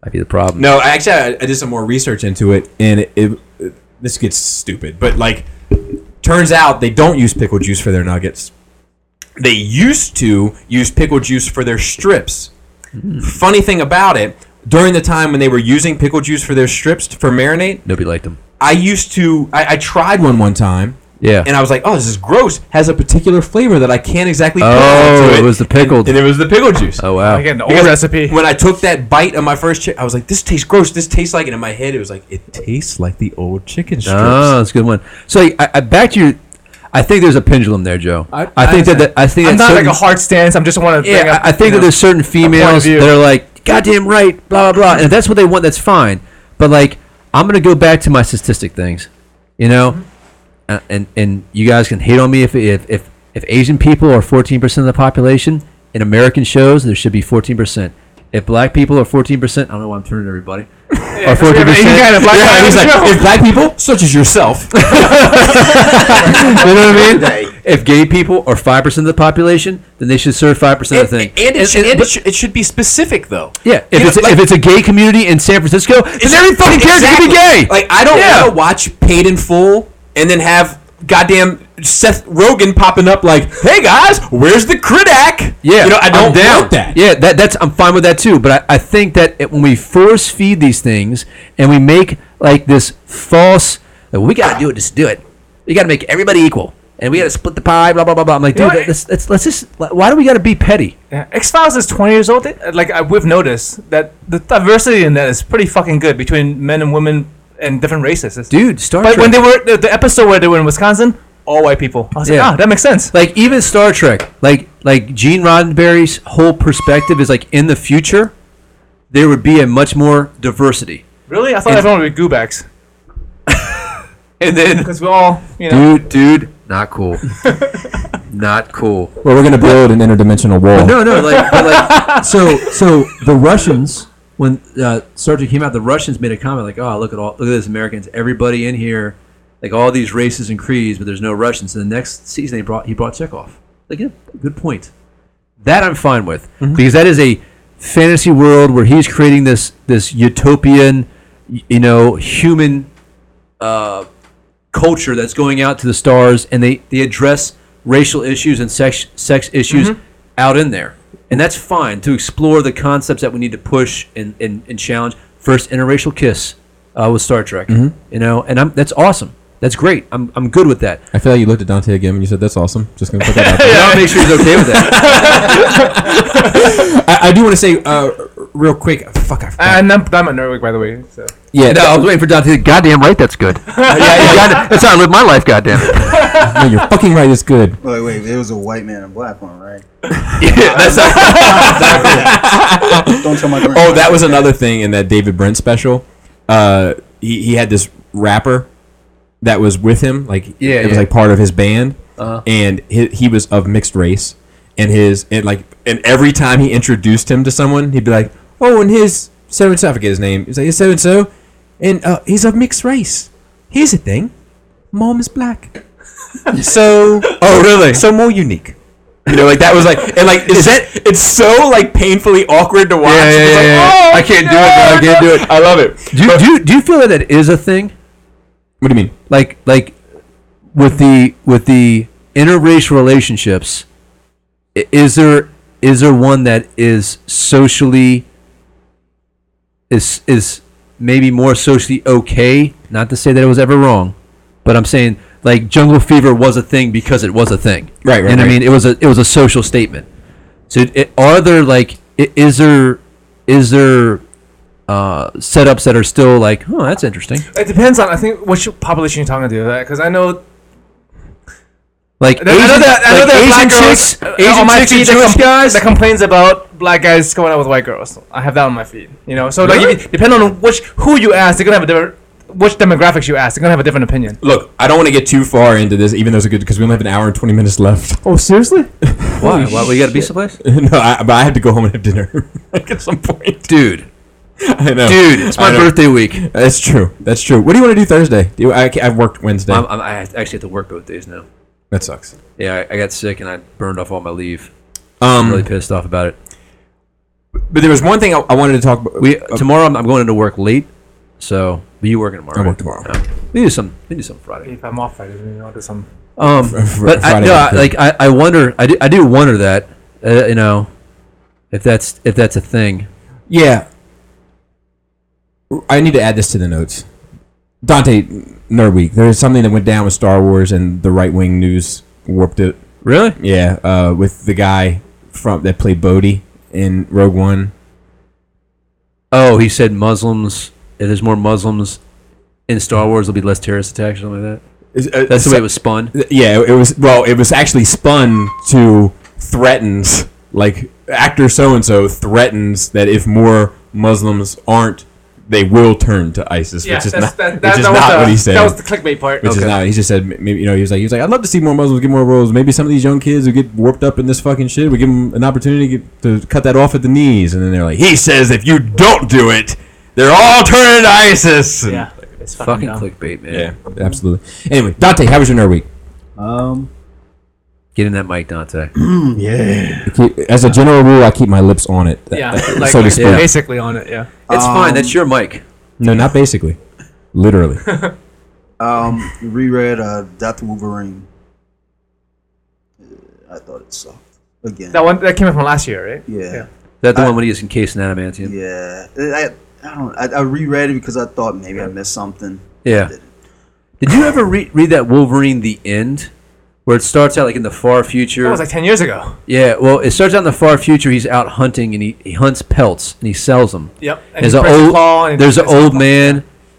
Might be the problem. No, I actually, I, I did some more research into it, and it, it, this gets stupid, but like, turns out they don't use pickle juice for their nuggets. They used to use pickle juice for their strips. Funny thing about it, during the time when they were using pickle juice for their strips for marinade, Nobody liked them. I used to. I, I tried one one time, Yeah. And I was like, oh, this is gross. Has a particular flavor that I can't exactly. put Oh, into it was the pickled. And, and it was the pickle juice. oh wow. Again, the old Because recipe. When I took that bite of my first chicken, I was like, "This tastes gross. This tastes like." And in my head, it was like, "It tastes like the old chicken strips." Oh, that's a good one. So I, I back to your. I think there's a pendulum there, Joe. I, I- think that, that I think I'm that not certain, like a hard stance. I'm just want to. bring yeah. up, I I think you that know, there's certain females view. that are like, goddamn right, blah blah blah, and if that's what they want. That's fine. But like, I'm gonna go back to my statistic things, you know, Mm-hmm. and, and and you guys can hate on me if if if, if Asian people are 14 percent of the population in American shows, there should be 14 percent. If black people are 14 percent, I don't know why I'm turning to everybody. Or 14 you got it, percent. black guy. And he's like, No. "If black people, such as yourself, you know what I mean? If gay people are five percent of the population, then they should serve five percent of the thing. and, it, should- and but- it, should, it should be specific though." yeah, if You it's know, like- if it's a gay community in San Francisco, then every fucking character Exactly. can be gay. Like I don't Yeah. want to watch Paid in Full and then have goddamn Seth Rogen popping up like, "Hey guys, where's the Cridak?" yeah, you know I I'm don't down. want that. Yeah, that that's I'm fine with that too. But I, I think that it, when we force feed these things and we make like this false, uh, we gotta do it, just do it. We gotta make everybody equal, and we gotta split the pie, blah blah blah blah. I'm like, dude, know what? let's, let's let's just why do we gotta be petty? Yeah. X Files is 20 years old. It- Like I, we've noticed that the diversity in that is pretty fucking good between men and women and different races. It's- Dude, Star But Trek. when they were the, the episode where they were in Wisconsin, all white people. I was Yeah. like, ah, that makes sense. like even Star Trek, like like Gene Roddenberry's whole perspective is like in the future, there would be a much more diversity. Really? I thought And- everyone would be goobacks. and then because we all, you know, Dude, dude, not cool, not cool. Well, we're gonna build an interdimensional wall. No, no, like, but like so so the Russians when uh, Star Trek came out, the Russians made a comment like, "Oh, look at all look at this Americans, everybody in here, like all these races and creeds, but there's no Russians." And the next season, he brought he brought Chekhov. Like, yeah, good point. That I'm fine with Mm-hmm. because that is a fantasy world where he's creating this this utopian, y- you know, human culture that's going out to the stars and they, they address racial issues and sex sex issues Mm-hmm. out in there. And that's fine to explore the concepts that we need to push and, and, and challenge. First interracial kiss uh, with Star Trek, Mm-hmm. you know, and I'm, that's awesome. That's great. I'm, I'm good with that. I feel like you looked at Dante again and you said, "That's awesome." Just gonna put that out there. But I want to make sure he's okay with that. I, I do want to say uh, real quick. Fuck, I forgot. and I'm, I'm a Norwich, by the way. So. yeah, No, I was waiting for Dante. to- Goddamn right, that's good. God- that's how I live my life. Goddamn it. no, you're fucking right. It's good. Wait, wait, there was a white man and black one, right? Don't tell my grandma. Oh, that was another thing in that David Brent special. Uh, he, he had this rapper that was with him, like Yeah, it was yeah. Uh-huh. like part of his band, and he, he was of mixed race, and his and like and every time he introduced him to someone, he'd be like, "Oh, and his so and so, I forget his name. He's like so and so, and uh, he's of mixed race. Here's the thing, mom is black, so oh really, so more unique." You know, like that was like, and like, is that? It's so like painfully awkward to watch. Yeah, yeah, It's like, oh, yeah, yeah. I can't do it, man. I can't do it. I love it. Do you, do, you, do you feel that it is a thing? What do you mean? like like with the with the interracial relationships i- is there is there one that is socially is is maybe more socially okay not to say that it was ever wrong but i'm saying like jungle fever was a thing because it was a thing Right, right, and i right. mean it was a it was a social statement so it, are there like i- is there is there uh, setups that are still like, oh, that's interesting. It depends on I think which population you're talking to, because I know Like I know that I know like that black Asian girls chicks, uh, Asian on my chicks and feed that, Jewish com- guys. that complains about black guys going out with white girls. I have that on my feed. You know, so like Really? like depending on which who you ask, they're gonna have a different which demographics you ask, they're gonna have a different opinion. Look, I don't want to get too far into this, even though it's a good because we only have an hour and twenty minutes left. Oh, seriously? Why? Why we got to be someplace, no, I, but I have to go home and have dinner like, at some point. dude? I know, Dude, it's I my know. birthday week. I'm, That's true. That's true. What do you want to do Thursday? Do you, I, ca- I've worked Wednesday. I'm, I actually have to work both days now. that sucks. Yeah, I, I got sick and I burned off all my leave. Um, I'm really pissed off about it. but there was one thing I, I wanted to talk about. We Uh, tomorrow I'm, I'm going into work late, so but you working tomorrow? I work right? tomorrow. Yeah. We do some. We do some Friday. If I'm off, I didn't know some. Um, Fr- but I, Friday no, I, afternoon. like I, I wonder. I do, I do wonder that uh, you know if that's if that's a thing. yeah, I need to add this to the notes. Dante Nerd Week. There is something that went down with Star Wars, and the right wing news warped it. Really? Yeah, uh, with the guy from that played Bodhi in Rogue One. Oh, he said Muslims. If there's more Muslims in Star Wars, there'll be less terrorist attacks, something like that. Is- uh, That's the way so- it was spun. Yeah, it was. Well, it was actually spun to threatens like actor so and so threatens that if more Muslims aren't, they will turn to ISIS, Yeah, which is that's, not, that, which that, is that, not was the, what he said. that was the clickbait part. which is Okay. not. He just said m- maybe you know he was like he was like I'd love to see more Muslims get more roles. Maybe some of these young kids who get warped up in this fucking shit, we give them an opportunity to, get, to cut that off at the knees. And then they're like, he says if you don't do it, they're all turning to ISIS. And- Yeah, it's Fucking fucking, dumb. clickbait, man. yeah, absolutely. Anyway, Dante, how was your nerd week? Um, Get in that mic, Dante. I keep- As a general rule, I keep my lips on it. Yeah, so like, to like speak. basically on it. Yeah, It's fine. That's your mic. No, not basically. Literally. um, reread uh, Death Wolverine. Uh, I thought it sucked again. that one that came out from last year, right? Yeah. Is that the I- one when he is encased in adamantium? Yeah, I, I don't. I, I reread it because I thought maybe I missed something. Yeah. Did you ever re- read that Wolverine the End? Where it starts out like in the far That future. was like ten years ago. yeah, well, it starts out in the far future. He's out hunting and he, he hunts pelts and he sells them. Yep. And There's he an pressed the old claw and he there's an pressed the old claw. man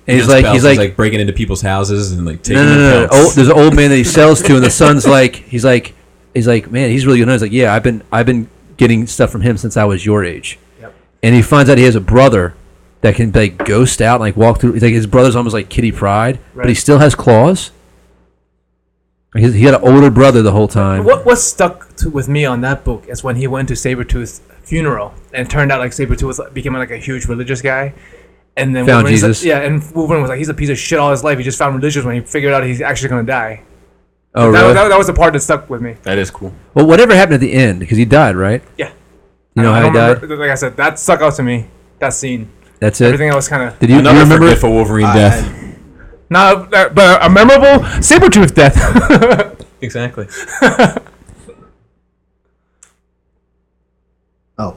and he's like he's like breaking into people's houses and like taking no no no, no. their Old, pelts. there's an old man that he sells to and the son's like he's like he's like man he's really good. He's like yeah I've been I've been getting stuff from him since I was your age. Yep. and he finds out he has a brother that can like ghost out and like walk through. Like his brother's almost like Kitty Pride, but he Right. still has claws. Like, he's- he had an older brother the whole time. What what stuck to, with me on that book is when he went to Sabretooth's funeral and it turned out like Sabretooth was, became like a huge religious guy. And then Found Wolverine's like- Jesus. yeah, and Wolverine was like, he's a piece of shit all his life. He just found religious when he figured out he's actually gonna die. Oh, That, really? that, that was the part that stuck with me. Oh. That is cool. well, whatever happened at the end because he died, right? Yeah. You know how I he don't died. remember- Like I said, that stuck out to me. That scene. That's it. Everything else kind of Did you, do you Another remember? forgetful Wolverine death. not, uh, but a memorable Sabretooth death. Exactly. Oh, all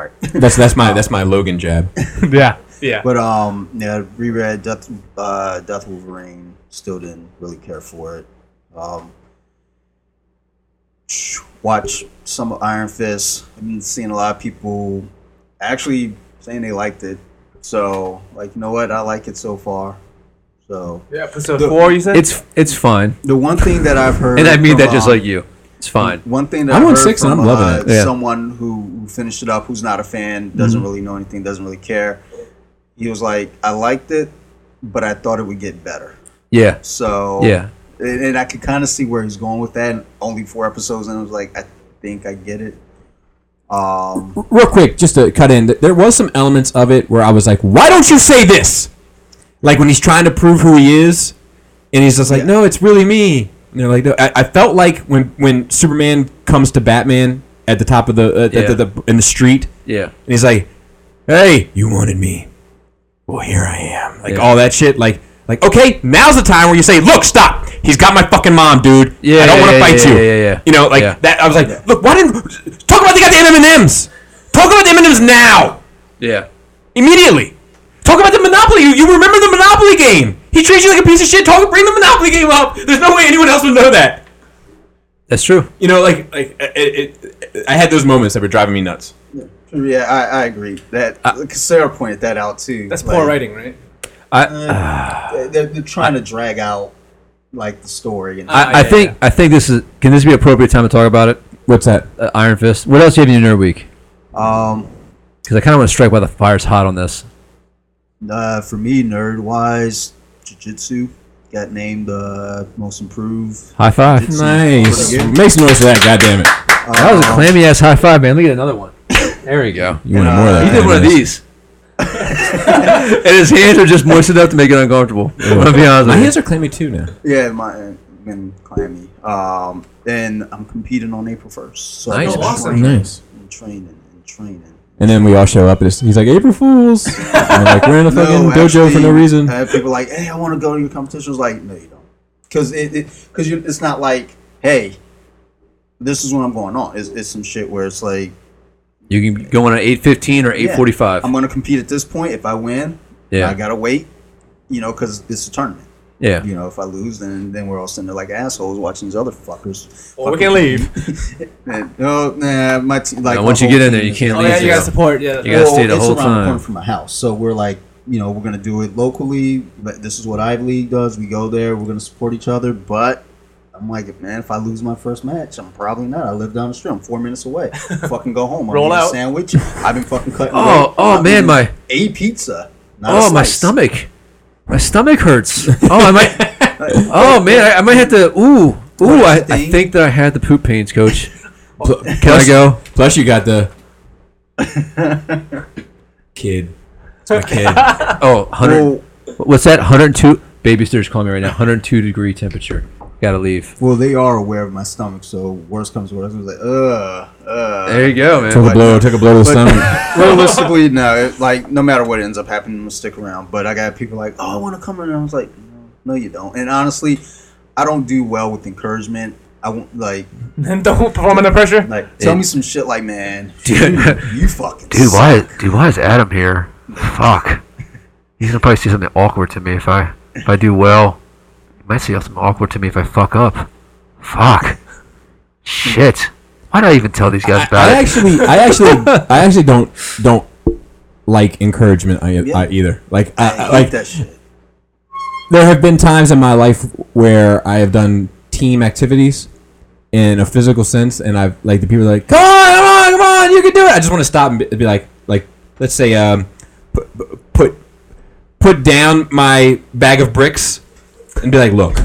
right. That's that's my that's my Logan jab. yeah, yeah. But um, yeah, reread Death uh, Death Wolverine. Still didn't really care for it. Um, watch some of Iron Fist. I've been seeing a lot of people actually saying they liked it. So, like, you know what? I like it so far. So, yeah episode four, you said. It's it's fine, the one thing that I've heard, and I mean from, that just um, like you. It's fine. One thing that I'm I on heard six and from, I'm loving uh, it. Yeah. someone who who finished it up, who's not a fan, doesn't really know anything, doesn't really care. He was like, "I liked it, but I thought it would get better." Yeah, So yeah. and, and I could kind of see where he's going with that. And only four episodes, and I was like, "I think I get it." Um, Real quick, just to cut in, th- there was some elements of it where I was like, why don't you say this? Like when he's trying to prove who he is, and he's just like, no, it's really me. And they're like, no. I, I felt like when when Superman comes to Batman at the top of the, uh, Yeah. at the, the in the street, Yeah. And he's like, "Hey, you wanted me. Well, here I am." Like Yeah. all that shit. Like, like okay, now's the time where you say, "Look, stop. He's got my fucking mom, dude. Yeah, I don't yeah, want to yeah, fight yeah, you." yeah, yeah, yeah. You know, like Yeah. that. I was like, "Look, why didn't talk about the goddamn M and M's? Talk about the M and M's now, Yeah. immediately. Talk about the Monopoly. You, you remember the Monopoly game? He treats you like a piece of shit. Talk, bring the Monopoly game up. There's no way anyone else would know that. That's true. You know, like like it, it, it, I had those moments that were driving me nuts. yeah, I, I agree. That 'cause Sarah pointed that out too. That's Like, poor writing, right? they- They're, they're trying to drag out like the story. And I, I yeah, think I think this is. Can this be appropriate time to talk about it? What's that? Uh, Iron Fist. What else do you have in your nerd week? um, Because I kind of want to strike while the fire's hot on this. Uh, for me, nerd wise, jujitsu got named uh, most improved. High five. Nice. Make some noise for that. goddamn it. That was a clammy ass high five, man. Look at another one. There we go. You wanted more of that. He did one of these. and his hands are just moist enough to make it uncomfortable. I'm gonna be honest My with you. hands are clammy too now. Yeah, my been clammy. Um, then I'm competing on April first. So Nice. I'm Oh, awesome. training Nice. and training and training. And then we all show up, and it's, he's like, "April Fools!" And we're like, "We're in a fucking dojo No, for actually, uh, no reason." I had people like, "Hey, I want to go to your competition." I was like, "No, you don't," because it because you it's not like, "Hey, this is what I'm going on." It's, it's some shit where it's like, You can go on at 8.15 or 8.45. I'm gonna compete at this point. If I win, Yeah. Oh I gotta wait you know, because it's a tournament. Yeah. You know, if I lose, then then we're all sitting there like assholes watching these other fuckers. Well, we can leave. And, no, nah, my te- like Now, my once you whole get in there, team you is- can't Oh leave. yeah, you there. got support. Yeah. You gotta stay the it's whole around the time. corner from my house, so we're like, you know, we're gonna do it locally. Like, This is what Ivy League does. We go there. We're gonna support each other. But I'm like, man, if I lose my first match, I'm probably not. I live down the street. I'm four minutes away. fucking go home. I'm Roll eating a out. sandwich. I've been fucking cutting. Oh, weight. oh, I'm man, eating my- a pizza. not a Oh, my slice. stomach. My stomach hurts. Oh, I might. oh man, I, I might have to. Ooh, ooh. I, I Thing. think that I had the poop pains, Coach. Pl- Can I plus- go? Plus, you got the kid. It's my kid. Oh, 100. Well, What's that? 102. Babysitter's calling me right now. 102 degree temperature. Gotta leave. well, they are aware of my stomach, so worst comes to worst, I was like, uh, uh. There you go, Took man. a blow- took a blow to the But realistically, no. It, like, no matter what ends up happening, I'm gonna stick around. But I got people like, "Oh, I want to come," in," and I was like, "No, no, you don't." And honestly, I don't do well with encouragement. I won't like, And don't perform under pressure. like tell me some shit like, "Man, Dude. you fucking Dude, suck." why? Dude, why is Adam here? Fuck. He's gonna probably see something awkward to me if I if I do well. He might see something awkward to me if I fuck up. Fuck. Shit. Why did I even tell these guys about I it? actually, I actually, I actually don't don't like encouragement I, I either. Like, I, I I- hate like that shit. there have been times in my life where I have done team activities in a physical sense, and I've like the people are like, "Come on, come on, come on, you can do it." I just want to stop and be, be like, like let's say, um, put, put put down my bag of bricks and be like, "Look,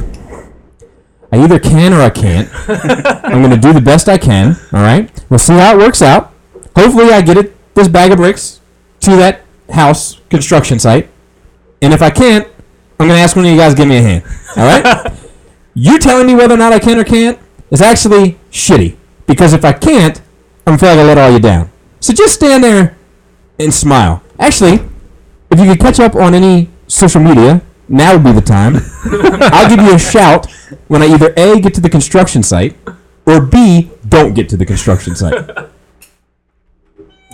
I either can or I can't. I'm gonna do the best I can. All right, we'll see how it works out. Hopefully, I get it this bag of bricks to that house construction site, and if I can't, I'm gonna ask one of you guys to give me a hand. All right? you telling me whether or not I can or can't is actually shitty because if I can't, I'm feeling like I let all you down. So just stand there and smile. Actually, if you could catch up on any social media, now would be the time. I'll give you a shout when I either A, get to the construction site, or B, don't get to the construction site.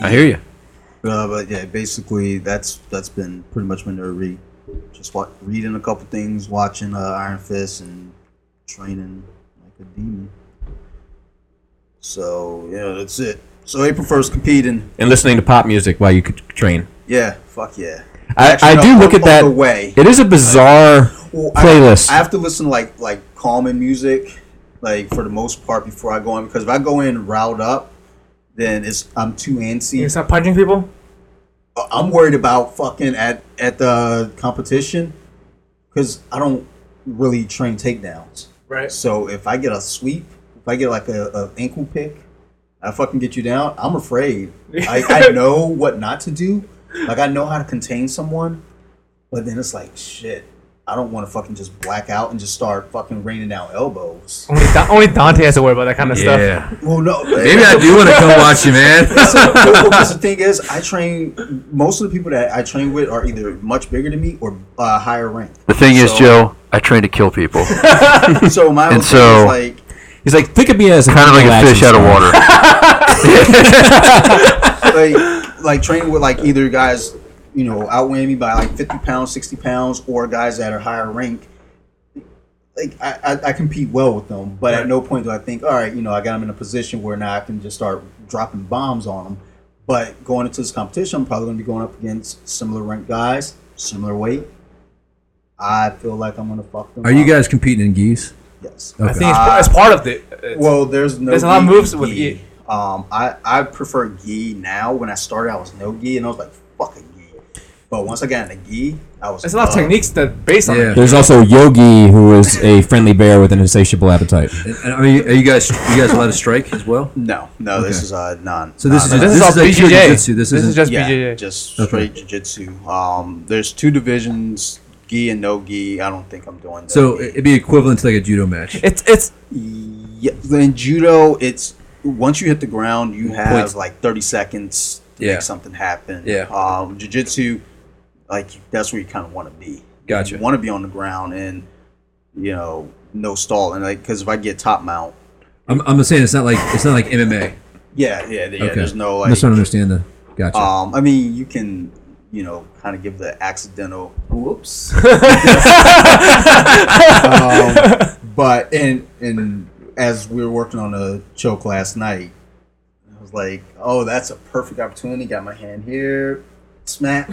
I hear you. Uh, but yeah, basically, that's that's been pretty much my nerd read. Just wa- reading a couple things, watching uh, Iron Fist, and training like a demon. So yeah, that's it. So April first competing. And listening to pop music while you could train. Yeah, fuck yeah. I, Actually, I no, do look Punk at that. Punk Away. It is a bizarre Well, I- playlist. I, have to listen to like like calming music, like for the most part before I go in because if I go in riled up, then it's I'm too You antsy. start punching people. I'm worried about fucking at at the competition because I don't really train takedowns. Right. So if I get a sweep, if I get like a, a ankle pick, I fucking get you down. I'm afraid. I, I know what not to do. Like I know how to contain someone, but then it's like shit. I don't want to fucking just black out and just start fucking raining down elbows. Only, da- only Dante has to worry about that kind of stuff. Yeah. Well, no. Maybe I do want to come watch you, man. Because the thing is, I train. Most of the people that I train with are either much bigger than me or uh, higher rank. The thing is, So- Joe, I train to kill people, kind So my whole And thing so- is like, He's like, think of me as of like a fish out of water. like like training with like either guys you know outweigh me by like 50 pounds 60 pounds or guys that are higher rank like I, I, I compete well with them but at no point do i think all right you know i got them in a position where now i can just start dropping bombs on them but going into this competition i'm probably going to be going up against similar ranked guys similar weight i feel like i'm going to fuck them Are you up. guys competing in geese? yes I think it's, it's part of the. it's- well, there's no. There's a lot of gi moves to with gi. gi. Um, I I prefer gi now. When I started, I was no gi, and I was like, fuck a gi. But once I got into gi, I was. There's a lot of done. techniques that based on Yeah. it. There's also Yogi, who is a friendly bear with an insatiable appetite. And, and are, you, are you guys you guys allowed to strike as well? No, no, this is uh, non. So this is non- just- This, is all is like pure BJJ. jiu-jitsu, this is isn't- just yeah, BJJ. just straight jujitsu. Um, there's two divisions, gi and no gi. I don't think I'm doing. No So gi. it'd be equivalent to like a judo match. It's it's yeah, in judo, it's once you hit the ground, you have Points. like 30 seconds to Yeah. make something happen. Yeah. Um, Jiu jitsu, like, that's where you kind of want to be. Gotcha. You want to be on the ground and, you know, no stall. And, like, because if I get top mount, I'm, I'm saying it's not like it's not like MMA. yeah, yeah, yeah Okay. there's no, I like, Oh. just don't understand the. Gotcha. um, I mean, you can you know, kind of give the accidental whoops. um, but and and as we were working on a choke last night, I was like, oh, that's a perfect opportunity. Got my hand here, smack.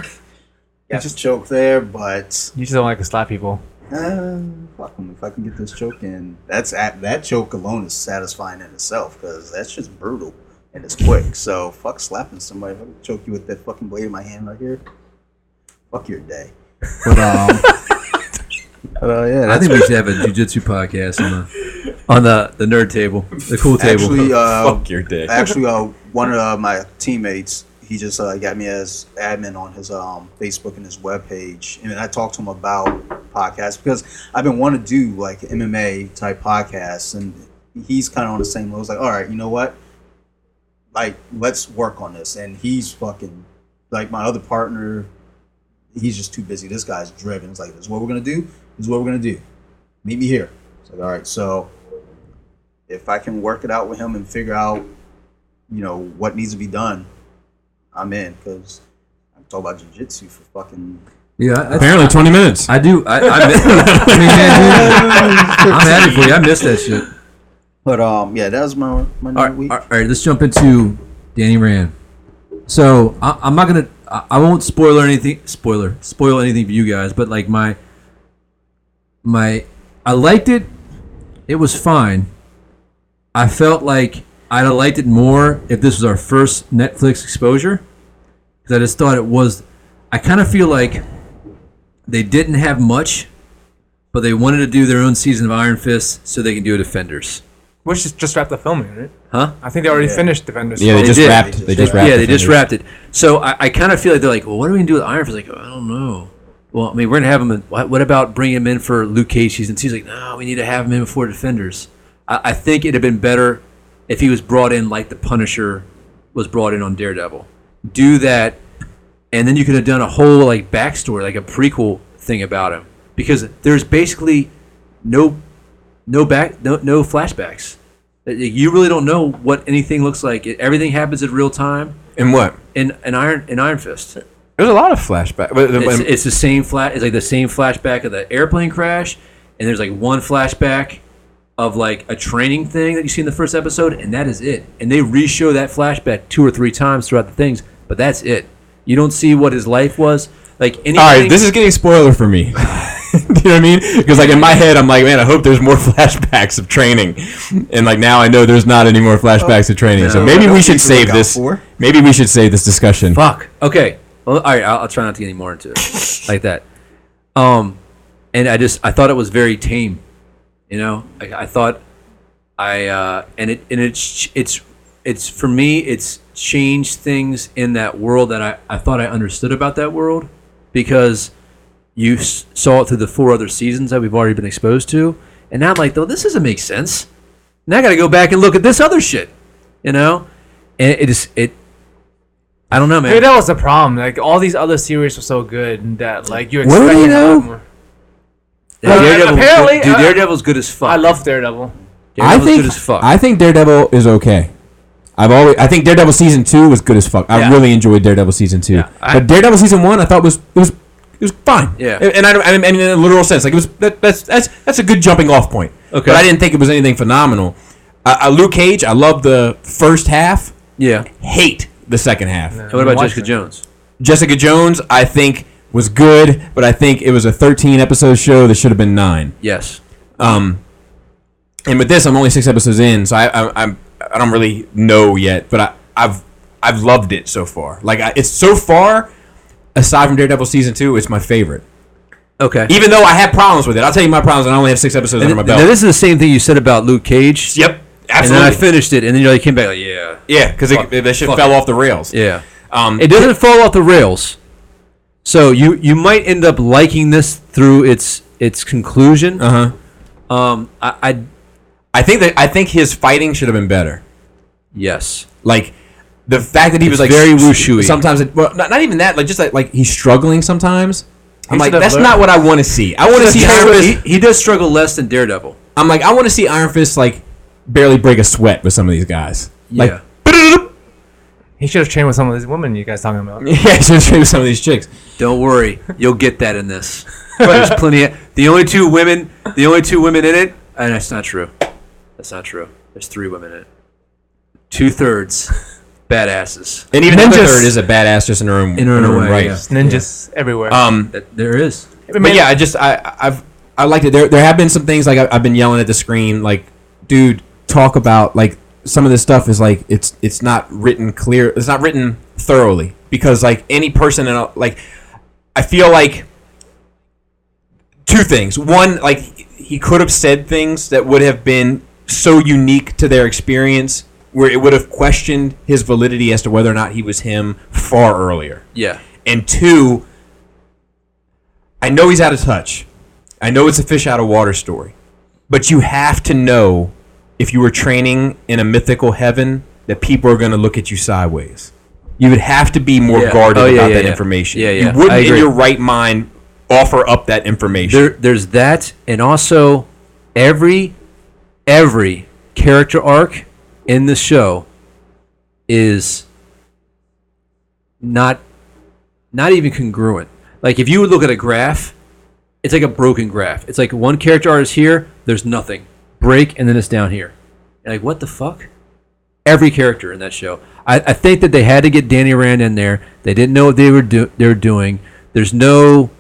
Got just choke there, but You just don't like to slap people. uh, fuck 'em. If I can get this choke in, that's at, that choke alone is satisfying in itself because that's just brutal and it's quick. So fuck slapping somebody. If I can choke you with that fucking blade in my hand right here, fuck your day. But um, but, uh, yeah, I that's think we should have a jujitsu podcast on the on the, the nerd table, the cool table. actually uh, Fuck your dick. actually uh, one of uh, my teammates he just uh, got me as admin on his um, facebook and his webpage and i talked to him about podcasts because i've been wanting to do like mma type podcasts and he's kind of on the same level He's like all right you know what like let's work on this and he's fucking like my other partner he's just too busy this guy's driven it's like this is what we're gonna do this is what we're gonna do meet me here it's like all right so if i can work it out with him and figure out you know what needs to be done, I'm in because I'm talking about jujitsu for fucking. yeah, I, I- Apparently, twenty minutes. I do. I, I, mi- I mean, man, dude, I'm happy for you. I miss that shit. But um, yeah, that was my my new All right, week. all right, let's jump into Danny Rand. So I, I'm not gonna, I, I won't spoil anything. Spoiler, spoil anything for you guys. But like my, my, I liked it. It was fine. I felt like I'd have liked it more if this was our first Netflix exposure, because I just thought it was. I kind of feel like they didn't have much, but they wanted to do their own season of Iron Fist so they can do a Defenders, Which is just wrapped the filming, right? huh? I think they already finished Defenders. Yeah, they They just did. wrapped. They They just- just wrapped. yeah, the they just fingers. wrapped it. So I, I kind of feel like they're like, well, what are we gonna do with Iron Fist? Like, I don't know. Well, I mean, we're gonna have him. In, what, what about bring him in for Luke Cage season two? He's like, no, we need to have him in before Defenders. I, I think it'd have been better if he was brought in like the Punisher was brought in on Daredevil. Do that, and then you could have done a whole like backstory, like a prequel thing about him, because there's basically no no back no, no flashbacks. Uh, You really don't know what anything looks like. Everything happens in real time And what? in an Iron in Iron Fist. There's a lot of flashback. But, but- It's, it's the same flat. It's like the same flashback of the airplane crash, and there's like one flashback of like a training thing that you see in the first episode, and that is it. And they re-show that flashback two or three times throughout the things, but that's it. You don't see what his life was like. Anything, all right, this is getting spoiler for me. Do you know what I mean? Because like in my head, I'm like, man, I hope there's more flashbacks of training, and like now I know there's not any more flashbacks of training. so No. maybe we should Don't need to look save out this. for. Maybe we should save this discussion. fuck. Okay. Well, all right. I'll, I'll try not to get any more into it like that. Um, and I just I thought it was very tame. You know, I, I thought I uh, and it and it's it's it's for me it's changed things in that world that I I thought I understood about that world because you s- saw it through the four other seasons that we've already been exposed to, and now I'm like, though this doesn't make sense. Now I got to go back and look at this other shit, you know, and it is it. I don't know, man. Maybe that was the problem. Like all these other series were so good that like you Were expected they, a though? lot more. Yeah, Uh, Daredevil, apparently, dude, uh, Daredevil's good as fuck. I love Daredevil. Daredevil's I think good as fuck. I think Daredevil is okay. I've always I think Daredevil season two was good as fuck. I Yeah. really enjoyed Daredevil season two, Yeah, I- but Daredevil season one I thought was it was it was fine. Yeah. and, and I, don't- I mean in a literal sense, like it was that, that's that's that's a good jumping off point. Okay. but I didn't think it was anything phenomenal. I, I, Luke Cage, I loved the first half, yeah. And hate the second half. what about Watch Jessica it. Jones? Jessica Jones, I think was good, but I think it was a 13 episode show that should have been nine. Yes. Um, and with this, I'm only six episodes in, so I I, I'm, I don't really know yet, but I, I've I've loved it so far. Like I, it's so far, aside from Daredevil season two, it's my favorite. Okay. Even though I have problems with it, I'll tell you my problems, and I only have six episodes under And my th- belt. now this is the same thing you said about Luke Cage. yep, And then absolutely. I finished it, and then you like came back like, yeah, yeah, because Fuck. that shit Fuck fell it. off the rails. yeah. Um, It doesn't fall off the rails, so you you might end up liking this through its its conclusion. uh huh. Um, I, I I think that I think his fighting should have been better. yes, Like the fact that he was like very s- wushu-y. Sometimes, it, well, not, not even that. Like just like, like he's struggling sometimes. I'm like, should have that's learned. not what I want to see. I want to see Iron he, Fist. he does struggle less than Daredevil. I'm like, I want to see Iron Fist like barely break a sweat with some of these guys. Like, yeah. He should have trained with some of these women you guys talking about. yeah, should have with some of these chicks. Don't worry, you'll get that in this. There's plenty. Of, the only two women, the only two women in it, and that's not true. That's not true. There's three women in it. Two thirds, badasses. And even Ninjas. the third is a badass just in her own, In her own way, right. yeah. Ninjas everywhere. Um, That there is. but yeah, I just I I've I liked it. There there have been some things like I, I've been yelling at the screen like, dude, talk about like some of this stuff is like it's it's not written clear. It's not written thoroughly because like any person in a, like I feel like two things. One, like he could have said things that would have been so unique to their experience where it would have questioned his validity as to whether or not he was him far earlier Yeah. and two, I know he's out of touch. I know it's a fish out of water story, but you have to know if you were training in a mythical heaven that people are going to look at you sideways. You would have to be more Yeah. guarded Oh, yeah, about yeah, that yeah. information. Yeah, yeah. You wouldn't, I in agree. your right mind, offer up that information. There, there's that, and also every every character arc in the show is not not even congruent. Like if you would look at a graph, it's like a broken graph. It's like one character arc is here, there's nothing, break, and then it's down here. And like what the fuck? Every character in that show. I, I think that they had to get Danny Rand in there. They didn't know what they were do- they were doing. There's no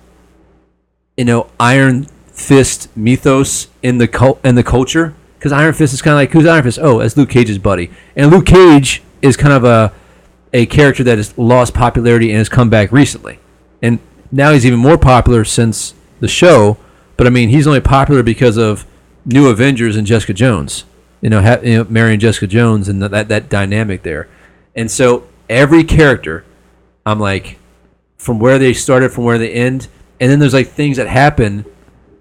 you know Iron Fist mythos in the cult in the culture because Iron Fist is kind of like who's Iron Fist? Oh, that's Luke Cage's buddy, and Luke Cage is kind of a a character that has lost popularity and has come back recently, and now he's even more popular since the show. But I mean, he's only popular because of New Avengers and Jessica Jones. You know, ha- you know Mary and Jessica Jones and that that dynamic there, and so every character, I'm like, from where they started, from where they end, and then there's like things that happen,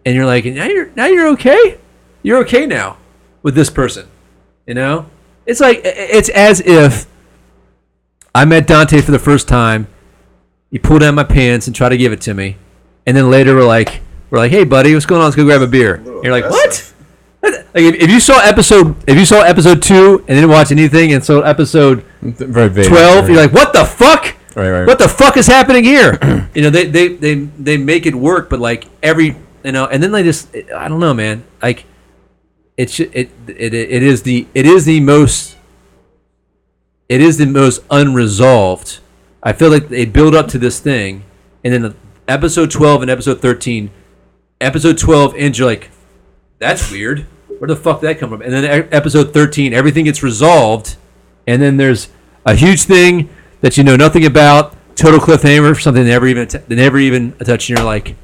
and you're like, now you're now you're okay, you're okay now with this person, you know. It's like i- i- it's as if I met Dante for the first time. He pulled down my pants and tried to give it to me, and then later we're like, we're like, hey buddy, what's going on? Let's go grab a beer. And you're like, what? What? Like if, if you saw episode if you saw episode two and didn't watch anything and saw episode Very vague. 12 you're like what the fuck Right, right. what the fuck is happening here you know they, they they they make it work but like every you know and then they just i don't know man like it should it it, it is the it is the most it is the most unresolved i feel like they build up to this thing and then episode 12 and episode 13 episode 12 ends you're like that's weird where the fuck did that come from and then e- episode 13 everything gets resolved and then there's a huge thing that you know nothing about, total cliffhanger, something they never even att- they never even touch, and you're like,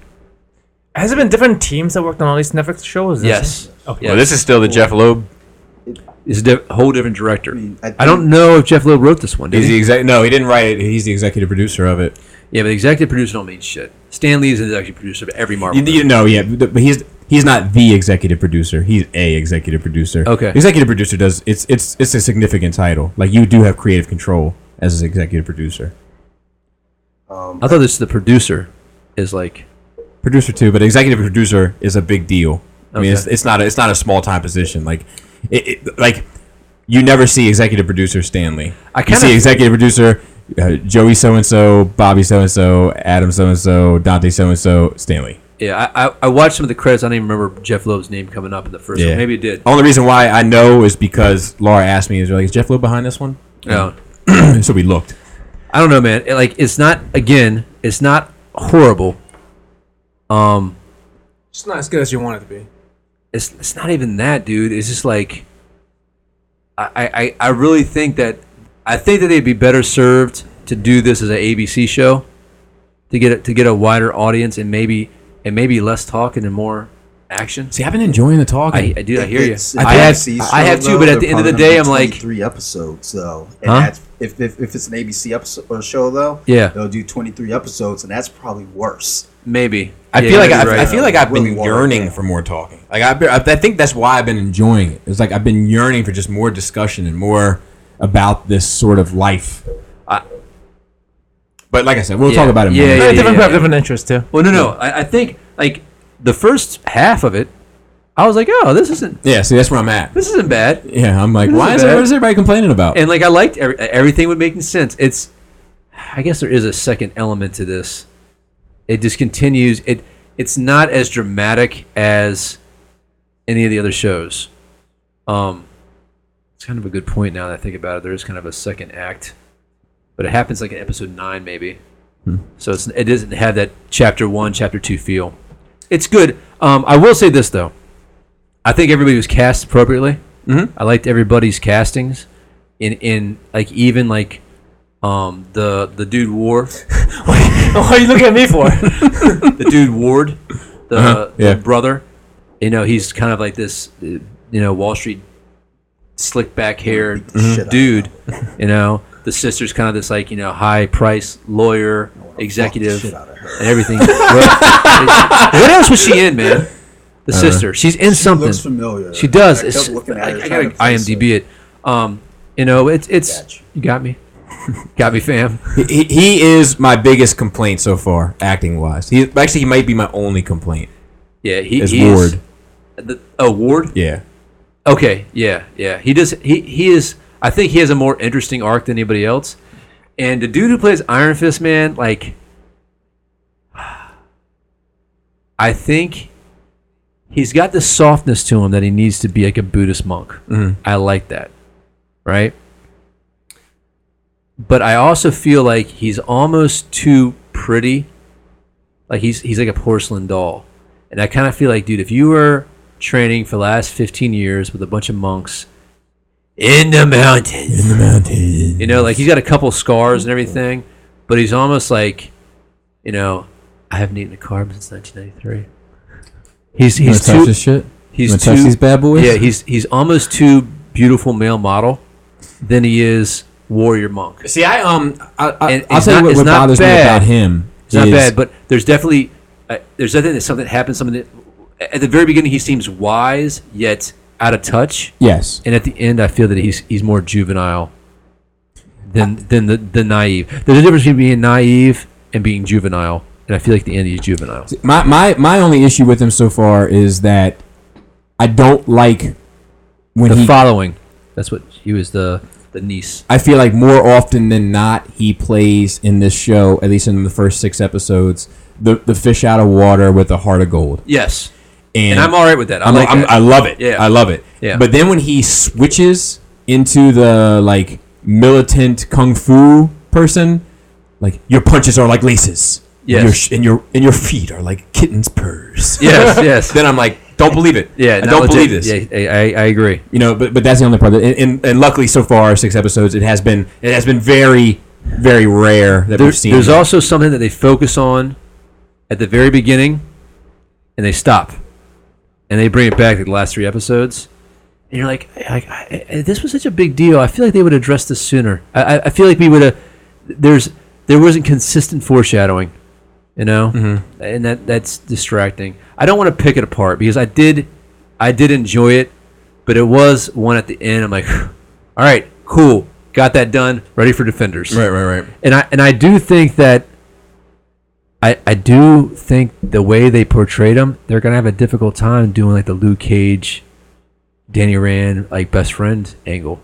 Has it been different teams that worked on all these Netflix shows? yes, okay. Well, this is still the Jeff Loeb. is a di- whole different director. I, mean, I don't think- know if Jeff Loeb wrote this one. Did He's the he? exact. No, he didn't write it. He's the executive producer of it. Yeah, but executive producer don't mean shit. Stan Lee is the executive producer of every Marvel. You, you know, yeah, but he's he's not the executive producer. He's a executive producer. Okay. Executive producer does it's it's it's a significant title. Like you do have creative control as an executive producer, movie. I thought this the producer is like producer too. But executive producer is a big deal. I mean, it's, Okay. it's not a, it's not a small time position. Like it, it like you never see executive producer Stanley. I you kinda- see executive producer. Uh, Joey so and so, Bobby so and so, Adam so and so, Dante so and so, Stanley. yeah. I, I I watched some of the credits. I don't even remember Jeff Loeb's name coming up in the first one. Maybe it did. Only reason why I know is because Laura asked me, "Is like is Jeff Loeb behind this one?" No, so we looked. I don't know, man. It, like it's not again. It's not horrible. Um, It's not as good as you want it to be. it's it's not even that, dude. It's just like I, I, I- I really think that I think that they'd be better served to do this as an ABC show to get it to get a wider audience and maybe and maybe less talking and more action. See, I've been enjoying the talk. I, I do I hear you. It's- I had it's an ABC I had show, two, but though, at the they're end of the probably day, gonna I'm do like, 23 episodes though, and Huh? that's if, if if it's an ABC episode or show though, Yeah. they'll do twenty three episodes, and that's probably worse. maybe. I Yeah, feel like you're I, right. I feel like I've Willy been Wonka. yearning for more talking. Like I've been, I, I think that's why I've been enjoying it. It's like I've been yearning for just more discussion and more about this sort of life. I- but like I said, we'll Yeah, talk about it. yeah, more. yeah. different people have different interests too. Well, no, no. I, I think like the first half of it, I was like, oh, this isn't Yeah, see, that's where I'm at. this isn't bad. Yeah, I'm like, This why is is, there, bad. what is everybody complaining about? and like I liked every, everything was making sense. It's, I guess there is a second element to this. It just continues. It it's not as dramatic as any of the other shows. Um, it's kind of a good point now that I think about it. There is kind of a second act, but it happens like in episode nine maybe. So it's, it doesn't have that chapter one, chapter two feel. It's good. Um, I will say this though. I think everybody was cast appropriately. Mm-hmm. I liked everybody's castings in in like even like um the the dude war what are you looking at me for? the dude ward the, the yeah. brother you know he's kind of like this uh, you know wall street slick back haired shit out of dude you know the sister's kind of this like you know high price lawyer executive shit out of her. and everything what, what else was she in man the sister she's in something Looks familiar. she does. I It's, kept looking at I, her. I gotta IMDb it. Um, you know, it's it's Gotcha. you got me, got me, fam. he, he is my biggest complaint so far, acting wise. He actually he might be my only complaint. Yeah, he, Is he Ward? Is, the, oh, Ward. Yeah, Okay, yeah, yeah. He does. He he is. I think he has a more interesting arc than anybody else. And the dude who plays Iron Fist, man, like, I think he's got the softness to him that he needs to be like a Buddhist monk. I like that, right? But I also feel like he's almost too pretty. Like he's he's like a porcelain doll. And I kind of feel like, dude, if you were training for the last 15 years with a bunch of monks in the mountains, in the mountains, you know, like he's got a couple scars and everything, but he's almost like, you know, I haven't eaten a carb since 1993. He's he's touch too this shit. he's Wanna touch too- these bad boys? Yeah, he's he's almost too beautiful male model than he is warrior monk. See, I um, I, And I, it's I'll tell not- you what, it's what not bothers me bad. about him. It's not is- bad, but there's definitely uh, there's definitely something that happens. Something that, at the very beginning he seems wise yet out of touch, Yes. and at the end I feel that he's he's more juvenile than than the, the naive. There's a difference between being naive and being juvenile, and I feel like at the end he's juvenile. My my my only issue with him so far is that I don't like when The he. following, that's what he was the the niece. I feel like more often than not he plays in this show, at least in the first six episodes, the the fish out of water with a heart of gold. Yes, And, and I'm all right with that. I I'm, like I'm, that. I love it. Yeah. I love it. Yeah. But then when he switches into the like militant kung fu person, like your punches are like laces. Yes. And your, sh- and your and your feet are like kittens purrs. yes, yes. then I'm like, don't believe it. Yeah, I not don't legit. believe this. Yeah, I, I I agree. You know, but but that's the only part. That, and, and and luckily so far six episodes, it has been it has been very very rare that There- we've seen. there's it. also something that they focus on at the very beginning, and they stop, and they bring it back to the last three episodes. And you're like, I, I, I, this was such a big deal. I feel like they would address this sooner. I, I- I feel like we would have. There's there wasn't consistent foreshadowing, you know, Mm-hmm. and that that's distracting. I don't want to pick it apart because I did, I did enjoy it, but it was one at the end. I'm like, all right, cool, got that done. Ready for defenders right, right, right. and I and I do think that I I do think the way they portrayed him, they're gonna have a difficult time doing like the Luke Cage, Danny Rand like best friend angle.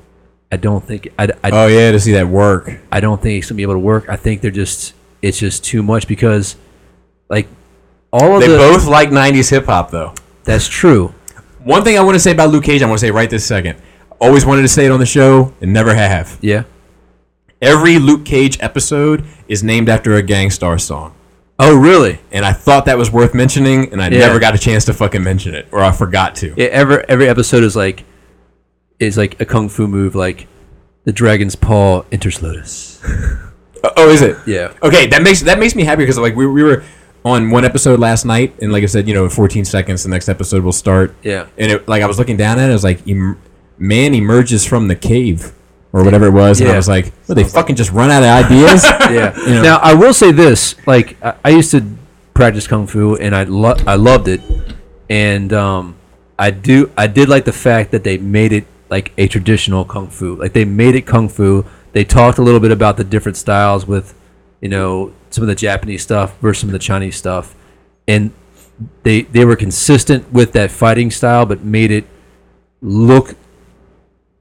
I don't think I, I, Oh yeah, to see that work. I don't think it's gonna be able to work. I think they're just it's just too much because like all of They Oh, the both like '90s hip hop though. that's true. One thing I want to say about Luke Cage, I want to say right this second. Always wanted to say it on the show and never have. Yeah. Every Luke Cage episode is named after a Gangstar song. Oh really? And I thought that was worth mentioning, and I Yeah. never got a chance to fucking mention it, or I forgot to. Yeah, every every episode is like is like a kung fu move like the dragon's paw enters lotus. Oh, is it? Yeah. Okay, that makes that makes me happy because like we, we were on one episode last night, and like I said, you know, in 14 seconds, the next episode will start. Yeah. And it, like I was looking down at it, I was like, em- "Man emerges from the cave." Or whatever it was, and Yeah. I was like, "Well, they fucking just run out of ideas." yeah. You know? Now I will say this: like I, I used to practice kung fu, and I lo- I loved it, and um, I do I did like the fact that they made it like a traditional kung fu. Like they made it kung fu. They talked a little bit about the different styles with, you know, some of the Japanese stuff versus some of the Chinese stuff, and They they were consistent with that fighting style, but made it look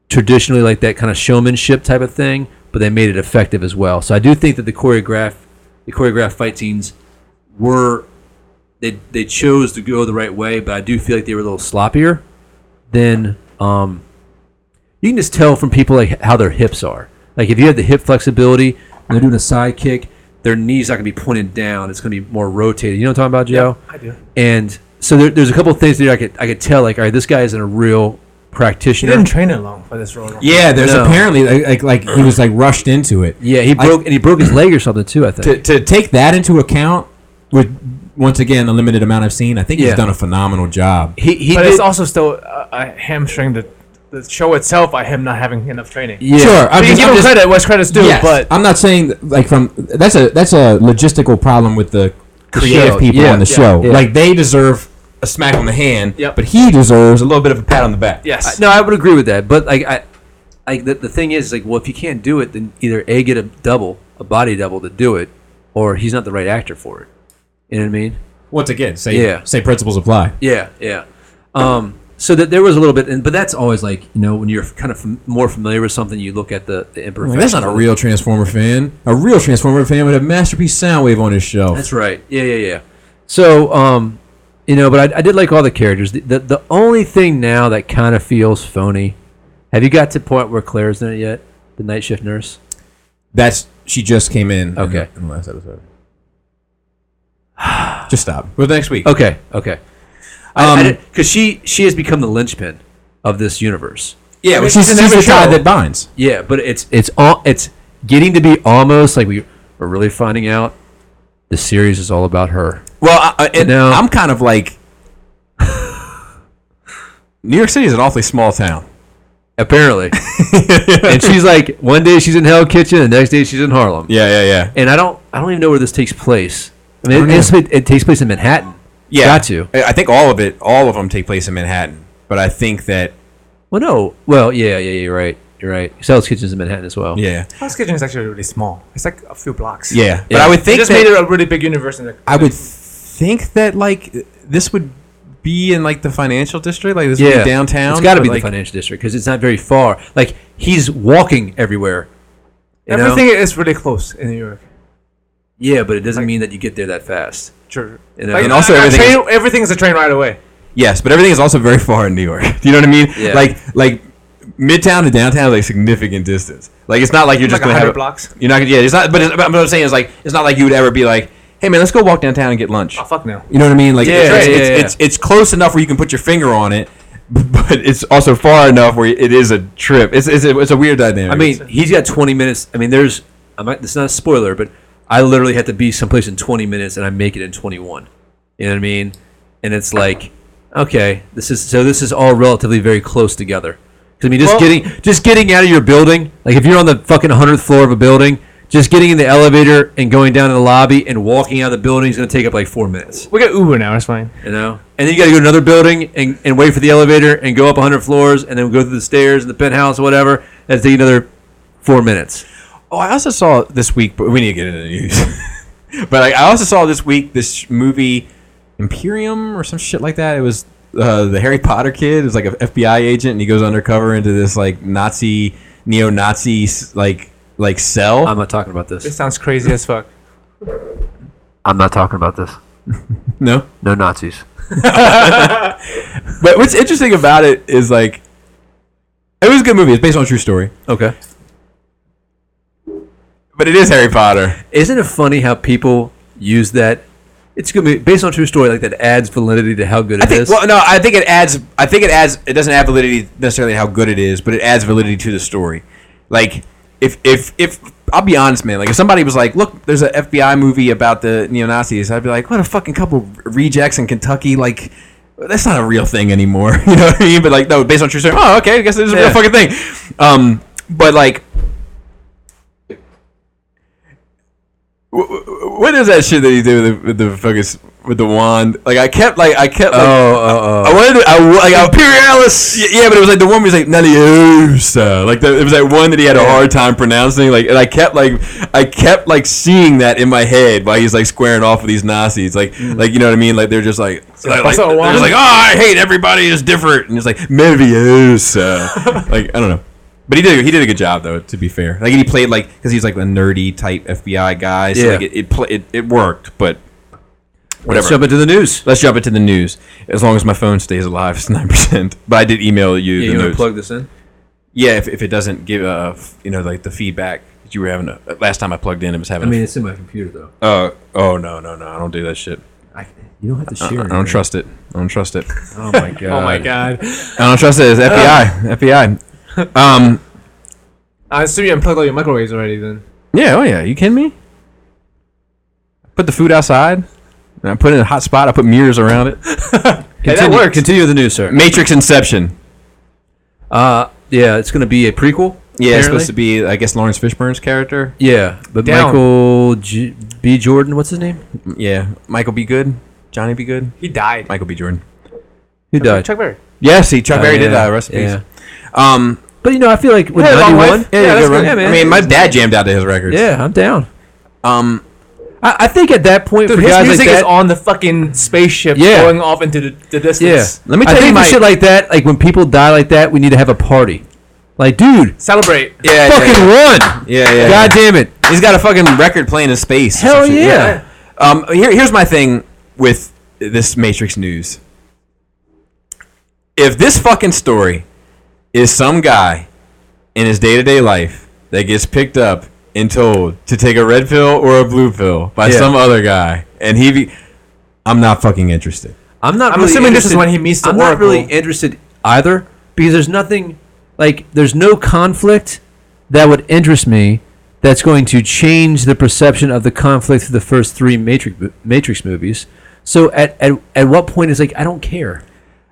traditionally like that kind of showmanship type of thing. But they made it effective as well. So I do think that the choreograph, the choreographed fight scenes, were they they chose to go the right way, but I do feel like they were a little sloppier than um, you can just tell from people like how their hips are. Like if you have the hip flexibility and they're doing a side kick, their knees not gonna be pointed down. It's gonna be more rotated. You know what I'm talking about, Joe? I do. And so there, there's a couple of things that I could I could tell. Like, all right, this guy isn't a real He practitioner. didn't train it long for this role. Yeah, there's No. apparently like, like like he was like rushed into it. yeah, he I- broke and he broke his leg or something too. I think. to, to take that into account with once again a limited amount I've seen, I think Yeah. he's done a phenomenal job. he he but did- it's also still uh, a hamstring the the show itself by him not having enough training. yeah. Sure, I I'm mean, just, give I'm him just- credit where credit's due, yes, but I'm not saying that, like from that's a that's a logistical problem with the creative show, people yeah, on the yeah, show. yeah. Like they deserve a smack on the hand, Yep. but he deserves a little bit of a pat on the back. I- yes, no, I would agree with that. But like I, like the, the thing is like, well, if you can't do it, then either a get a double, a body double to do it, or he's not the right actor for it. You know what I mean? Once again, say Yeah. say principles apply. Yeah, yeah. Um, so that there was a little bit, and but that's always like you know when you're kind of fam- more familiar with something, you look at the, the I imperfections. mean, that's not a of it. real Transformer fan. A real Transformer fan would have Masterpiece Soundwave on his shelf. That's right. Yeah, yeah, yeah. So, um, you know, but I, I did like all the characters. The, the the only thing now that kind of feels phony. Have you got to the point where Claire's in it yet? The night shift nurse. That's she just came in. Okay. In, the last episode. just stop. Well, next week. Okay, okay. Um, Because she she has become the linchpin of this universe. Yeah, but she's, she's in she's every the tie show. that binds. Yeah, but it's it's all it's getting to be almost like we are really finding out the series is all about her. Well, I, I- and No. I'm kind of like New York City is an awfully small town. apparently. and she's like, one day she's in Hell Kitchen, the next day she's in Harlem. Yeah, yeah, yeah. And I don't, I don't even know where this takes place. I mean, don't it, it's- it, it takes place in Manhattan. Yeah, Got to. I I think all of it, all of them take place in Manhattan. But I think that Well, no, well, yeah, yeah, you're right, you're right. Hell's Kitchen's in Manhattan as well. yeah, Hell's Kitchen is actually really small. It's like a few blocks. yeah. But Yeah. I would They think just that, made it a really big universe in the I would think that like this would be in like the financial district, like this would yeah, be downtown. It's got to but, be like, the financial district because it's not very far. Like he's walking everywhere. you know? Everything is really close in New York. Yeah, but it doesn't mean that you get there that fast. Sure. You know? Like, And also a everything train, everything's a train right away. Yes, but everything is also very far in New York. Do you know what I mean? Yeah. Like like midtown to downtown is like significant distance. Like it's not like you're Like just a gonna hundred have blocks. You're not gonna yeah. It's not. But, it's, but what I'm saying is like it's not like you would ever be like, hey man, let's go walk downtown and get lunch. Oh fuck no. You know what I mean? Like Yeah, it's, it's, yeah, it's, yeah, it's it's close enough where you can put your finger on it, but it's also far enough where it is a trip. It's it's a, it's a weird dynamic. I mean, he's got 20 minutes. I mean, there's. I might. It's not a spoiler, but I literally have to be someplace in 20 minutes, and I make it in 21. You know what I mean? And it's like, okay, this is so. This is all relatively very close together. 'Cause, I mean, just Well- getting just getting out of your building. Like if you're on the fucking 100th floor of a building, just getting in the elevator and going down to the lobby and walking out of the building is going to take up like four minutes. We got Uber now. It's fine. You know, and then you got to go to another building and, and wait for the elevator and go up 100 floors and then go through the stairs and the penthouse, whatever. That's take another four minutes. Oh, I also saw this week, but we need to get into the news. but like, I also saw this week this movie Imperium or some shit like that. It was uh, the Harry Potter kid. It was like an FBI agent, and he goes undercover into this like Nazi, neo-Nazi s- like like cell. I'm not talking about This this. sounds crazy as fuck. I'm not talking about this. no, No Nazis. but what's interesting about it is like it was a good movie. It's based on a true story, Okay. but it is Harry Potter. Isn't it funny how people use that? It's gonna be based on a true story, like that adds validity to how good I it think. is. Well, no, I think it adds. I think it adds. It doesn't add validity necessarily to how good it is, but it adds validity to the story. Like, if if if I'll be honest, man. Like, if somebody was like, "Look, there's an FBI movie about the neo Nazis," I'd be like, "What a fucking couple rejects in Kentucky!" Like. That's not a real thing anymore, you know what I mean? But like, no, based on true story. Oh, okay, I guess it is a real Yeah. fucking thing. Um, but like, wh- wh- what is that shit that he did with the, with the focus with the wand? Like I kept like I kept like, Oh, oh, I wanted to, I, wa- like, Imperialis. Yeah, but it was like the one where he's like Naliusa. Like the, it was that one that he had a hard time pronouncing. Like, and I kept like, I kept like seeing that in my head while he's like squaring off with these Nazis. Like, Mm. like you know what I mean? Like they're just like, like, like that's a they're just one. like, oh, I hate everybody is different. And it's like Meviosa. like I don't know. But he did. He did a good job, though. To be fair, like and he played like because he's like a nerdy type FBI guy. So Yeah. like, it it, pla it it worked, but Let's whatever. jump into the news. Let's jump into the news. As long as my phone stays alive, it's nine percent. But I did email you. Yeah, the you want to news. plug this in? Yeah, if, if it doesn't give, uh, f- you know, like the feedback that you were having uh, last time I plugged in, it was I having. mean, it's in my computer though. a, uh, oh no, no, no! I don't do that shit. I, you don't have to share. Uh, I don't trust it. I don't trust it. Oh my god. Oh my god. I don't trust Uh, it. It's FBI. FBI. Um. I assume Uh, you unplugged all your microwaves already then. Yeah. Oh yeah. You kidding me? Put the food outside. And I put it in a hot spot. I put mirrors around it. Continue, that works. Continue with the news, sir. Matrix Inception. Uh, yeah, it's going to be a prequel. Yeah, apparently. it's supposed to be, I guess, Lawrence Fishburne's character. Yeah, but Down. Michael G- B. Jordan, what's his name? Yeah, Michael B. Good, Johnny B. Good, He died. Michael B. Jordan. Who died? Chuck Berry. Yes, he Chuck Oh, Berry yeah, did that. Recipes. yeah. Um, But you know, I feel like with Yeah, long ninety-one, life. Yeah, that's good good. run. Yeah, man. I mean, my dad jammed out to his records. Yeah, I'm down. Um, I, I think at that point Dude, for his guys music like is that, on the fucking spaceship Yeah. going off into the, the yeah. distance. Let me I tell you think my- for shit like that, like when people die like that, we need to have a party. Like, dude, Celebrate. yeah, fucking yeah, run! yeah, yeah, yeah. God damn it! He's got a fucking record playing in space. or Hell some shit. yeah. Um, here, here's my thing with this Matrix news. If this fucking story is some guy in his day to day life that gets picked up and told to take a red pill or a blue pill by Yeah. some other guy, and he, be, I'm not fucking interested. I'm not. I'm really assuming this is interested- when he meets the I'm not Oracle. really interested either because there's nothing like there's no conflict that would interest me. That's going to change the perception of the conflict of the first three Matrix Matrix movies. So at at, at what point is like I don't care.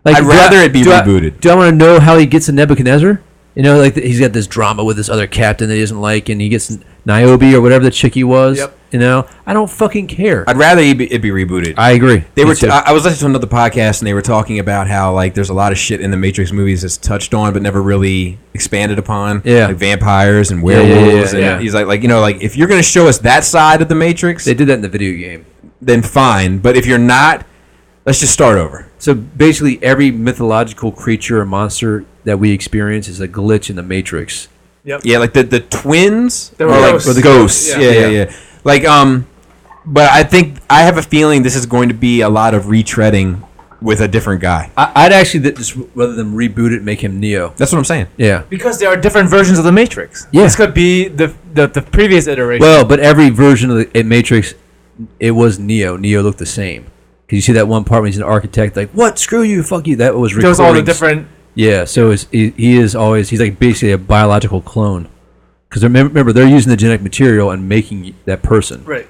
Like I'd do rather it be do I, rebooted. do I want to know how he gets to Nebuchadnezzar? You know, like he's got this drama with this other captain that he doesn't like, and he gets Niobe or whatever the chick he was. Yep. You know, I don't fucking care. I, I'd rather it be, it be rebooted. agree. They Me were. too. T- I I was listening to another podcast, and they were talking about how like there's a lot of shit in the Matrix movies that's touched on, but never really expanded upon. Yeah. like vampires and yeah, yeah, werewolves. yeah. And he's like, like you know, like if you're gonna show us that side of the Matrix, they did that in the video game. then fine. But if you're not, let's just start over. So basically, every mythological creature or monster that we experience is a glitch in the matrix. Yeah, like the the twins They were or like ghosts. or the ghosts. Yeah. Yeah. Yeah, yeah, Like um, but I think I have a feeling this is going to be a lot of retreading with a different guy. I, I'd actually th- just rather than reboot it, make him Neo. That's what I'm saying. Yeah. Because there are different versions of the Matrix. Yeah. This could be the the, the previous iteration. Well, but every version of the it Matrix, it was Neo. Neo looked the same. Cause you see that one part when he's an architect, like what? Screw you, fuck you. That was there was all the recordings. different. Yeah. So it's, he, he is always he's like basically a biological clone. Because remember they're using the genetic material and making that person. Right.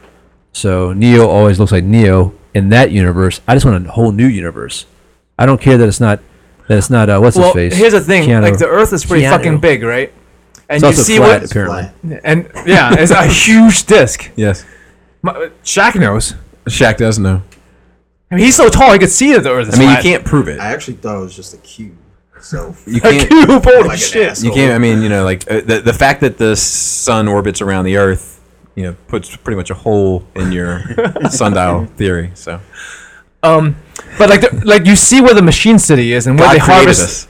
So Neo always looks like Neo in that universe. I just want a whole new universe. I don't care that it's not that it's not uh, what's Well, his face. here's the thing. Keanu. Like the Earth is pretty Keanu. fucking big, right? And it's you also see flat what? apparently. Flat. And yeah, it's a huge disc. Yes, My, Shaq knows. Shaq does know. I mean, he's so tall, he could see that the Earth is I mean, you flat. can't prove it. I actually thought it was just a cube. So You can't. Cube, holy Like an shit. ass. You can't. I mean, you know, like uh, the the fact that the sun orbits around the Earth, you know, puts pretty much a hole in your sundial theory. So Um, but like, the, like you see where the machine city is and where God they created harvest.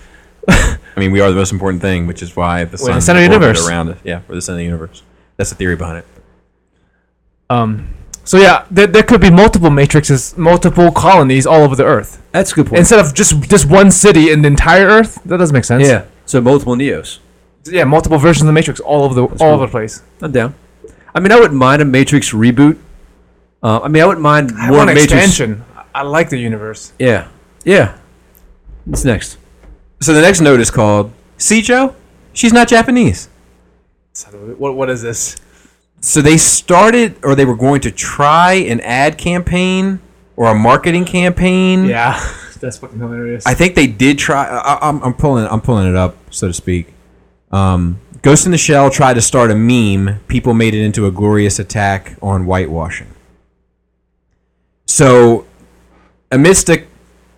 us. I mean, we are the most important thing, which is why the sun the center of the orbited universe. around us. Yeah, we're the center of the universe. That's the theory behind it. Um, so yeah, there, there could be multiple matrices, multiple colonies all over the Earth That's a good point. instead of just just one city in the entire Earth. That doesn't make sense. yeah. So multiple Neos. yeah, multiple versions of the Matrix all over the all over the place. I'm down. I mean, I wouldn't mind a Matrix reboot. Uh, I mean, I wouldn't mind I more want Matrix. expansion. I- I like the universe. Yeah. Yeah. What's next? So the next note is called Sijo. She's not Japanese. So What what is this? So they started, or they were going to try an ad campaign or a marketing campaign. Yeah, that's fucking hilarious. I think they did try. I, I- I'm, I'm pulling. I'm pulling it up, so to speak. Um, Ghost in the Shell tried to start a meme. People made it into a glorious attack on whitewashing. So, amidst a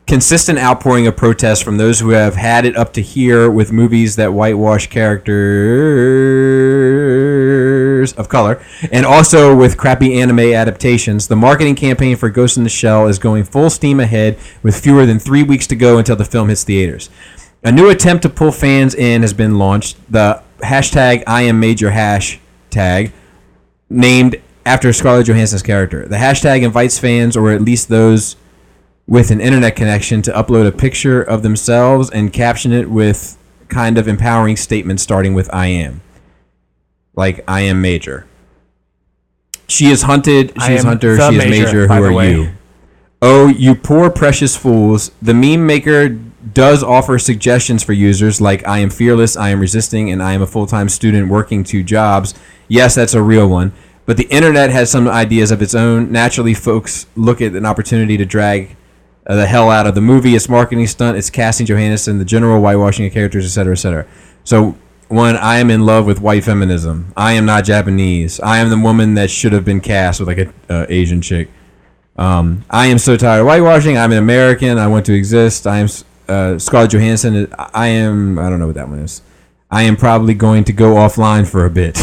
consistent outpouring of protests from those who have had it up to here with movies that whitewash characters of color, and also with crappy anime adaptations, the marketing campaign for Ghost in the Shell is going full steam ahead with fewer than three weeks to go until the film hits theaters. A new attempt to pull fans in has been launched. The hashtag I am major hashtag named after Scarlett Johansson's character. The hashtag invites fans, or at least those with an internet connection, to upload a picture of themselves and caption it with kind of empowering statements starting with I am. Like, I am major. She is hunted, I she is am hunter, the she is major, major, by who the are way. you? Oh, you poor precious fools. The meme maker does offer suggestions for users like I am fearless, I am resisting, and I am a full time student working two jobs. Yes, that's a real one. But the internet has some ideas of its own. Naturally, folks look at an opportunity to drag uh, the hell out of the movie, its marketing stunt, its casting Johannesson, the general whitewashing of characters, etc., etc. So, one, I am in love with white feminism. I am not Japanese. I am the woman that should have been cast with like a uh, Asian chick. Um, I am so tired of whitewashing. I'm an American. I want to exist. I am uh, Scarlett Johansson. I am. I don't know what that one is. I am probably going to go offline for a bit.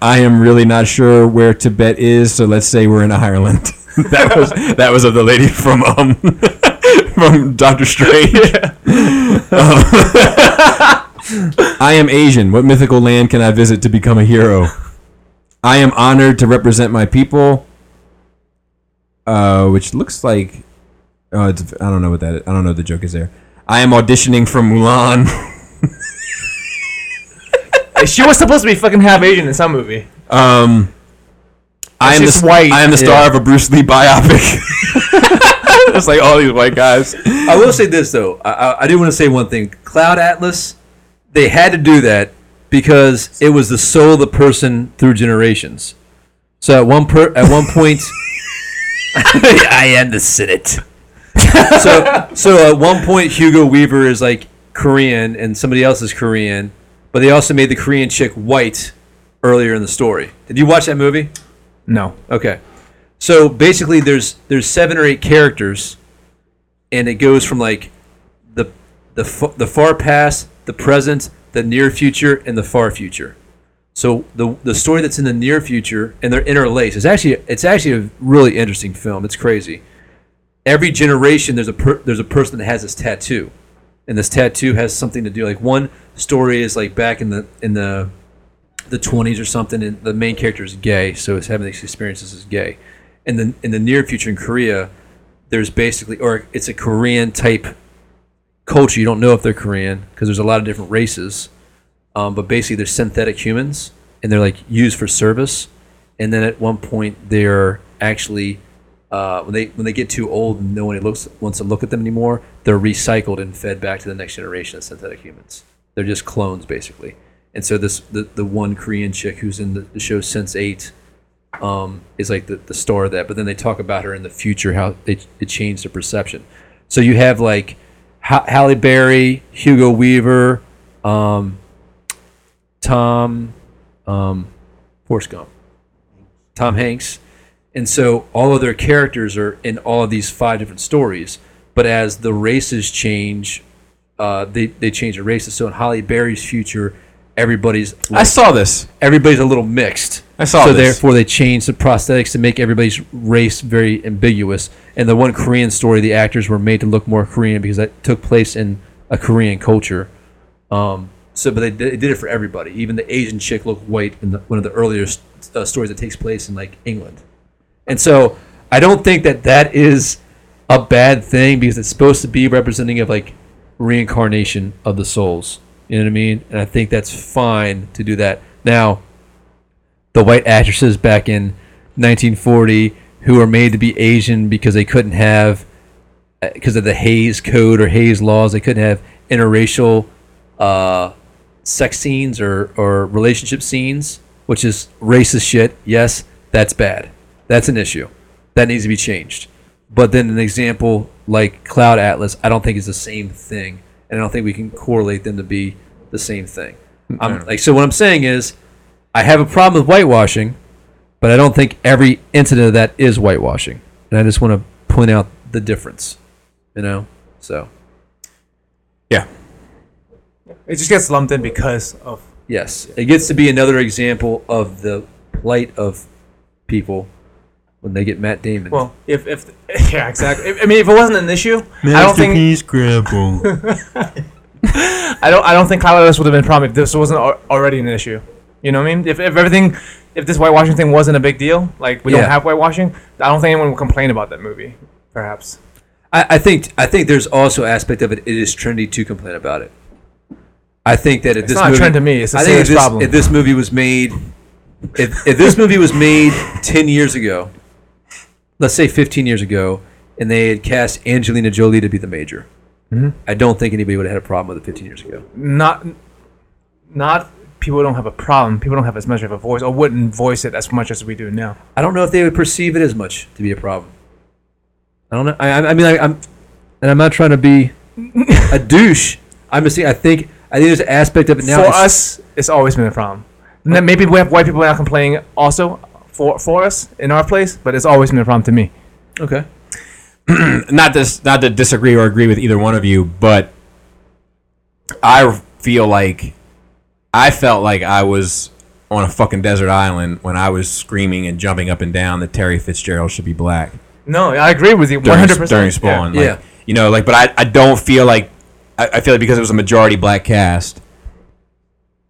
I am really not sure where Tibet is, so let's say we're in Ireland. that was that was of the lady from um from Doctor Strange. Um, I am Asian. What mythical land can I visit to become a hero? I am honored to represent my people uh, which looks like oh, it's, I don't know what that is. I don't know what the joke is there. I am auditioning for Mulan. She was supposed to be fucking half Asian in some movie. Um, I am the just white, I am the star yeah. of a Bruce Lee biopic. it's like all these white guys. I will say this though. I, I, I do want to say one thing. Cloud Atlas, they had to do that because it was the soul of the person through generations. So at one per, at one point, I am the Senate. so so at one point Hugo Weaver is like Korean and somebody else is Korean, but they also made the Korean chick white earlier in the story. Did you watch that movie? No. Okay. So basically, there's there's seven or eight characters, and it goes from like the the fa- the far past, the present, the near future, and the far future. So the the story that's in the near future and they're interlaced. It's actually it's actually a really interesting film. It's crazy. Every generation there's a per, there's a person that has this tattoo, and this tattoo has something to do. Like one story is like back in the in the the 20s or something, and the main character is gay, so it's having these experiences as gay. And then in the near future in Korea, there's basically, or it's a Korean type culture. You don't know if they're Korean because there's a lot of different races, um, but basically they're synthetic humans, and they're like used for service. And then at one point, they're actually uh, when they when they get too old and no one looks wants to look at them anymore, they're recycled and fed back to the next generation of synthetic humans. They're just clones basically. And so this the, the one Korean chick who's in the, the show Sense Eight um, is like the, the star of that. But then they talk about her in the future how it, it changed their perception. So you have like ha- Halle Berry, Hugo Weaver, um, Tom, um, Forrest Gump, Tom Hanks. And so all of their characters are in all of these five different stories. But as the races change, uh, they, they change the races. So in Holly Berry's future, everybody's I saw this. everybody's a little mixed. I saw so this. therefore they changed the prosthetics to make everybody's race very ambiguous. And the one Korean story, the actors were made to look more Korean because that took place in a Korean culture. Um, so, but they, did- they did it for everybody. Even the Asian chick looked white in the, one of the earlier s- uh, stories that takes place in like England. And so I don't think that that is a bad thing because it's supposed to be representing of like reincarnation of the souls. You know what I mean? And I think that's fine to do that. Now, the white actresses back in 1940 who were made to be Asian because they couldn't have because of the Hayes Code or Hayes laws, they couldn't have interracial uh, sex scenes or, or relationship scenes, which is racist shit. Yes, that's bad. That's an issue. That needs to be changed. But then an example like Cloud Atlas, I don't think is the same thing, and I don't think we can correlate them to be the same thing. I'm, like so what I'm saying is I have a problem with whitewashing, but I don't think every incident of that is whitewashing. And I just want to point out the difference. You know? So Yeah. It just gets lumped in because of yes. It gets to be another example of the plight of people when they get Matt Damon. well, if if yeah, exactly. If- I mean, if it wasn't an issue, I don't think Scrabble. I don't I don't think Kyle Ellis would have been a problem if this wasn't al- already an issue. You know what I mean? If, if everything, if this whitewashing thing wasn't a big deal, like we Yeah. don't have whitewashing, I don't think anyone would complain about that movie. Perhaps. I, I think I think there's also aspect of it. It is trendy to complain about it. I think that if this not a movie, trend to me, it's a I think if serious this, problem. If this movie was made, if, if this movie was made ten years ago, let's say fifteen years ago, and they had cast Angelina Jolie to be the major, Mm-hmm. I don't think anybody would have had a problem with it fifteen years ago. not not people don't have a problem. People don't have as much of a voice, or wouldn't voice it as much as we do now. I don't know if they would perceive it as much to be a problem. I don't know. I, I I mean, I, I'm, and I'm not trying to be a douche. I'm just saying. I think I think there's an aspect of it now. for it's- us, it's always been a problem. And then maybe we have white people not complaining also for for us in our place, but it's always been a problem to me. okay. not this not to disagree or agree with either one of you, but I feel like I felt like I was on a fucking desert island when I was screaming and jumping up and down that Terry Fitzgerald should be black No, I agree with you one during, hundred percent. during Spawn. Yeah. Like, Yeah. You know, like, but I, I don't feel like, I, I feel like because it was a majority black cast,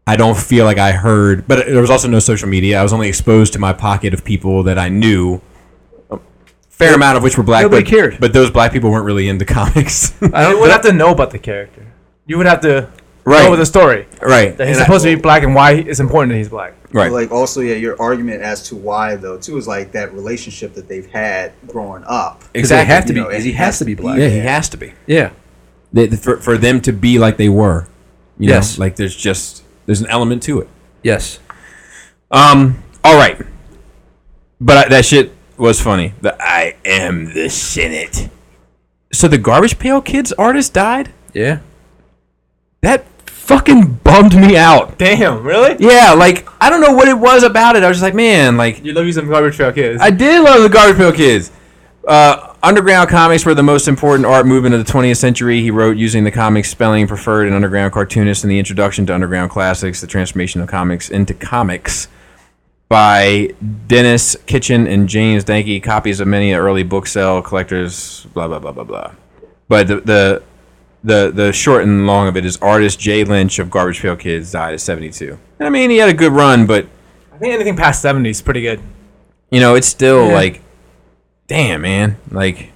I don't feel like I heard, but there was also no social media. I was only exposed to my pocket of people that I knew. a Fair amount of which were black, Nobody but, cared. but those black people weren't really into comics. I don't, you would have to know about the character. You would have to Right. know the story right. that he's And I- supposed to be black and why it's important that he's black. Right. Like also, yeah, your argument as to why though too is like that relationship that they've had growing up. Exactly. have to You be. know, it he has has to to be be- black. yeah, he has to be. Yeah. They, for, for them to be like they were. You Yes. Know? Like there's just there's an element to it. Yes. Um. All right. But I, that shit was funny. The I am the Senate. So the Garbage Pail Kids artist died. Yeah. That fucking bummed me out. Damn, really? Yeah, like I don't know what it was about it. I was just like, man, like You love you some garbage trail kids. I did love the Garbage Pail Kids. Uh, underground comics were the most important art movement of the 20th century. He wrote using the comic spelling preferred in underground cartoonists and the introduction to underground classics, the transformation of comics into comics by Dennis Kitchen and James Danke. Copies of many early book sell collectors. Blah blah blah blah blah. But the the the, the short and long of it is artist Jay Lynch of Garbage Pail Kids died at 72. And I mean, he had a good run, but I think anything past seventy is pretty good. you know, it's still like, damn, man. Like,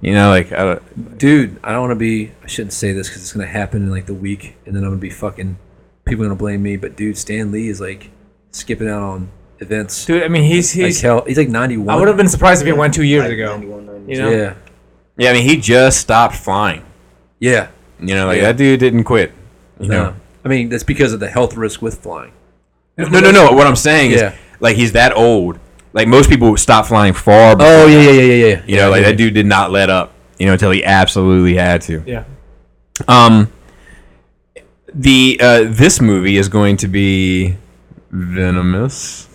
you know, like, I don't, Dude, I don't want to be. I shouldn't say this because it's gonna happen in like the week, and then I'm gonna be fucking. People are gonna blame me, but dude, Stan Lee is like skipping out on events. Dude, I mean he's like he's hell, he's like 91. I would have been surprised if he went two years Like, ago. 91, 92. You know? Yeah. yeah, I mean, he just stopped flying. Yeah. You know, like Yeah. that dude didn't quit. You No. know, I mean, that's because of the health risk with flying. no, no, no. What I'm saying Yeah. is, like, he's that old. Like most people stop flying far, but Oh yeah, yeah, yeah, yeah, yeah. you know, like that dude did not let up. You know, until he absolutely had to. Yeah. Um, the uh, this movie is going to be venomous.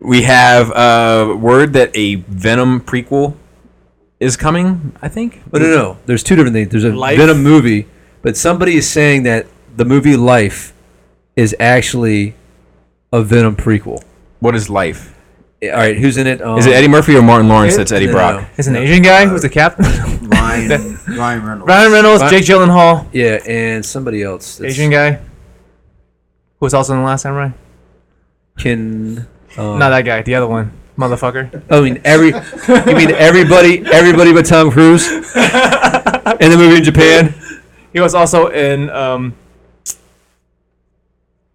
We have uh, word that a Venom prequel is coming. I think. But Oh, no, no, there's two different things. There's a Life? Venom movie, but somebody is saying that the movie Life is actually a Venom prequel. What is life? All right, who's in it? Um, uh, Is it Eddie Murphy or Martin Lawrence? That's Eddie no, Brock. no. He's an Asian guy who's the captain. Ryan Ryan Reynolds. Ryan Reynolds, Ryan- Jake Gyllenhaal, Yeah, and somebody else. that's Asian guy, who was also in the last Samurai. Kin. Um, Not that guy, the other one, motherfucker. I mean oh, every. You mean everybody? Everybody but Tom Cruise in the movie in Japan. He was also in um,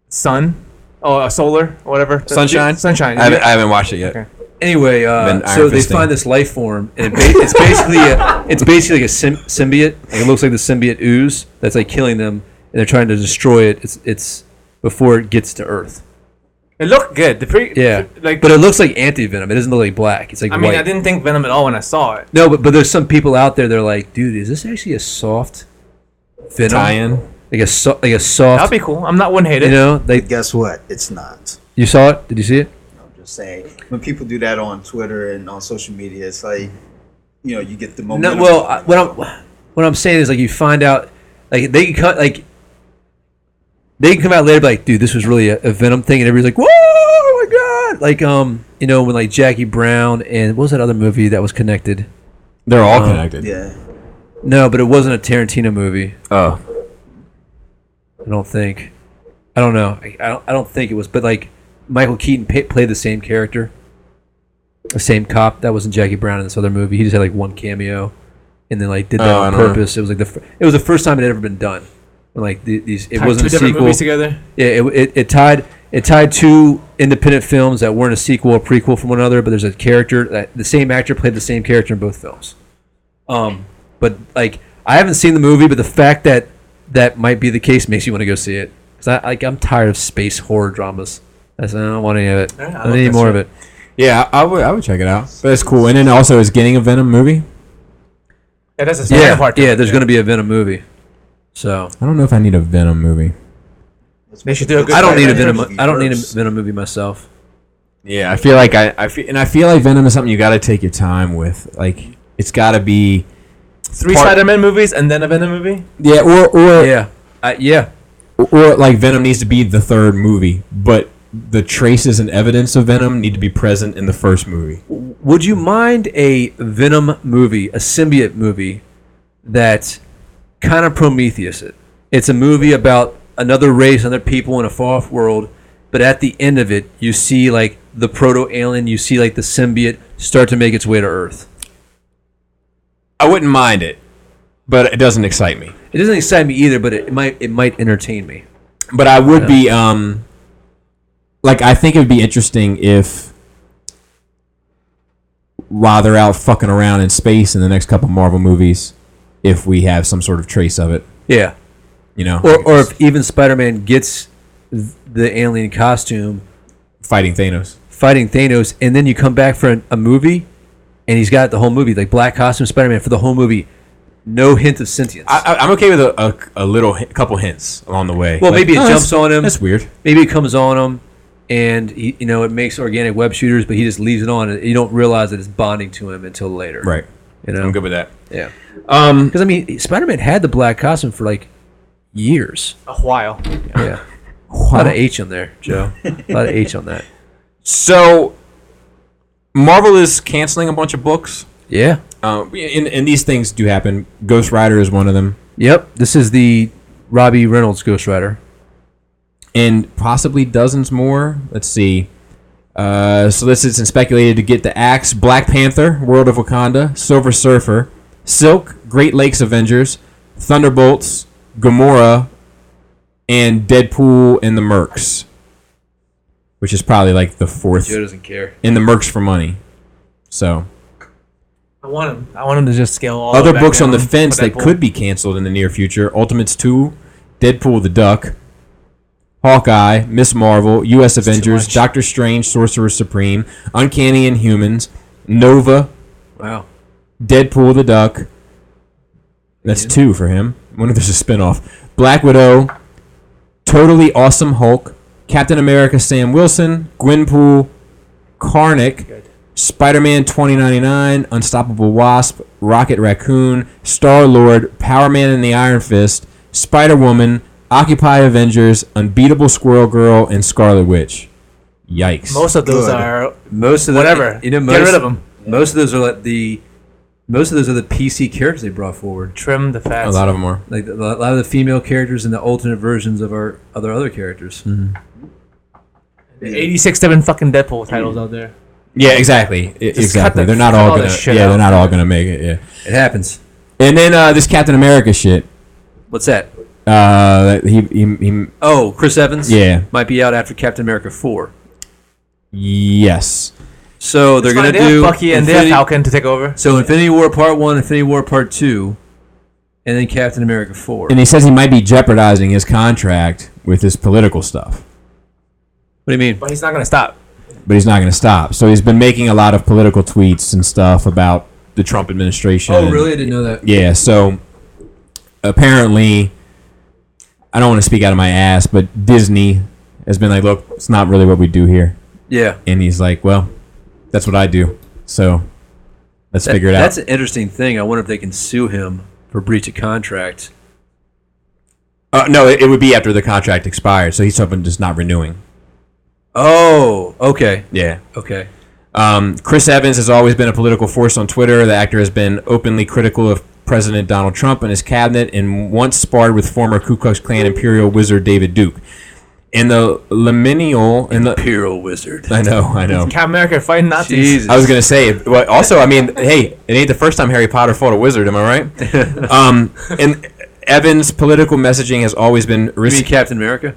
Sun, or uh, Solar, or whatever. Sunshine? Sunshine. I, haven't, I haven't watched it yet. Okay. Anyway, Then uh, Iron so they Fist thing. find this life form, and it ba- it's basically a, it's basically like a sym- symbiote. Like it looks like the symbiote ooze that's like killing them, and they're trying to destroy it. It's it's before it gets to Earth. it looked good. The pre- Yeah, like. but it looks like anti venom. It doesn't look like black. It's like I mean, white. I didn't think Venom at all when I saw it. no, but but there's some people out there. They're like, dude, is this actually a soft venom? Tie-in. like a so, like a soft. That'd be cool. I'm not one hated. you know, they Guess what? It's not. you saw it. Did you see it? I'm just saying. When people do that on Twitter and on social media, it's like, you know, you get the No, moment. well, I- what I'm what I'm saying is like you find out like they can cut like they can come out later and be like, dude, this was really a, a Venom thing, and everybody's like, whoa, oh my god! Like um, you know, when like Jackie Brown and what was that other movie that was connected? They're all Um, connected. yeah. No, but it wasn't a Tarantino movie. Oh, I don't think. I don't know. I, I don't. I don't think it was. But like Michael Keaton pa- played the same character, the same cop that was in Jackie Brown in this other movie. He just had like one cameo, and then like did that Oh, I on don't know. purpose. It was like the fir- it was the first time it had ever been done. When like the, these, it Tie wasn't two a different sequel. movies together. Yeah, it, it, it tied it tied two independent films that weren't a sequel or prequel from one another, but there's a character that the same actor played the same character in both films. Um, but like I haven't seen the movie, but the fact that that might be the case makes you want to go see it because I like I'm tired of space horror dramas. I said I don't want any of it. I I love don't need that more shit. of it. yeah. I I would. I would check it out. But it's cool. And then also, is getting a Venom movie? Yeah, that's the second Yeah, part. to yeah. it, There's going to be a Venom movie, so I don't know if I need a Venom movie. They should do a good. I don't need a Spider-Man. Venom. I don't need a Venom movie myself. Yeah, I feel like I, I feel, and I feel like Venom is something you got to take your time with. Like it's got to be Three part- Spider-Man movies and then a Venom movie. yeah, or or Yeah, I, yeah. or like Venom needs to be the third movie, but the traces and evidence of Venom need to be present in the first movie. Would you mind a Venom movie, a symbiote movie that kind of Prometheus it? It's a movie about another race, other people in a far off world, but at the end of it, you see like the proto alien, you see like the symbiote start to make its way to Earth. I wouldn't mind it, but it doesn't excite me. It doesn't excite me either, but it might it might entertain me. But I would be um like I think it would be interesting if while they're out fucking around in space in the next couple Marvel movies, if we have some sort of trace of it, Yeah. you know, Or or if even Spider-Man gets th- the alien costume fighting Thanos. fighting Thanos, and then you come back for an, a movie, and he's got the whole movie like black costume Spider Man for the whole movie, no hint of sentience. I, I- I'm okay with a, a, a little hi- couple hints along the way. "Oh, Well, maybe it jumps that's- on him." That's weird. Maybe it comes on him, and he, you know it makes organic web shooters, but he just leaves it on, and you don't realize that it's bonding to him until later. Right. You know. I'm good with that. Yeah. Um, Because I mean, Spider Man had the black costume for like years. A while. Yeah. A lot of H on there, Joe. A lot of H on that. so Marvel is canceling a bunch of books. Yeah. Uh, and, and these things do happen. Ghost Rider is one of them, Yep. This is the Robbie Reynolds Ghost Rider. and possibly dozens more. Let's see. Uh, solicits and speculated to get the Axe, Black Panther, World of Wakanda, Silver Surfer, Silk, Great Lakes Avengers, Thunderbolts, Gamora, and Deadpool and the Mercs, which is probably like the fourth. Joe doesn't care. in the Mercs for money. So I want him. I want him to just scale all. other books on the fence that could be canceled in the near future: Ultimates Two, Deadpool the Duck, Hawkeye, Miss Marvel, U.S. Avengers, much. Doctor Strange, Sorcerer Supreme, Uncanny Inhumans, Nova, Wow. Deadpool the Duck. That's two for him. I wonder if there's a spinoff. Black Widow, Totally Awesome Hulk, Captain America Sam Wilson, Gwenpool, Karnick, Spider Man 2099, Unstoppable Wasp, Rocket Raccoon, Star Lord, Power Man and the Iron Fist, Spider Woman, Occupy Avengers, Unbeatable Squirrel Girl, and Scarlet Witch. Yikes. Most of those Good. are Most of the, whatever. You know, most, Get rid of them. Most of those are like the most of those are the PC characters they brought forward. Trim the fat. a lot of them are. Like a lot of the female characters and the alternate versions of our other other characters. Eighty-six seven fucking Deadpool titles out there. Yeah, exactly. I- cut exactly. the- they're not cut all all that gonna. shit yeah, out. they're not all gonna make it. Yeah. It happens. And then uh, this Captain America shit. What's that? Uh, he, he, he, Oh, Chris Evans. Yeah. might be out after Captain America four. yes. So they're It's fine, gonna they have do Bucky and they have Infinity- Falcon to take over. So Infinity War Part One, Infinity War Part Two, and then Captain America Four. And he says he might be jeopardizing his contract with his political stuff, what do you mean? But he's not gonna stop. but he's not going to stop. So he's been making a lot of political tweets and stuff about the Trump administration. Oh, and- really? I didn't know that. Yeah. So apparently, I don't want to speak out of my ass, but Disney has been like, look, it's not really what we do here. Yeah. And he's like, well, that's what I do. So let's That- figure it That's out. an interesting thing. I wonder if they can sue him for breach of contract. Uh, no, it, it would be after the contract expired. So he's hoping just not renewing. Oh, okay. Yeah. Okay. Um, Chris Evans has always been a political force on Twitter. The actor has been openly critical of President Donald Trump and his cabinet, and once sparred with former Ku Klux Klan Imperial Wizard David Duke. In the liminal, in the Imperial Wizard. I know, I know. Captain America fighting Nazis. Jesus. I was gonna say. Well, also, I mean, hey, it ain't the first time Harry Potter fought a wizard. Am I right? um, and Evans' political messaging has always been you mean risky. Captain America?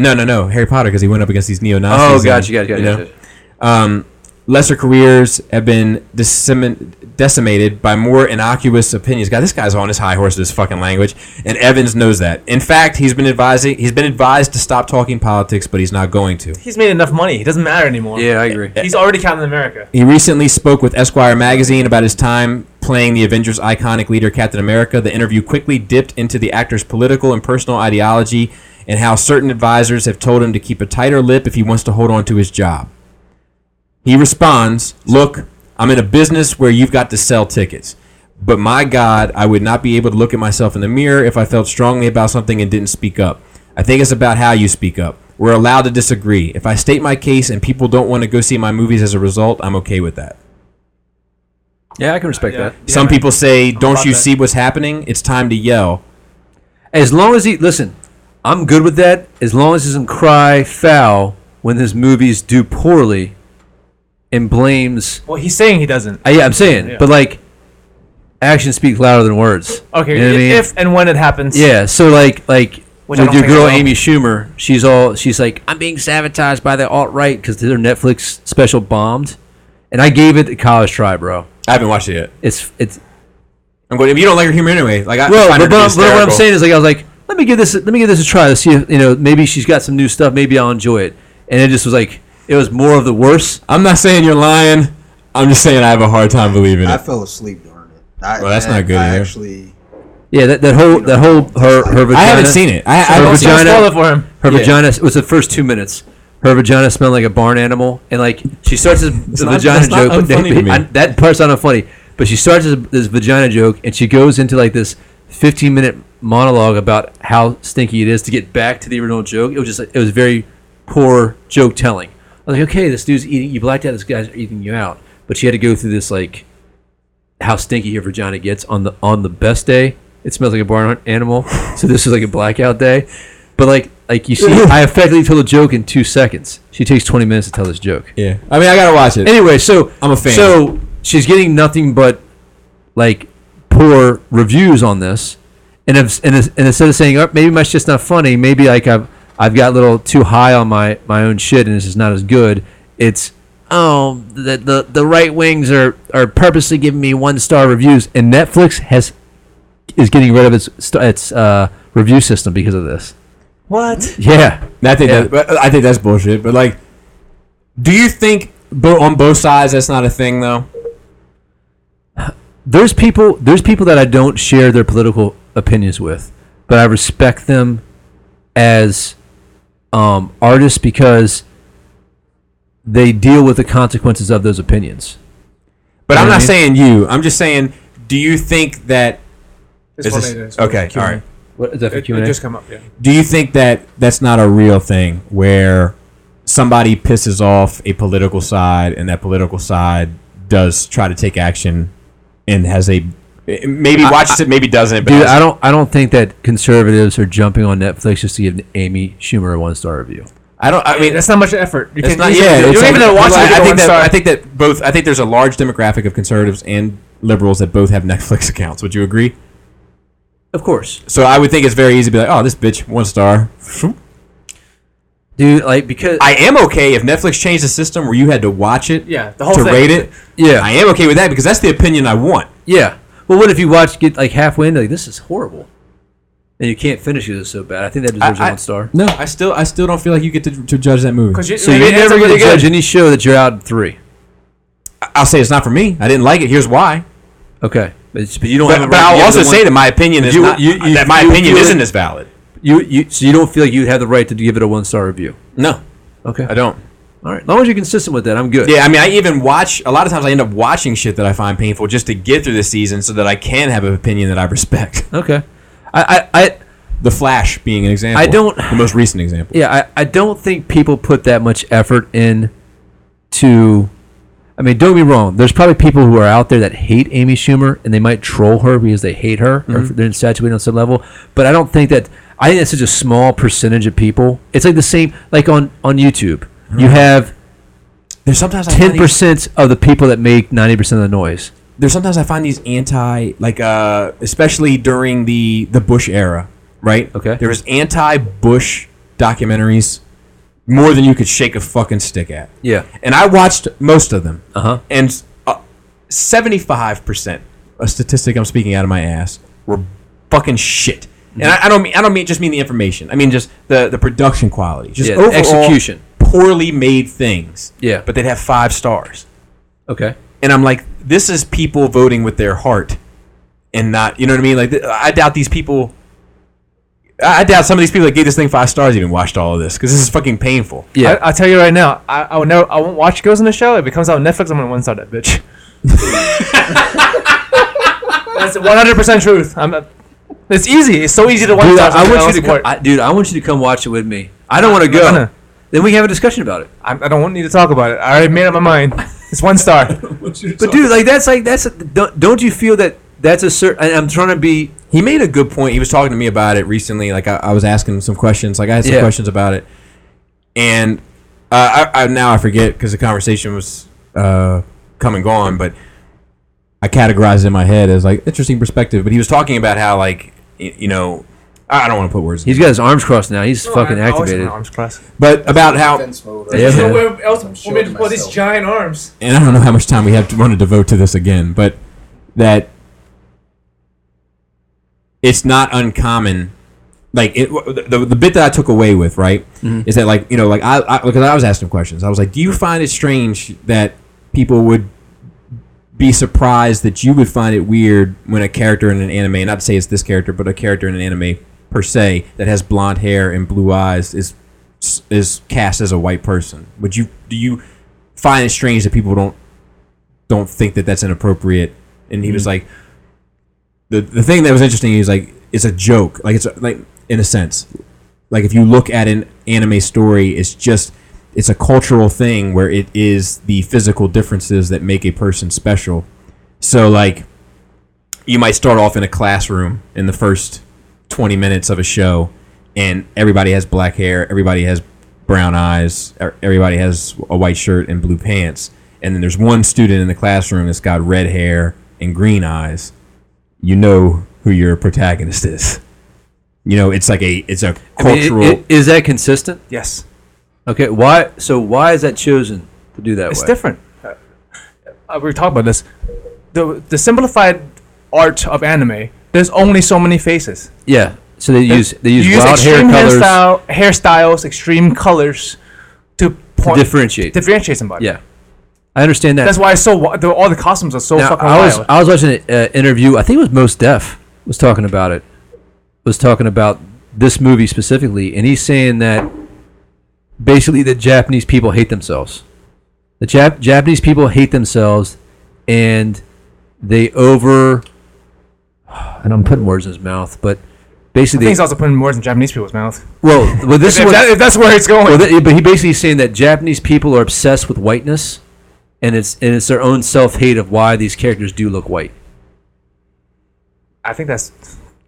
No, no, no. Harry Potter because he went up against these neo Nazis. Oh, gotcha, gotcha, gotcha. gotcha. um, lesser careers have been dissemin- decimated by more innocuous opinions. God, this guy's on his high horse with his fucking language, and Evans knows that. In fact, he's been advising he's been advised to stop talking politics, but he's not going to. He's made enough money. It doesn't matter anymore. Yeah, I agree. He's already Captain America. He recently spoke with Esquire magazine about his time playing the Avengers iconic leader Captain America. The interview quickly dipped into the actor's political and personal ideology and how certain advisors have told him to keep a tighter lip if he wants to hold on to his job. He responds, Look, I'm in a business where you've got to sell tickets. But my God, I would not be able to look at myself in the mirror if I felt strongly about something and didn't speak up. I think it's about how you speak up. We're allowed to disagree. If I state my case and people don't want to go see my movies as a result, I'm okay with that. Yeah, I can respect that. Some people say, "Don't about you that. see what's happening? It's time to yell." As long as he listen, I'm good with that. As long as he doesn't cry foul when his movies do poorly, and blames. Well, he's saying he doesn't. I, yeah, I'm saying, Yeah. but like, actions speak louder than words. Okay, You know what I mean? if and when it happens. yeah. So like, like Which I with don't your think it girl will. Amy Schumer, she's all she's like, I'm being sabotaged by the alt right because their Netflix special bombed, and I gave it a college try, bro. I haven't watched it yet. It's it's I'm going. If you don't like her humor anyway, like I well, find her but, to be but, but what I'm hysterical. saying is like I was like, let me give this let me give this a try to see if you know maybe she's got some new stuff. Maybe I'll enjoy it. And it just was like it was more of the worst. I'm not saying you're lying. I'm just saying I have a hard time believing I it. fell asleep during it. I, Well, that's not good I either. actually, Yeah, that, that whole that whole her her vagina. I haven't seen it. I, I Her don't see- vagina- Spoil it for him. Her vagina it was the first two minutes. Her vagina smelled like a barn animal, and like she starts this the not- vagina that's not joke. but unfunny to me. I- that part's not funny, but she starts this, this vagina joke, and she goes into like this 15 minute monologue about how stinky it is to get back to the original joke. It was just like, it was very poor joke telling. I was like, okay, this dude's eating you blacked out. This guy's eating you out, but she had to go through this like how stinky your vagina gets on the on the best day. It smells like a barn animal. So this is like a blackout day. But like like you see, I effectively told a joke in two seconds. She takes twenty minutes to tell this joke. Yeah. I mean, I gotta watch it. Anyway, so I'm a fan. So she's getting nothing but like poor reviews on this, and if, and, and instead of saying oh, maybe my shit's not funny, maybe like I've I've got a little too high on my my own shit and this is not as good. It's oh the the, the right wings are are purposely giving me one star reviews, and Netflix has is getting rid of its st- its uh, review system because of this. What? Yeah. I think Yeah. that, but I think that's bullshit. But like, do you think bo- on both sides that's not a thing though? there's people there's people that I don't share their political opinions with, but I respect them as um, artists because they deal with the consequences of those opinions. But You I'm know what I not mean? saying you. I'm just saying, do you think that This is one this- it is. okay? All right. What is that It, it just come up, yeah. Do you think that that's not a real thing where somebody pisses off a political side and that political side does try to take action and has a maybe watches it, maybe doesn't, but Dude, has- I don't I don't think that conservatives are jumping on Netflix just to give Amy Schumer a one star review. I don't. I mean, That's not much effort. You It's can't not. easily- Yeah, you it's don't even like- know watch I, it. I I think that I think that both. I think there's a large demographic of conservatives and liberals that both have Netflix accounts. Would you agree? Of course. So I would think it's very easy to be like, oh, this bitch one star. Dude, like because I am okay if Netflix changed the system where you had to watch it. Yeah, the whole to thing. rate it. Yeah. I am okay with that because that's the opinion I want. Yeah. Well what if you watch get like halfway into like this is horrible. And you can't finish it it's so bad. I think that deserves a I- one star. No, I still, I still don't feel like you get to, to judge that movie. Cause you, So you're never gonna judge any show that you're out in three. I'll say it's not for me. I didn't like it. Here's why. Okay, but, it's- but you don't But, have. a but right- you I'll have also the one- say that my opinion is You- not you- you- that my you opinion feel isn't it- as valid. You, you so you don't feel like you have the right to give it a one star review. No, Okay. I don't. All right. As long as you're consistent with that, I'm good. Yeah, I mean, I even watch a lot of times. I end up watching shit that I find painful just to get through the season, so that I can have an opinion that I respect. Okay. I, I, I The Flash being an example. I don't- The most recent example. yeah, I, I don't think people put that much effort in to. I mean, don't be wrong. There's probably people who are out there that hate Amy Schumer and they might troll her because they hate her or Mm-hmm. if they're infatuated on some level. But I don't think that. I think that's such a small percentage of people. It's like the same, like on on YouTube. Mm-hmm. You have There's sometimes I find ten these- percent of the people that make ninety percent of the noise. there's sometimes I find these anti like uh especially during the the Bush era, right? Okay. There was anti-Bush documentaries more than you could shake a fucking stick at. Yeah. And I watched most of them. Uh-huh. And uh, 75%, a statistic I'm speaking out of my ass, were fucking shit. And I, I don't mean I don't mean just mean the information. I mean just the the production quality. Just Yeah, the overall execution. poorly made things. Yeah. But they'd have 5 stars Okay. and I'm like, this is people voting with their heart, and not, you know what I mean? Like, th- I doubt these people. I I doubt some of these people that gave this thing five stars even watched all of this because this is fucking painful. Yeah. I, I'll tell you right now, I, I will never, I won't watch Girls in the Shell. If it comes out on Netflix, I'm gonna one star that bitch. That's 100 percent truth. I'm. uh, it's easy. It's so easy to one Dude, star. I, I want you to come, support. I, dude. I want you to come watch it with me. I don't want to go. gonna. Then we can have a discussion about it. I, I don't want- need to talk about it. I already made up my mind. It's one star. But dude, like that's like that's a, don't, don't you feel that that's a certain? I'm trying to be. He made a good point. He was talking to me about it recently. Like I, I was asking him some questions. Like I had some Yeah. questions about it, and uh, I, I now I forget because the conversation was uh, come and gone. But I categorized it in my head as like interesting perspective. But he was talking about how like y- you know I I don't want to put words. in He's got his arms crossed now. He's fucking I always have activated. my arms crossed. But about how Defense mode, Yeah. right? There's nowhere else I'm for me to showing put these myself. giant arms. and I don't know how much time we have to want to devote to this again, but that it's not uncommon. Like it, the, the bit that I took away with right is that like you know like I, I because I was asking questions. I was like, do you find it strange that people would be surprised that you would find it weird when a character in an anime, not to say it's this character, but a character in an anime per se that has blonde hair and blue eyes is is cast as a white person. Would you do you find it strange that people don't don't think that that's inappropriate? And he was like, the the thing that was interesting is like it's a joke, like it's a, like in a sense, like if you look at an anime story, it's just it's a cultural thing where it is the physical differences that make a person special. So like you might start off in a classroom in the first 20 minutes of a show and everybody has black hair everybody has brown eyes er- everybody has a white shirt and blue pants and then there's one student in the classroom that's got red hair and green eyes you know who your protagonist is you know it's like a it's a I mean, it- cultural it- is that consistent? Yes, Okay. Why? So why is that chosen to do that it's way? different. Uh, uh, we were talking about this. The the simplified art of anime. There's only so many faces. Yeah. So they use they use you use wild hair extreme colors hairstyle, hairstyles, extreme colors to to point differentiate. differentiate somebody. yeah. I understand that. That's why it's so wi- the, all the costumes are so Now, fucking I was wild. I was watching an uh, interview. I think it was Most Def was talking about it. Was talking about this movie specifically, and he's saying that basically the Japanese people hate themselves. The Jap- Japanese people hate themselves, and they over. And I'm putting words in his mouth, but basically, Things they, also putting words in Japanese people's mouth. well, well, this is If, what, that, if that's where it's going. well, th- but he basically is saying that Japanese people are obsessed with whiteness, and it's and it's their own self hate of why these characters do look white. I think that's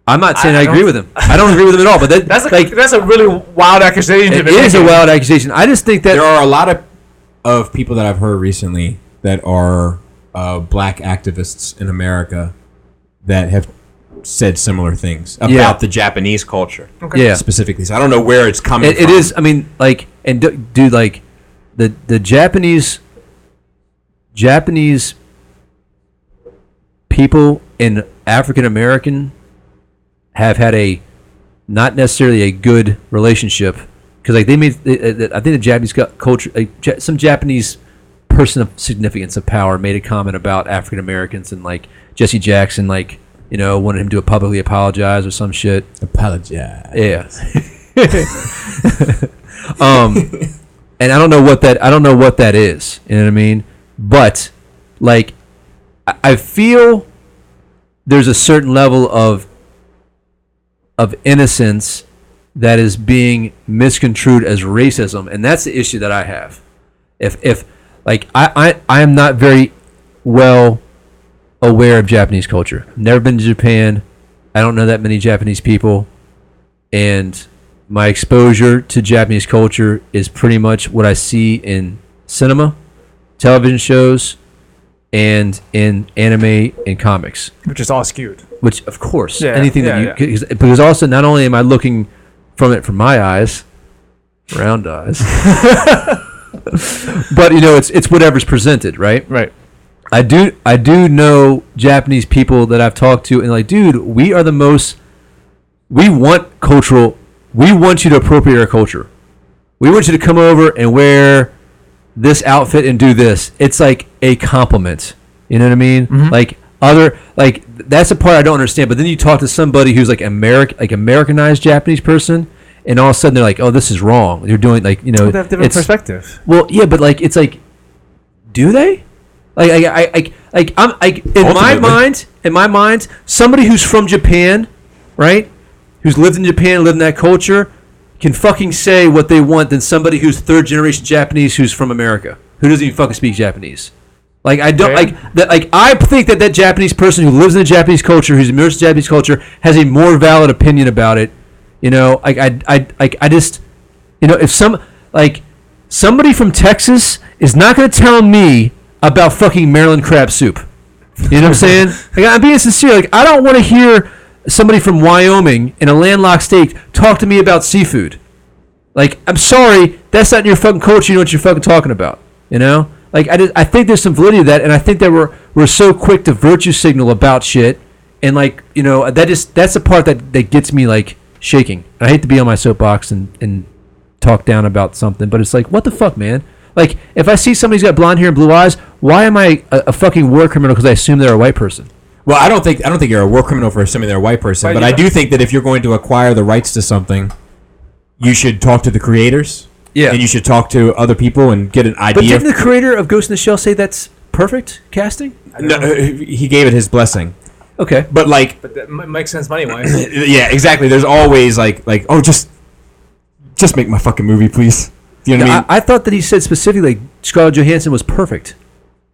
I'm not saying I, I agree don't- with him. I don't agree with him at all. But that, that's a, like that's a really wild accusation. to it be is a making. wild accusation. I just think that there are a lot of of people that I've heard recently that are uh, black activists in America that have said similar things about Yeah. the Japanese culture yeah, specifically. So I don't know where it's coming. it, it from. is. I mean, like and d- dude, like the the Japanese Japanese people and African American have had a not necessarily a good relationship because like they made they- they- I think the Japanese cu- culture like, Ja- some Japanese person of significance of power made a comment about African Americans and like Jesse Jackson like you know, wanted him to publicly apologize or some shit. Apologize. Yeah. um, and I don't know what that I don't know what that is. You know what I mean? But like, I, I feel there's a certain level of of innocence that is being misconstrued as racism, and that's the issue that I have. If if like I I, I am not very well aware of Japanese culture. Never been to Japan. I don't know that many Japanese people and my exposure to Japanese culture is pretty much what I see in cinema, television shows, and in anime and comics. which is all skewed. Which, of course, Yeah, anything yeah, that you because- because also not only am I looking from it from my eyes, round eyes, but you know it's it's whatever's presented, right? Right. I do I do know Japanese people that I've talked to and like, dude, we are the most we want cultural we want you to appropriate our culture. We want you to come over and wear this outfit and do this. It's like a compliment. You know what I mean? Mm-hmm. Like other like that's the part I don't understand. But then you talk to somebody who's like American like Americanized Japanese person and all of a sudden they're like, Oh, this is wrong. You're doing like you know They have different it's- perspective. well, yeah, but like it's like, do they? Like I I like like I'm like in my Ultimately. mind, in my mind, somebody who's from Japan, right? Who's lived in Japan, lived in that culture, can fucking say what they want than somebody who's third generation Japanese who's from America who doesn't even fucking speak Japanese. Like I don't Okay. like that. Like I think that that Japanese person who lives in the Japanese culture, who's immersed in Japanese culture, has a more valid opinion about it. You know, like I, I, like I just, you know, if some like somebody from Texas is not going to tell me about fucking Maryland crab soup. You know what I'm saying? Like, I'm being sincere. Like I don't want to hear somebody from Wyoming in a landlocked state talk to me about seafood. Like, I'm sorry, that's not your fucking culture. You know what you're fucking talking about. You know, like I, just, I think there's some validity to that, and I think that we're we're so quick to virtue signal about shit, and like you know that is that's the part that that gets me like shaking. I hate to be on my soapbox and and talk down about something, but it's like what the fuck, man. Like if I see somebody's got blonde hair and blue eyes, why am I a, a fucking war criminal because I assume they're a white person? Well, I don't think I don't think you're a war criminal for assuming they're a white person, But but you I know- do think that if you're going to acquire the rights to something, you should talk to the creators. Yeah. And you should talk to other people and get an But idea. didn't the creator of Ghost in the Shell say that's perfect casting? No, uh, he gave it his blessing. Okay. But like But that m- makes sense money wise. yeah, exactly. There's always like like oh just just make my fucking movie, please. You know what I mean? I, I thought that he said specifically Scarlett Johansson was perfect.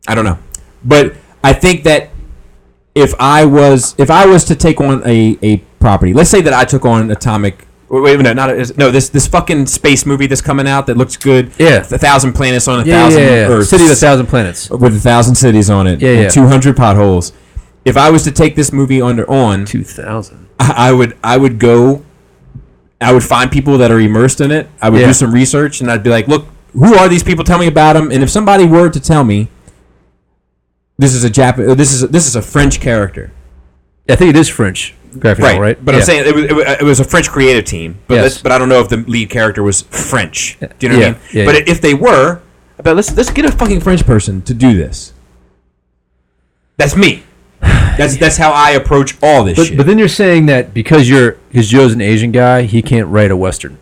I don't know, but I think that if I was if I was to take on a, a property, let's say that I took on Atomic. Wait, wait a minute, not a, no this this fucking space movie that's coming out that looks good. Yeah. a thousand planets on a thousand Earths, City of a Thousand Planets. with a thousand cities on it. Yeah, yeah. two hundred potholes. If I was to take this movie under on, Two thousand. I I would I would go I would find people that are immersed in it. I would Yeah. do some research and I'd be like, "Look, who are these people? Tell me about them." And if somebody were to tell me this is a Jap- uh, this is this is a French character. I think it is French graphic novel, right? But Yeah. I'm saying it was, it was it was a French creative team, but Yes. that's- but I don't know if the lead character was French. Do you know Yeah, what I mean? yeah, but yeah. if they were, I bet let's let's get a fucking French person to do this. That's me. That's that's how I approach all this But, shit. but then you're saying that because you're because Joe's an Asian guy, he can't write a western.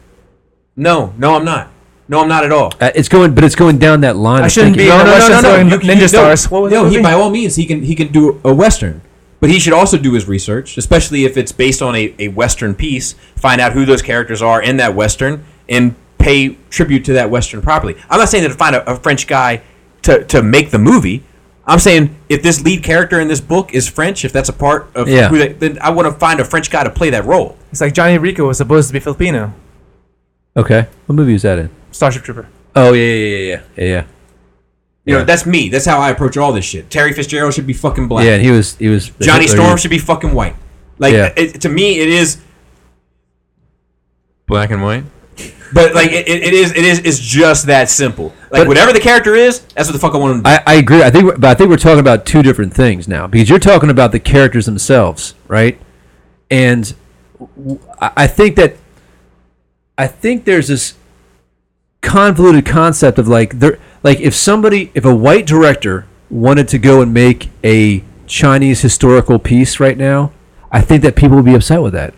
no, no, I'm not. No, I'm not at all. Uh, it's going, but it's going down that line. I of shouldn't thinking. be- no, no, no, no, no, Ninja You- you- Ninja no. Stars. What was no, that he movie? by all means he can he can do a western, but he should also do his research, especially if it's based on a, a western piece. Find out who those characters are in that western and pay tribute to that western properly. I'm not saying that to find a, a French guy to to make the movie. I'm saying if this lead character in this book is French, if that's a part of Yeah. who they, then I want to find a French guy to play that role. it's like Johnny Rico was supposed to be Filipino. Okay, what movie is that in? Starship Trooper. Oh yeah, yeah, yeah, yeah, yeah, yeah. You Yeah. know, that's me. That's how I approach all this shit. Terry Fitzgerald should be fucking black. Yeah, and he was he was the Johnny Hitler Storm Youth. should be fucking white. Like Yeah. it, to me, it is black and white. But like it, it it is, it is, it's just that simple. Like But- whatever the character is, that's what the fuck I want him to do. I, I agree. I think, we're, but I think we're talking about two different things now because you're talking about the characters themselves, right? And w- I I think that I think there's this convoluted concept of like there, like if somebody, if a white director wanted to go and make a Chinese historical piece right now, I think that people would be upset with that.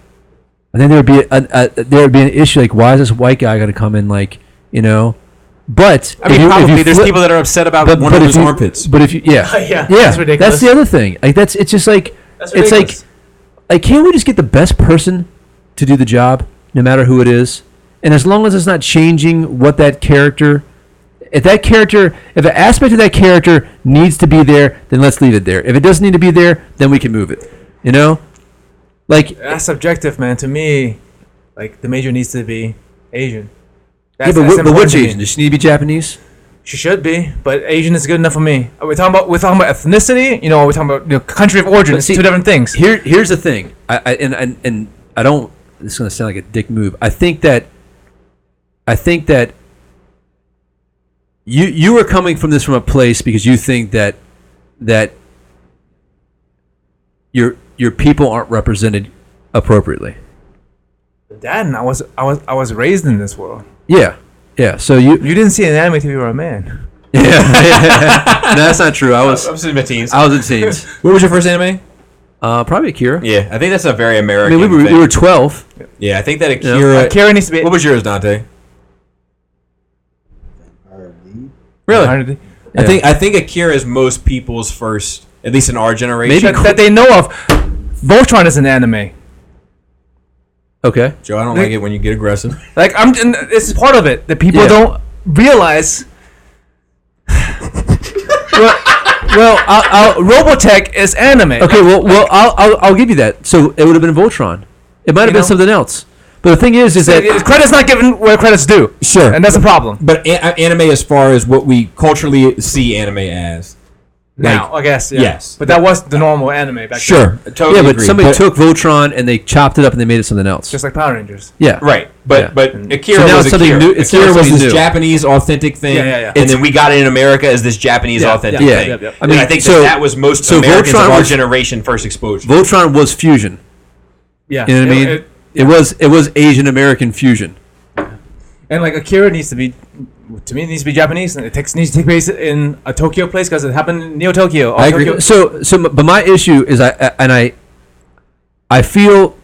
I think there would be a, a, there would be an issue like why is this white guy going to come in like you know? But I if you- if mean, you probably there's flip- people that are upset about one of if his you- armpits. But if you yeah yeah Yeah, that's ridiculous. the other thing. Like that's it's just like That's it's like ridiculous. like can't we just get the best person to do the job, no matter who it is, and as long as it's not changing what that character. If that character, if an aspect of that character needs to be there, then let's leave it there. If it doesn't need to be there, then we can move it. You know, like That's subjective, man. To me, like the major needs to be Asian. yeah, That's, but, that's wh- but important which to me. Asian? Does she need to be Japanese? She should be, but Asian is good enough for me. Are we talking about we're talking about ethnicity? You know, we're talking about you know, country of origin. But It's see- two different things. Here, here's the thing. I, I and, and and I don't. This is gonna sound like a dick move. I think that. I think that. You you are coming from this from a place because you think that, that. Your your people aren't represented appropriately. Dad and I was I was I was raised in this world. Yeah, yeah. So you You didn't see an anime till you were a man. yeah. yeah. no, that's not true. I was I'm my teens. I was in teens. What was your first anime? Uh, probably Akira. Yeah, I think that's a very I American mean, we were, thing. we were twelve. yeah, I think that Akira. Karen needs to be What was yours, Dante? That, I think I think Akira is most people's first, at least in our generation. Maybe- that they know of. Voltron is an anime. Okay. Joe, I don't like it when you get aggressive. Like I'm, and this is part of it that people Yeah. don't realize. Well, I, I'll uh, Robotech is anime. Okay, well, well, I'll, I'll, I'll give you that. So it would have been Voltron. It might have You been know? something else. But the thing is, is that credit's not given where credit's due. Sure. and that's a problem. But a- anime, as far as what we culturally see anime as, now, I guess. Yeah. yes. but that was the normal anime back then, sure, totally yeah, but agree, somebody took Voltron and they chopped it up and they made it something else. just like Power Rangers. yeah, right. But Yeah. but Akira So now was it's something Akira. new- it's Akira now was something this new. Japanese authentic thing, Yeah, yeah, yeah. and then we got it in America as this Japanese Yeah, authentic yeah, thing. yeah, yeah. I I mean, mean, I think so- that, that was most so Americans Voltron of our was- generation first exposure. Voltron was fusion. Yeah, You know what I mean? It- It, it- was it was Asian American fusion. and like Akira needs to be, to me, it needs to be Japanese, and it takes needs to take place in a Tokyo place because it happened in Neo Tokyo. I agree. So so, m- but my issue is I I- and I, I feel,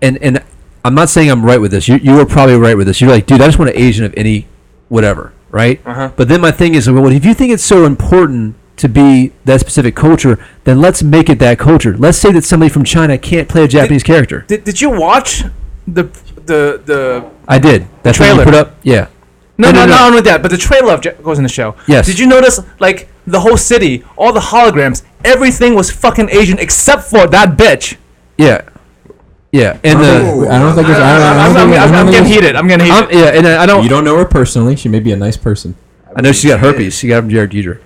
and and I'm not saying I'm right with this. You you were probably right with this. You're like, dude, I just want an Asian of any, whatever, right? Uh-huh. But then my thing is, well, if you think it's so important to be that specific culture, then let's make it that culture. Let's say that somebody from China can't play a Japanese character. Did, did you watch the the the? I did. That's what you trailer. put up. Yeah. No, No, no, no, no, no. not only that, but the trailer of Ja- goes in the show. Yes. Did you notice like the whole city, all the holograms, everything was fucking Asian except for that bitch. Yeah. Yeah. And Oh. uh, I don't think it's. I'm, I'm- I'm- I'm getting heated. I'm getting I'm, heated. yeah, and I, I don't. You don't know her personally. She may be a nice person. I know she got herpes. She got it from Jared Dieter.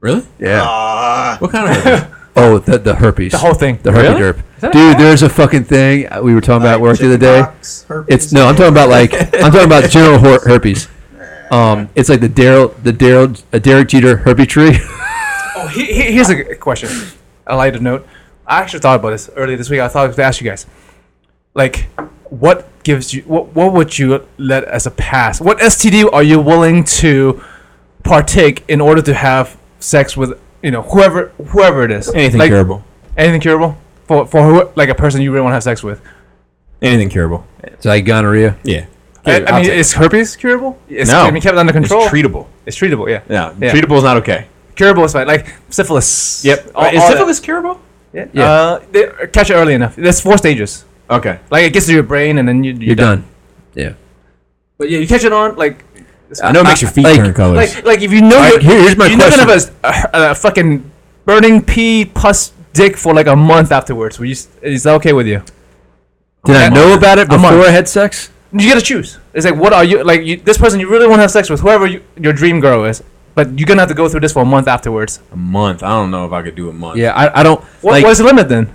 Really? Yeah. What kind of? herpes? Oh, the, the herpes. The whole thing. The herpes derp. Dude, there's a fucking thing uh, we were talking about at work the other day. It's no, I'm talking about like I'm talking about general her- herpes. Um, it's like the Daryl, the Daryl, uh, Derek Jeter herpes tree. Oh, he, he- here's a g- question. A lighter note. I actually thought about this earlier this week. I thought I was going to ask you guys, like, what gives you what what would you let as a pass? What STD are you willing to partake in order to have sex with you know whoever whoever it is? Anything like, curable. Anything curable for for who, like a person you really want to have sex with? Anything curable. it's like gonorrhea. Yeah. I, I I'll mean, take it. is herpes curable? It's, No. I mean, kept under it's control. treatable. It's treatable, yeah. No, Yeah. treatable is not okay. Curable is fine, like syphilis. All, Right, all that. curable? Yeah. Uh, they catch it early enough. There's four stages. Okay. Like it gets to your brain and then you, you're, You're done. Yeah. But yeah, you catch it on like I know it makes your feet like- turn colors. like like if you know Alright, you're- here- here's my you're not gonna have a, a, a fucking burning pee pus dick for like a month afterwards. Will you, s- is that okay with you? Did I Okay. know about it I'm on. before I had sex? You gotta choose. It's like what are you like you, this person you really want to have sex with, whoever you, your dream girl is. But you're gonna have to go through this for a month afterwards. a month. I don't know if I could do a month. Yeah, I, I don't What, like. what's the limit then?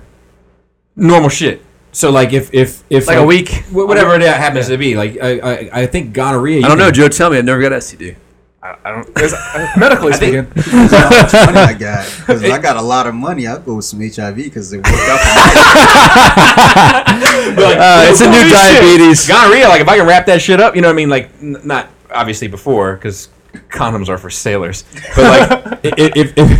Normal shit. So like if if if Like a week? wh- whatever it happens to be. Like I I, I think gonorrhea. I don't know, Joe. Tell me, I've never got STD. I, I don't. it's- uh, medically speaking, money I got. 'Cause I got a lot of money. I'll go with some HIV because it worked out. For me. Uh, it's a new diabetes. Gonorrhea. Like if I can wrap that shit up, you know what I mean? Like n- not obviously before because condoms are for sailors. But like i- i- if if if, if,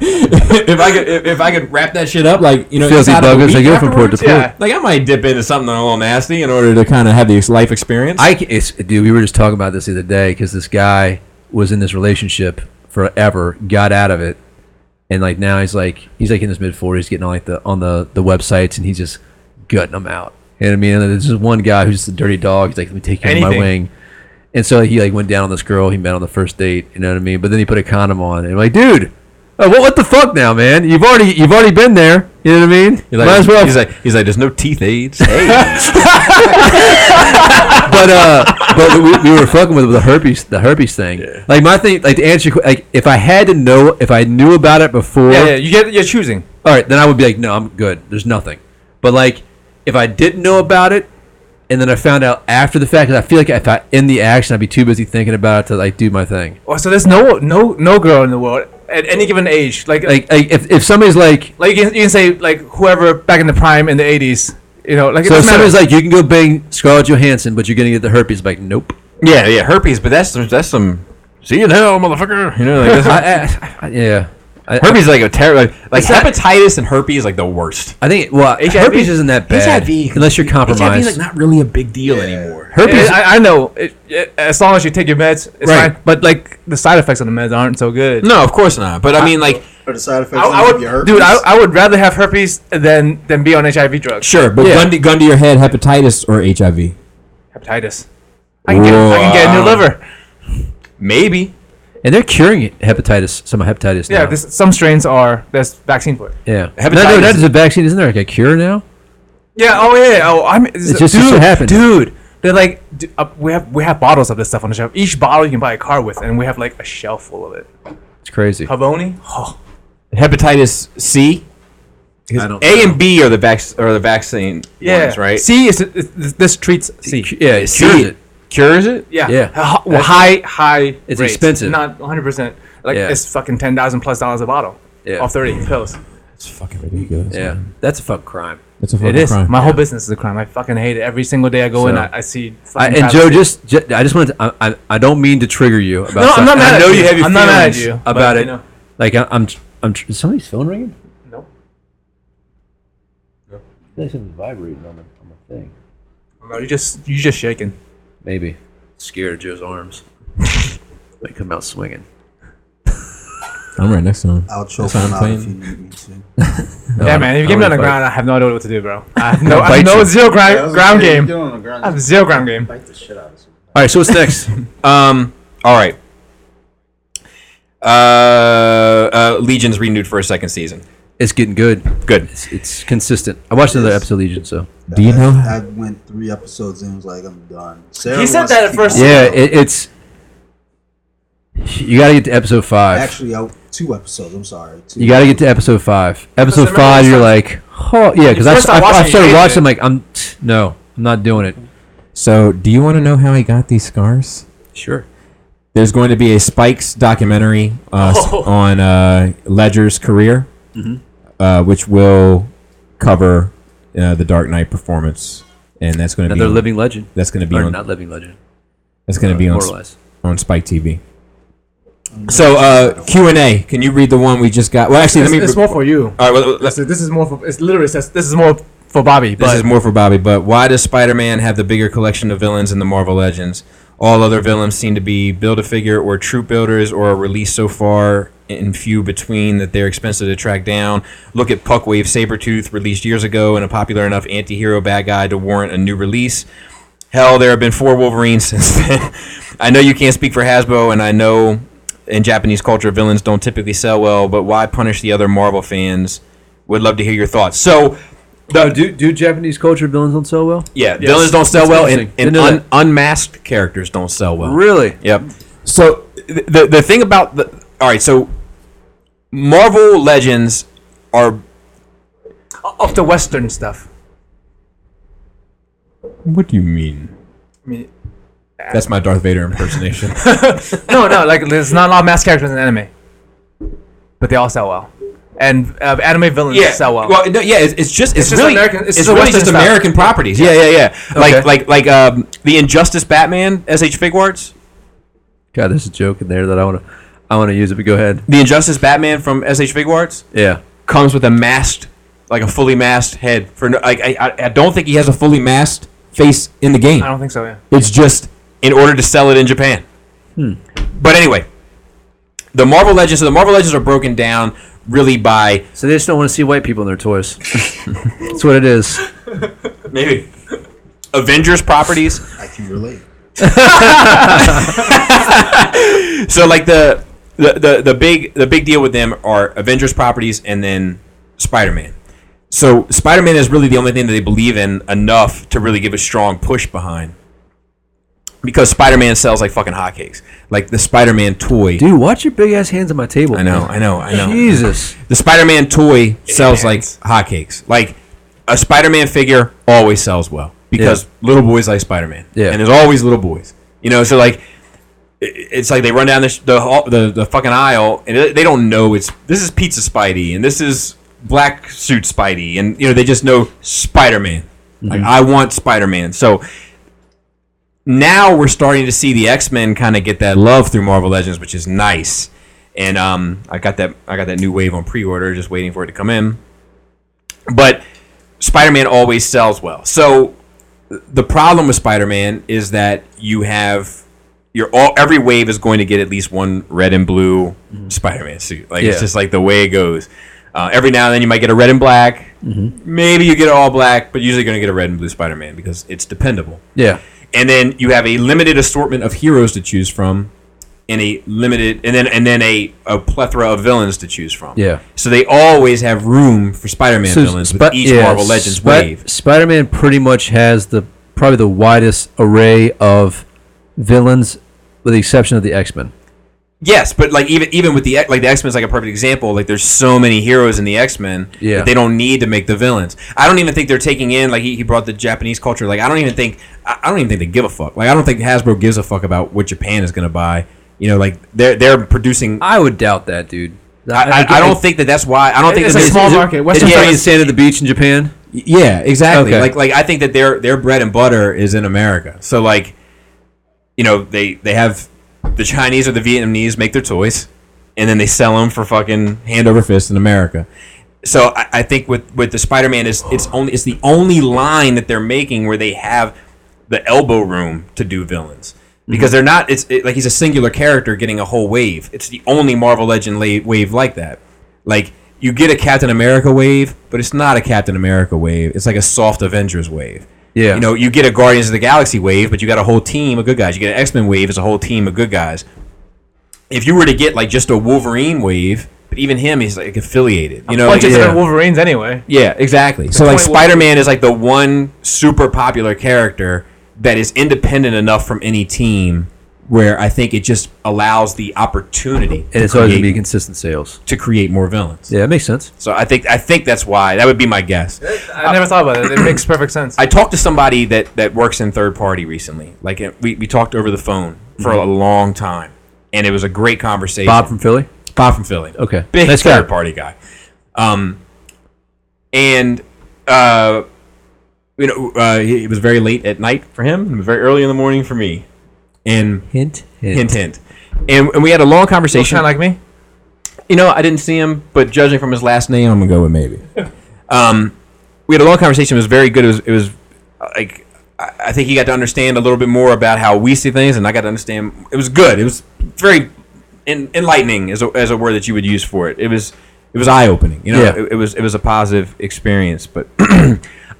if, if I could, if, if I could wrap that shit up, like you know, Filthy inside of a buggers, week they go from port to afterwards, port. yeah. Like I might dip into something a little nasty in order to kind of have the life experience. I c- it's, dude, we were just talking about this the other day because this guy was in this relationship forever, got out of it, and like now he's like he's like in his mid forties, getting on like the on the the websites, and he's just gutting them out. And I mean, and there's this one guy who's just a dirty dog. He's like, let me take you under my Anything. wing. And so he like went down on this girl he met on the first date, you know what I mean? But then he put a condom on, and I'm like, dude, uh, what, what the fuck now, man? You've already you've already been there, you know what I mean? He's like, Might as well He's like, he's like, there's no teeth aids. but uh, but we, we were fucking with the herpes, the herpes thing. Like my thing, like to answer, your que- like if I had to know, if I knew about it before, Yeah, yeah. You get you're choosing. all right, then I would be like, no, I'm good. There's nothing. But like, if I didn't know about it, and then I found out after the fact, 'cause I feel like if I in the action, I'd be too busy thinking about it to like do my thing. Oh, so there's no no no girl in the world at any given age. Like like, Like, like if if somebody's like, you, can, you can say like whoever back in the prime in the 80s. You know, like it so if doesn't matter. somebody's like, you can go bang Scarlett Johansson, but you're gonna get the herpes. Like, nope. yeah, yeah, herpes, but that's that's some. See you now, motherfucker. You know, like that's, I, I, yeah. I, herpes is like a terrible. Like hepatitis and herpes is like the worst. I think well, herpes isn't that bad unless you're compromised. HIV is like not really a big deal anymore. herpes, Yeah, I, I know. It, it, as long as you take your meds, it's Right. fine. But like the side effects of the meds aren't so good. No, of course not. But I mean, like, Or the side effects I, I of your would, herpes. dude. I, I would rather have herpes than than be on HIV drugs. sure, but Yeah. gun, to, gun to your head, hepatitis or HIV? Hepatitis. I can, get, I can get a new Wow. liver. Maybe. and they're curing it, hepatitis, some hepatitis now. Yeah, this, some strains are there's vaccine for it. yeah. No, no, that hepatitis- is a vaccine. Isn't there like a cure now? Yeah. Oh yeah. Oh, I'm. It's just- it just happened. dude. They're like, d- uh, we have we have bottles of this stuff on the shelf. Each bottle you can buy a car with, and we have like a shelf full of it. It's crazy. Pavoni. Oh, Hepatitis C. I don't A and B are the vac- are the vaccine yeah. ones, right? C is is- this treats C. yeah, it cures it. Cures it? Yeah. Yeah. H- well, high, high. It's rates. expensive. Not 100. percent Like Yeah. it's fucking ten thousand plus dollars a bottle. Yeah. Off 30 pills. It's fucking ridiculous. Yeah, that's a fuck crime. It's a fucking It is. crime. My whole business is a crime. I fucking hate it. Every single day I go in, So- I, I see. I, fucking and Joe, travesty. just, ju- I just wanted. To, I, I, I don't mean to trigger you about. No, I'm not something. mad I at know you. you have your I'm feelings not mad at you, but, about you it. know. Like I, I'm, tr- I'm. Tr- is somebody's phone ringing? Nope. There's something vibrating on the, on the thing. No, you just you just shaking. Maybe. Scared of Joe's arms. they come out swinging. I'm right next to him. I'll choke That's what him I'm out if you saying. need me to. yeah, man. If you get me on wanna fight. the ground, I have no idea what to do, bro. I have no, I Bite have no you. zero ground, Yeah, I was gonna ground say, game. Get on the ground. I have just zero ground game. bite the shit out of someone. All right, so what's next? Um. All right. Uh, uh, Legion's renewed for a second season. it's getting good. Good. It's, it's consistent. I watched another episode of Legion, so. Do you know- I, I went three episodes and was like, I'm done. Sarah He said wants that to at keep first. going. Yeah, it, it's. You got to get to episode five. Actually, I, two episodes. I'm sorry. Two. you got to get to episode five. Episode Because I remember five, you you're like, started- oh yeah, because I, first I, started watching I it, started you hated watching. it. like, I'm t- no, I'm not doing it. So, do you want to know how I got these scars? Sure. There's going to be a Spikes documentary uh, s- Oh. on uh, Ledger's career, Mm-hmm. uh, which will cover uh, the Dark Knight performance, and that's going to be Another living legend, that's going to be or on not uh, living legend. that's going to be on s- immortalized. on Spike TV. Mm-hmm. So uh, Q and A, can you read the one we just got? Well, actually, It's, let me. it's more for you. all right, well, let's, So this is more for. It's literally says this is more for Bobby. This But is more for Bobby, but why does Spider-Man have the bigger collection of villains in the Marvel Legends? All other villains seem to be build-a-figure or troop builders or are released so far and few between that they're expensive to track down. Look at Puckwave Sabretooth, released years ago and a popular enough anti-hero bad guy to warrant a new release. Hell, there have been four Wolverines since then. I know you can't speak for Hasbro, and I know in Japanese culture villains don't typically sell well, but why punish the other Marvel fans? Would love to hear your thoughts. So, No, do do Japanese culture villains don't sell well? yeah, villains don't sell That's well, and, interesting. and Didn't know un, unmasked characters don't sell well. Really? Yep. So th- the the thing about the all right, so Marvel Legends are of the Western stuff. what do you mean? I mean, That's my Darth Vader impersonation. no, no. Like there's not a lot of mass characters in anime, but they all sell well, and uh, anime villains sell well. no, yeah, it's, it's just it's, just really American- it's it's, just a really Western just style. American properties. Yeah, yeah, yeah. Like like like um the Injustice Batman S H Figuarts. God, there's a joke in there that I want to. I want to use it, but go ahead. The Injustice Batman from SH Figure Arts Yeah. comes with a masked, like a fully masked head. For no, like, I, I, I don't think he has a fully masked face in the game. I don't think so. Yeah. It's just in order to sell it in Japan. Hmm. But anyway, the Marvel Legends. So the Marvel Legends are broken down really by So they just don't want to see white people in their toys. That's what it is. maybe Avengers properties. I can relate. So like the, the the the big the big deal with them are Avengers properties and then Spider Man. So Spider Man is really the only thing that they believe in enough to really give a strong push behind. Because Spider Man sells like fucking hotcakes. Like the Spider Man toy. Dude, watch your big ass hands on my table. I know, I know, I know. Jesus. The Spider-Man toy sells like hands. hotcakes. Like a Spider-Man figure always sells well because little boys like Spider-Man. Yeah. And there's always little boys. You know, so like i- it's like they run down the sh- the, hall- the the fucking aisle and they- they don't know it's this is Pizza Spidey and this is black suit Spidey and you know they just know Spider-Man. Like I want Spider-Man. So now we're starting to see the X Men kind of get that love through Marvel Legends, which is nice. And um, I got that I got that new wave on pre order, just waiting for it to come in. But Spider Man always sells well. So the problem with Spider Man is that you have your all every wave is going to get at least one red and blue Spider Man suit. Like Yeah. it's just like the way it goes. Uh, every now and then you might get a red and black. Maybe you get all black, but usually going to get a red and blue Spider Man because it's dependable Yeah. and then you have a limited assortment of heroes to choose from and a limited and then and then a, a plethora of villains to choose from Yeah. so they always have room for spider-man villains with Spi- each yeah, marvel legends Spi- wave Spider-Man pretty much has the probably the widest array of villains, with the exception of the X-Men. yes but like even even with the X- like the x-men's like a perfect example like there's so many heroes in the x-men Yeah. that they don't need to make the villains i don't even think they're taking in like he, he brought the japanese culture like i don't even think I, I don't even think they give a fuck like i don't think hasbro gives a fuck about what japan is gonna buy you know like they're they're producing I would doubt that, dude. I, I, I don't think that that's why. I don't think It's that a they- small is it- market. It's Western yeah, yeah, in sand at the beach in Japan. yeah, exactly. Okay. Like like I think that their their bread and butter is in America. So like, you know, they they have the Chinese or the Vietnamese make their toys, and then they sell them for fucking hand over fist in America. So I, I think with with the Spider Man is it's only it's the only line that they're making where they have the elbow room to do villains Mm-hmm. because they're not it's it, like he's a singular character getting a whole wave. It's the only Marvel Legend la- wave like that. Like you get a Captain America wave, but it's not a Captain America wave. It's like a soft Avengers wave. Yeah. You know, you get a Guardians of the Galaxy wave, but you got a whole team of good guys. You get an X Men wave, it's a whole team of good guys. If you were to get like just a Wolverine wave, but even him, he's like affiliated. You know, bunch like, of yeah. different Wolverines anyway. Yeah, exactly. So like point Spider Man is like the one super popular character that is independent enough from any team where I think it just allows the opportunity And to, it's always create, gonna be consistent sales. to create more villains. Yeah, it makes sense. So I think I think that's why. That would be my guess. I never thought about it. It makes perfect sense. I talked to somebody that, that works in third party recently. Like it- we, we talked over the phone for a long time. And it was a great conversation. Mm-hmm. Bob from Philly. Bob from Philly. Okay. Big Nice guy. third party guy. Um, and uh, you know, uh, he- it was very late at night for him. and It was very early in the morning for me. And Hint. Hint. hint, hint. And, and we had a long Looks conversation. kind of like me. you know, I didn't see him, but judging from his last name, I'm gonna go with maybe. um, we had a long conversation. It was very good. It was, it was uh, like I I think he got to understand a little bit more about how we see things, and I got to understand. It was good. It was very en- enlightening, as a, as a word that you would use for it. It was it was eye opening. You know, Yeah. it, it was it was a positive experience. But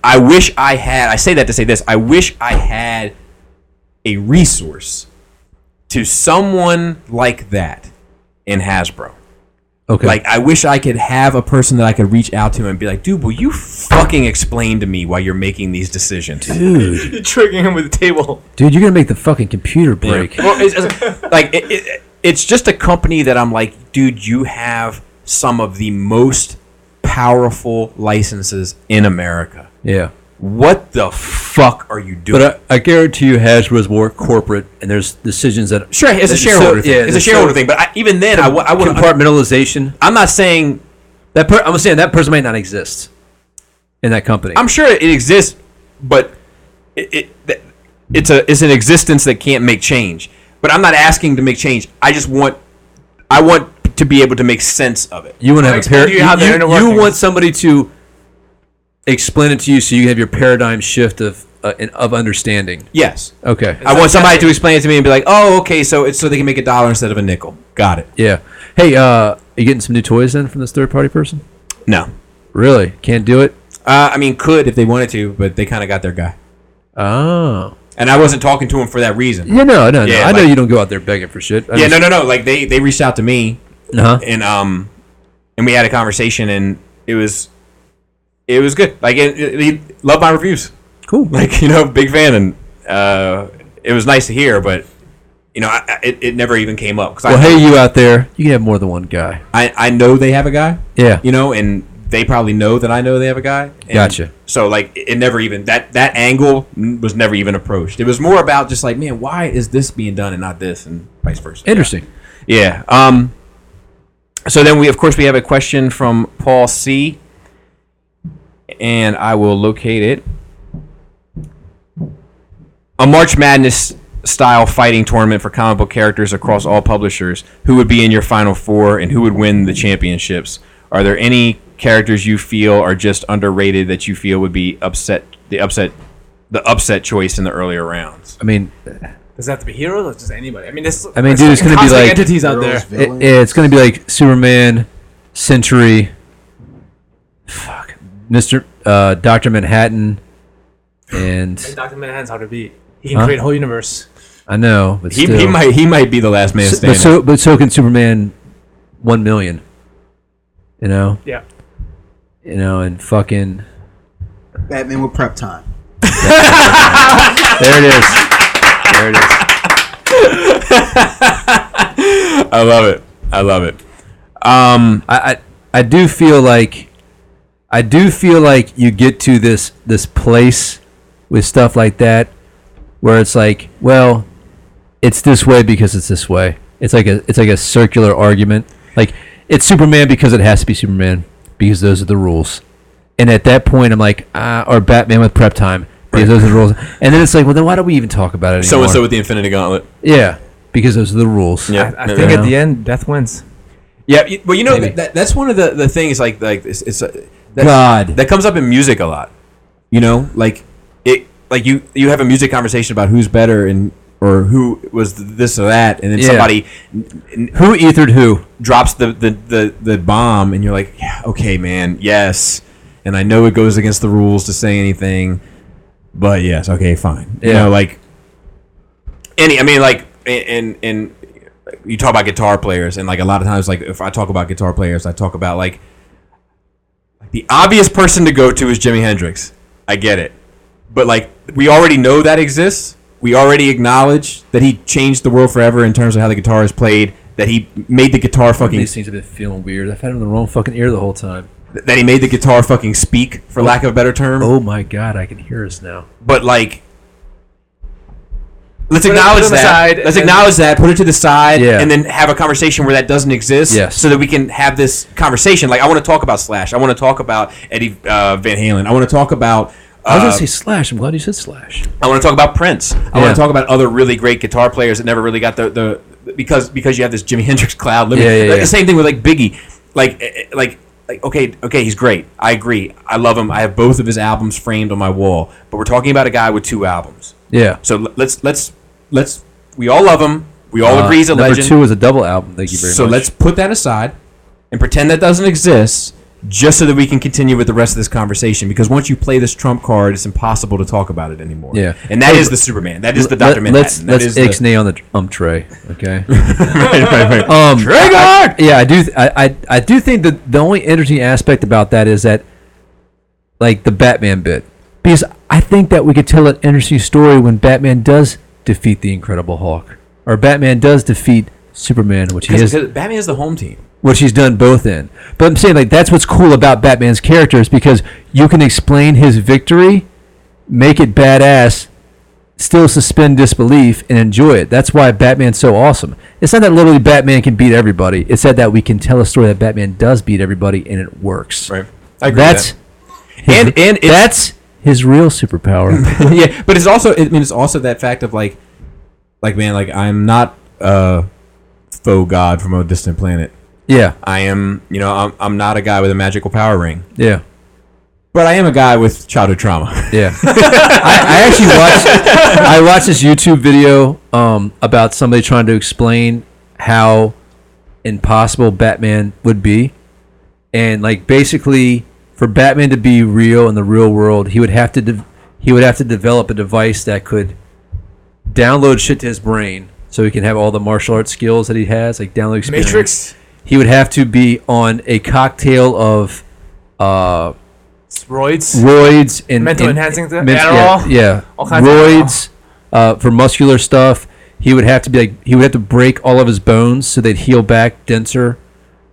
I wish I had. I say that to say this. I wish I had a resource to someone like that in Hasbro. Okay. Like, I wish I could have a person that I could reach out to and be like, dude, will you fucking explain to me why you're making these decisions? dude, You're triggering him with the table. dude, you're gonna make the fucking computer break. Well, it's, it's- like, it, it, it's just a company that I'm like, dude, you have some of the most powerful licenses in America. Yeah. What the fuck are you doing? But I, I guarantee you, Hasbro's more corporate, and there's decisions that sure, it's a so- shareholder thing. yeah, it's a there's shareholder so- thing. But I, even then, I, w- I wouldn't. compartmentalization. I'm not saying That per- I'm saying that person might not exist in that company. I'm sure it exists, but it, it that- it's a it's an existence that can't make change. But I'm not asking to make change. I just want I want to be able to make sense of it. You want to have a Explain par- to you how you, their inner you- you workings- want somebody to explain it to you so you have your paradigm shift of uh, in- of understanding. Yes. Okay. I want somebody to explain it to me and be like, "Oh, okay, so it's so they can make a dollar instead of a nickel." Got it. Yeah. Hey, uh, you getting some new toys then from this third party person? No. Really? Can't do it. Uh, I mean, could if they wanted to, but they kind of got their guy. Oh. And I wasn't talking to him for that reason. Yeah. No. No. No. Yeah, I know like- you don't go out there begging for shit. I Yeah, just- no, no, no. Like they they reached out to me Uh-huh. and um and we had a conversation and it was it was good. Like it, it, he loved my reviews. Cool. Like you know, big fan and uh it was nice to hear, but you know, I, I- it, it never even came up because Well, I, hey, you out there, you can have more than one guy. I I know they have a guy. Yeah. you know, and they probably know that I know they have a guy. And Gotcha. So like, it it never even that that angle n- was never even approached. It was more about just like, man, why is this being done and not this, and vice versa. Interesting. Yeah. Um. So then we, of course, we have a question from Paul C. And I will locate it. A March Madness style fighting tournament for comic book characters across all publishers. Who would be in your final four, and who would win the championships? Are there any characters you feel are just underrated that you feel would be upset the upset the upset choice in the earlier rounds? I mean, Does that have to be heroes or just anybody? I mean, this. I mean, dude, it's gonna be like- entities out there. Heroes, it, villains. it's going to be like Superman, Century, fuck, Mister uh, Doctor Manhattan, and Doctor Manhattan's hard to beat. He can create a whole universe. I know, but He, still. he might he might be the last man S- but standing. so but so can Superman, one million. You know, Yeah. you know, and fucking Batman with prep time. there it is. There it is. I love it. I love it. Um, I, I I do feel like I do feel like you get to this this place with stuff like that where it's like, well, it's this way because it's this way. It's like a it's like a circular argument. Like it's Superman because it has to be Superman because those are the rules. And at that point, I'm like, ah, or Batman with prep time because those are the rules. And then it's like, well, then why do we even talk about it so anymore? and so with the Infinity Gauntlet. yeah, because those are the rules. Yeah. I think Yeah. at the end, death wins. Yeah. y- Well, you know, Maybe. that, that's one of the, the things like like it's, it's uh, that, God. that comes up in music a lot. You know, like it like you you have a music conversation about who's better and or who was this or that, and then Yeah. somebody Who ethered who? drops the, the, the, the bomb and you're like, yeah, okay, man, yes. And I know it goes against the rules to say anything, but yes, okay, fine. You Yeah. know, like any, I mean, like, and, and you talk about guitar players and like a lot of times, like if I talk about guitar players, I talk about like the obvious person to go to is Jimi Hendrix. I get it. But like we already know that exists. We already acknowledge that he changed the world forever in terms of how the guitar is played. That he made the guitar fucking These things have been feeling weird. I've had him in the wrong fucking ear the whole time. that he made the guitar fucking speak, for lack of a better term. Oh my god, I can hear us now. But like, let's it- acknowledge put it that. aside let's and- acknowledge that. Put it to the side, Yeah. and then have a conversation where that doesn't exist, Yes. so that we can have this conversation. Like, I want to talk about Slash. I want to talk about Eddie uh, Van Halen. I want to talk about. I was uh, gonna say Slash. I'm glad you said Slash. I want to talk about Prince. I Yeah. want to talk about other really great guitar players that never really got the, the because because you have this Jimi Hendrix cloud. Limit. Yeah, yeah, Like, yeah. The same thing with like Biggie, like eh, eh, like like okay okay he's great. I agree. I love him. I have both of his albums framed on my wall. But we're talking about a guy with two albums. Yeah. So l- let's let's let's we all love him. We all agree he's a number legend. Uh, two was a double album. Thank you very so much. let's put that aside and pretend that doesn't exist. Just so that we can continue with the rest of this conversation, because once you play this trump card, it's impossible to talk about it anymore. Yeah. and that is the Superman. That is the Doctor Manhattan. Let's That is let's the- ixnay on the tr- um tray. Okay. Right, right, right. Um, I- I- yeah, I do. th- I, I I do think that the only interesting aspect about that is that, like the Batman bit, because I think that we could tell an interesting story when Batman does defeat the Incredible Hulk, or Batman does defeat Superman, which he Because is Batman is the home team. which he's done both in. But I'm saying like that's what's cool about Batman's character is because you can explain his victory, make it badass, still suspend disbelief and enjoy it. That's why Batman's so awesome. It's not that literally Batman can beat everybody. It's that that we can tell a story that Batman does beat everybody and it works. Right. I agree That's his, And- and it's- that's his real superpower. with that. yeah, but it's also I mean it's also that fact of like like man like I'm not uh faux god from a distant planet. Yeah. I am, you know, I'm, I'm not a guy with a magical power ring, Yeah. but I am a guy with childhood trauma. Yeah. I, I actually watched I watched this YouTube video um, about somebody trying to explain how impossible Batman would be. And like basically for Batman to be real in the real world, he would have to de- he would have to develop a device that could download shit to his brain so he can have all the martial arts skills that he has, like download experience. Matrix. He would have to be on a cocktail of uh Roids. roids and Mental and- enhancing ther- yeah, Adderall? yeah. All kinds of roids uh, for muscular stuff. He would have to be like he would have to break all of his bones so they'd heal back denser.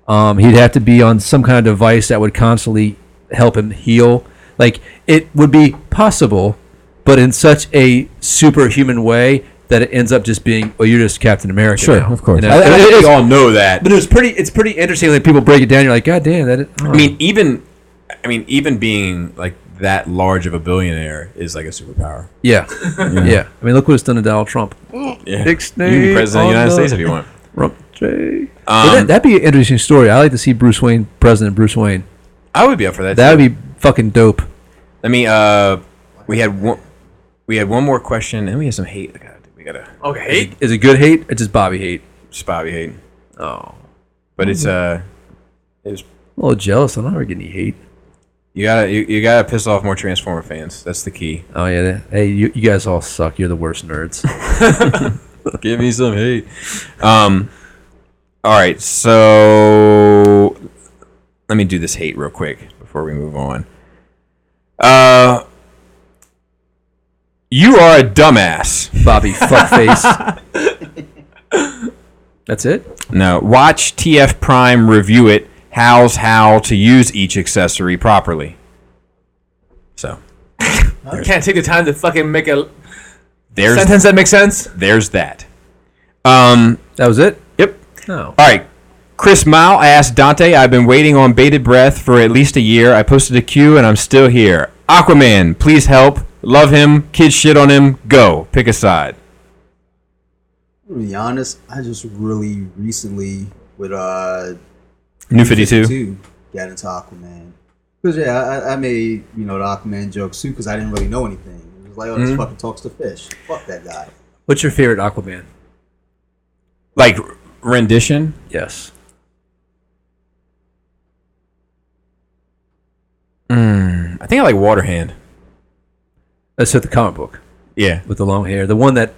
Um, he'd have to be on some kind of device that would constantly help him heal. Like it would be possible, but in such a superhuman way that it ends up just being, well, you're just Captain America. now," you know? I, It- I it- think it's- we all know that. but it was pretty. It's pretty interesting that people break it down. You're like, God damn, that. Is, I mean, even, I mean, even being like that large of a billionaire is like a superpower. yeah, yeah. I mean, look what it's done to Donald Trump. Yeah. Dick you can be Snake president of the on United the- States if you want. Rump J. Um, that, that'd be an interesting story. I like to see Bruce Wayne, President Bruce Wayne. I would be up for that. That would be fucking dope. Let me. Uh, we had one. We had one more question, and we had some hate. I gotta- We gotta Okay. Is it good hate or just Bobby hate? spot we hate, Oh. but it's uh, I'm a little jealous. I'm not ever getting any hate. you gotta you, you gotta piss off more Transformer fans. That's the key. Oh, yeah. that- Hey, you, you guys all suck. You're the worst nerds. Give me some hate. Um, all right, so let me do this hate real quick before we move on. Uh, you are a dumbass. Bobby, fuckface. That's it? No, watch TF Prime review it. How's how to use each accessory properly. So You can't take the time to fucking make a there's sentence that makes sense. there's that. Um. That was it? Yep. No. All right. Chris Mile asked Dante, I've been waiting on bated breath for at least a year. I posted a queue and I'm still here. Aquaman, please help. Love him. Kids shit on him. Go. Pick a side. To be honest, I just really recently with uh New 52. 52 got into Aquaman. Cause yeah, I, I made you know the Aquaman jokes too because I didn't really know anything. It was like, oh, this Mm-hmm. fucking talks to fish. Fuck that guy. What's your favorite Aquaman? Like rendition? Yes. I think I like Waterhand. Let's hit the comic book Yeah. with the long hair. The one that.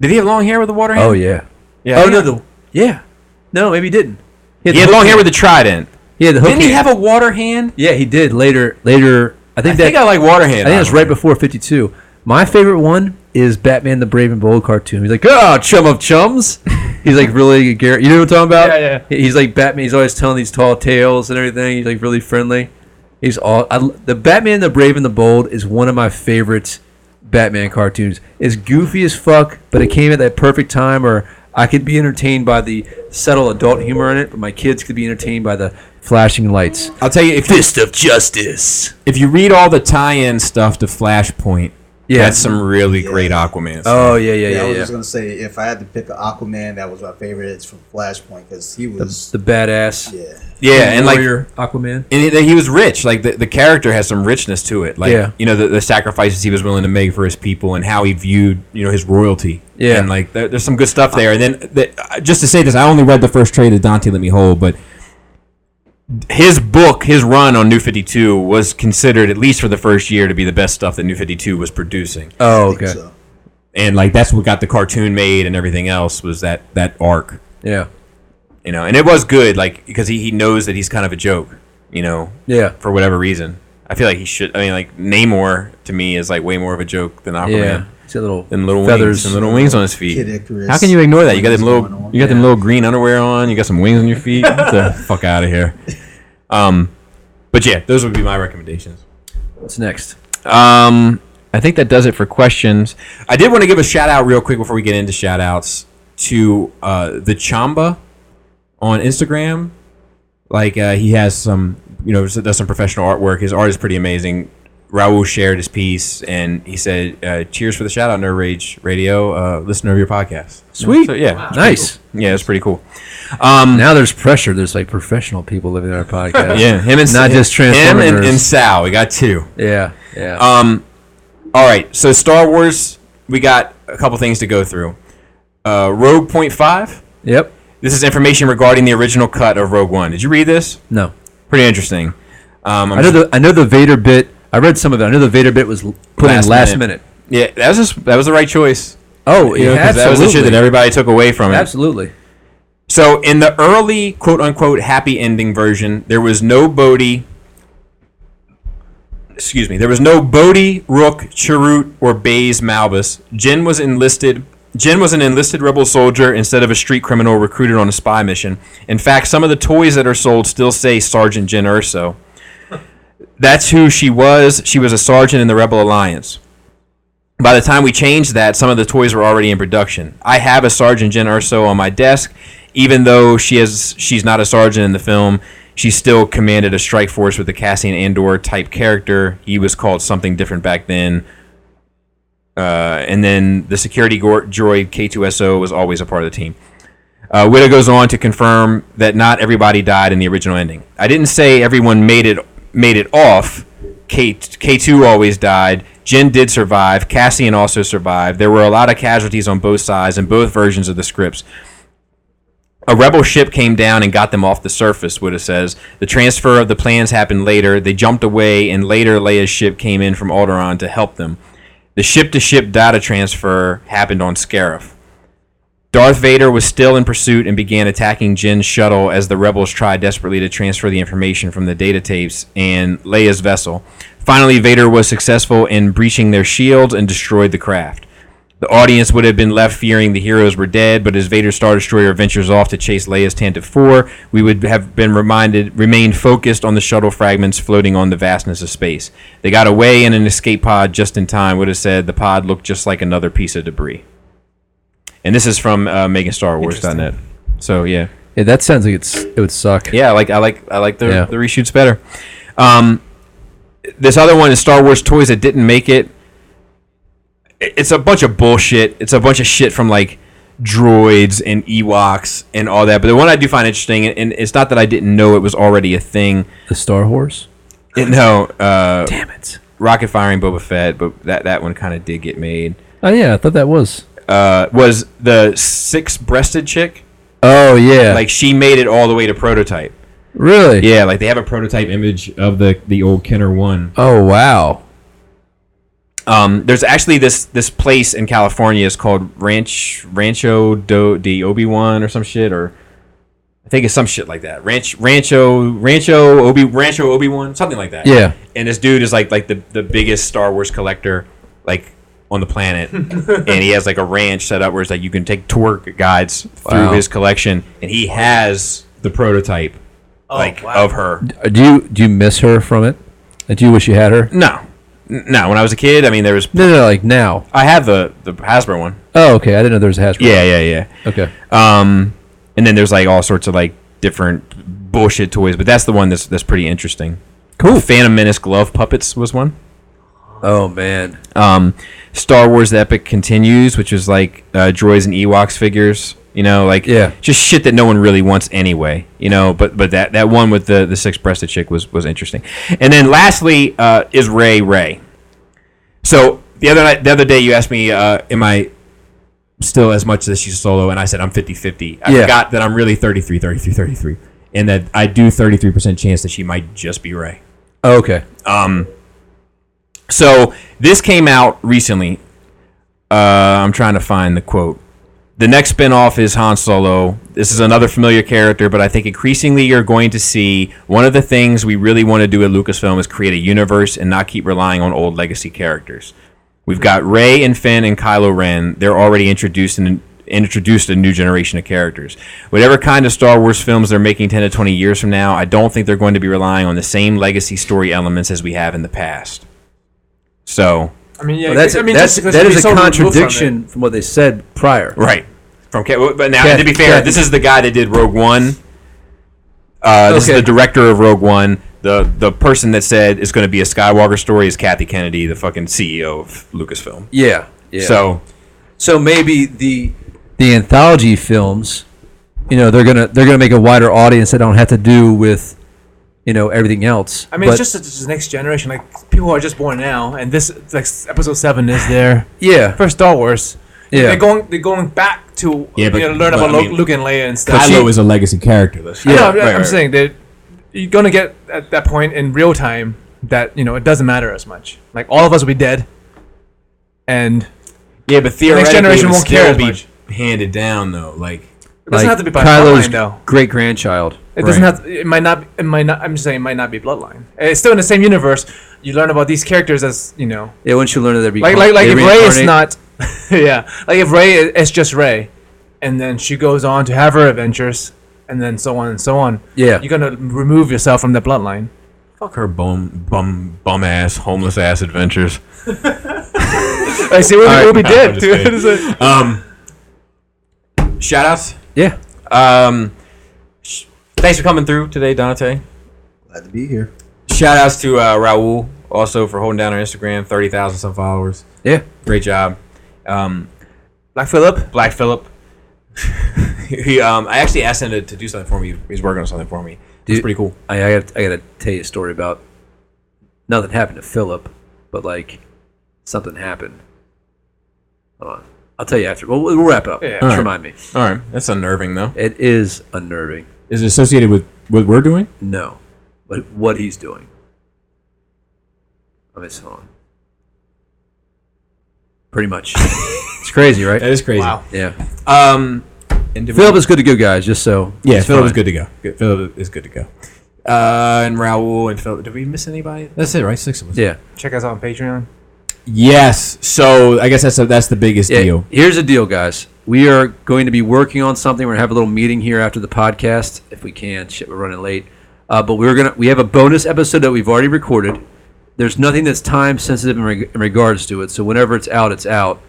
Did he have long hair with the Waterhand? Oh, yeah. yeah. oh, I no. think The, yeah. No, maybe he didn't. He had the long hook hair with the trident. He had the hook Didn't he hand. have a water hand? Yeah, he did later. Later, I think I that think I like water hand. I think that's right before 52. My favorite one is Batman the Brave and Bold cartoon. He's like, oh, chum of chums. He's like really, gar- you know what I'm talking about? Yeah, yeah. He's like Batman. He's always telling these tall tales and everything. He's like really friendly. He's all I, l- the Batman the Brave and the Bold is one of my favorite Batman cartoons. It's goofy as fuck, but it came at that perfect time where I could be entertained by the subtle adult humor in it, but my kids could be entertained by the flashing lights. I'll tell you if Fist of Justice. if you read all the tie-in stuff to Flashpoint, Yeah. that's some really great Aquaman. Stuff. Oh yeah, yeah, Yeah, I yeah, was yeah. just gonna say if I had to pick an Aquaman, that was my favorite. It's from Flashpoint because he was The badass. yeah. yeah, and like warrior Aquaman. and he, he was rich. Like the, the character has some richness to it. Like Yeah. you know the, the sacrifices he was willing to make for his people and how he viewed you know his royalty. Yeah. and like there, there's some good stuff there. And then the, just to say this, I only read the first trade of Dante Let Me Hold, but his book, his run on New Fifty Two was considered at least for the first year to be the best stuff that New Fifty Two was producing. Oh I think okay. so. And like that's what got the cartoon made and everything else was that that arc. Yeah, You know, and it was good, like because he, he knows that he's kind of a joke. You know, yeah, for whatever reason. I feel like he should. I mean, like Namor to me is like way more of a joke than Aquaman yeah. He's got little and little feathers wings and little wings on his Kid feet. Icarus. How can you ignore that? You got Wings them going little, on. you got them little green underwear on. You got some wings on your feet. Get the fuck out of here. Um, but yeah, those would be my recommendations. What's next? Um, I think that does it for questions. I did want to give a shout out real quick before we get into shout outs to uh, the Chamba on Instagram. Like uh, he has some, you know, s- does some professional artwork. His art is pretty amazing. Raul shared his piece and he said, uh, "Cheers for the shout out, Nerd Rage Radio, uh, listener of your podcast." Sweet. So, yeah, Nice. yeah, it's pretty cool. Mm. Now there's pressure. There's like professional people living in our podcast. Yeah, him and Not just him and, Transformers. and Sal. We got two. Yeah. Yeah. Um, all right. So Star Wars, we got a couple things to go through. Uh, Rogue Point Five. yep. This is information regarding the original cut of Rogue One. Did you read this? No. Pretty interesting. Um, I'm I know the I know the Vader bit. I read some of it. I know the Vader bit was l- put Last in last minute. minute. yeah, that was just, that was the right choice. Oh, You know, yeah, 'cause that was the shit that absolutely. everybody took away from it. Absolutely. So in the early quote unquote happy ending version, there was no Bodhi. Excuse me. There was no Bodhi, Rook, Chirrut, or Baze Malbus. Jin was enlisted. Jin was an enlisted rebel soldier instead of a street criminal recruited on a spy mission. In fact, some of the toys that are sold still say Sergeant Jin Urso. That's who she was. She was a sergeant in the Rebel Alliance. By the time we changed that, some of the toys were already in production. I have a Sergeant Jen Urso on my desk, even though she is she's not a sergeant in the film. She still commanded a strike force with a Cassian Andor type character. He was called something different back then. Uh, and then the security gor- droid K2SO was always a part of the team. Uh, Widow goes on to confirm that not everybody died in the original ending. I didn't say everyone made it made it off. K K two always died. Jin did survive. Cassian also survived. There were a lot of casualties on both sides in both versions of the scripts. A rebel ship came down and got them off the surface, Widow says. The transfer of the plans happened later. They jumped away, and later Leia's ship came in from Alderaan to help them. The ship to ship data transfer happened on Scarif. Darth Vader was still in pursuit and began attacking Jin's shuttle as the rebels tried desperately to transfer the information from the data tapes and Leia's vessel. Finally, Vader was successful in breaching their shields and destroyed the craft. The audience would have been left fearing the heroes were dead, but as Vader's Star Destroyer ventures off to chase Leia's Tantive 4, we would have been reminded, remained focused on the shuttle fragments floating on the vastness of space. They got away in an escape pod just in time, would have said the pod looked just like another piece of debris. And this is from uh, MeganStarWars.net. So yeah, Yeah, that sounds like it's it would suck. yeah, I like I like I like the Yeah. the reshoots better. Um, this other one is Star Wars toys that didn't make it. I- It's a bunch of bullshit. It's a bunch of shit from like droids and Ewoks and all that. But the one I do find interesting, and- and it's not that I didn't know it was already a thing. The Star Horse. It- no, uh, Damn it. rocket firing Boba Fett, but that that one kind of did get made. Oh yeah, I thought that was. Uh, was the six-breasted chick? Oh yeah. Like she made it all the way to prototype. really? Yeah, like they have a prototype image of the the old Kenner one. Oh wow. Um, there's actually this this place in California is called Ranch Rancho Do, de Obi Wan or some shit or I think it's some shit like that. Ranch Rancho Rancho Obi Rancho Obi Wan something like that. Yeah. And this dude is like like the the biggest Star Wars collector like on the planet, and he has like a ranch set up where it's like you can take tour guides through Wow. his collection, and he has the prototype like of her. Uh, Do you do you miss her from it? Like, do you wish you had her? No, N- no. When I was a kid, I mean, there was. No, no, like now. I have the the Hasbro one. Oh, okay. I didn't know there was a Hasbro. yeah, yeah. Okay. Um, and then there's like all sorts of like different bullshit toys, but that's the one that's that's pretty interesting. Cool. Phantom Menace glove puppets was one. Oh man. Um, Star Wars The Epic continues, which is like uh, droids and Ewoks figures. You know, like Yeah. just shit that no one really wants anyway. You know, but but that that one with the the six breasted chick was was interesting. And then lastly uh, is Ray Ray. So the other night, the other day, you asked me, uh, "Am I still as much as she's solo?" And I said, "I'm 50-50. I Yeah. forgot that I'm really 33, 33, 33, and that I do thirty three percent chance that she might just be Ray." Oh, okay. So this came out recently. Uh, I'm trying to find the quote. The next spinoff is Han Solo. This is another familiar character, but I think increasingly you're going to see one of the things we really want to do at Lucasfilm is create a universe and not keep relying on old legacy characters. We've got Ray and Finn and Kylo Ren. They're already introduced and introduced a new generation of characters. Whatever kind of Star Wars films they're making 10 to 20 years from now, I don't think they're going to be relying on the same legacy story elements as we have in the past. So, I mean, yeah, Well, oh, that's I mean, that's just because that you'd be is a so removed from it. contradiction from, what they said prior. right. From Ca- but now Cat- to be fair, Cat- this is the guy that did Rogue One. Uh, this Okay. is the director of Rogue One. the the person that said it's going to be a Skywalker story is Kathy Kennedy, the fucking CEO of Lucasfilm. Yeah. yeah. So so maybe the the anthology films, you know, they're gonna they're gonna make a wider audience that don't have to do with, you know, everything else. I mean, But- it's just it's the next generation. Like people who are just born now, and this like episode seven is their yeah, first Star Wars. yeah. They're going they're going back to Yeah, but- you know, learn but about I Lo- mean- Luke and Leia and stuff. Kylo is a legacy character. Though. I know, I'm, right, I'm right. saying that you're gonna get at that point in real time that you know it doesn't matter as much. Like all of us will be dead, and it yeah, but next theoretically, generation it would won't care still be as much. handed down though, like doesn't Like, have to be by Kylo's bloodline though. great grandchild. It doesn't Right. have. To, it might not. It might not. I'm just saying it might not be bloodline. It's still in the same universe. You learn about these characters as you know, Yeah, once you learn that they're like like like if Ray is not, yeah, like if Ray it's just Ray, and then she goes on to have her adventures, and then so on and so on. Yeah. you're gonna remove yourself from the bloodline. fuck her bum bum bum ass homeless ass adventures. I see. We'll, right. we'll be No, dead. I'm just dude. kidding. It's like- Um, shout outs. yeah. Um, sh- thanks for coming through today, Dante. Glad to be here. Shout outs to uh, Raul also for holding down our Instagram, thirty thousand some followers. Yeah. Great job. Um, Black Phillip. Black Phillip. he, um, I actually asked him to, to do something for me. He's working on something for me. It's Dude. pretty cool. I, I got I gotta tell you a story about nothing happened to Philip, but like something happened. Hold on, I'll tell you after. We'll, we'll wrap it up. Yeah. Just remind me. All right, that's unnerving though. It is unnerving. is it associated with what we're doing. No, but what he's doing. I miss hold on. Pretty much. it's crazy, right? That is crazy. Wow. Yeah. Um, and did we- Philip is good to go, guys. Just so. Yeah, it's Philip is fine. good to go. Good. Philip is good to go. Uh, and Raul and Philip. Did we miss anybody? That's it, right? Six of us. Yeah. Check us out on Patreon. Yes. So I guess that's that's the biggest Yeah, deal. Here's the deal, guys. We are going to be working on something. We're gonna have a little meeting here after the podcast, if we can. Shit, we're running late. Uh, but we're gonna we have a bonus episode that we've already recorded. There's nothing that's time sensitive in, reg- in regards to it. So whenever it's out, it's out.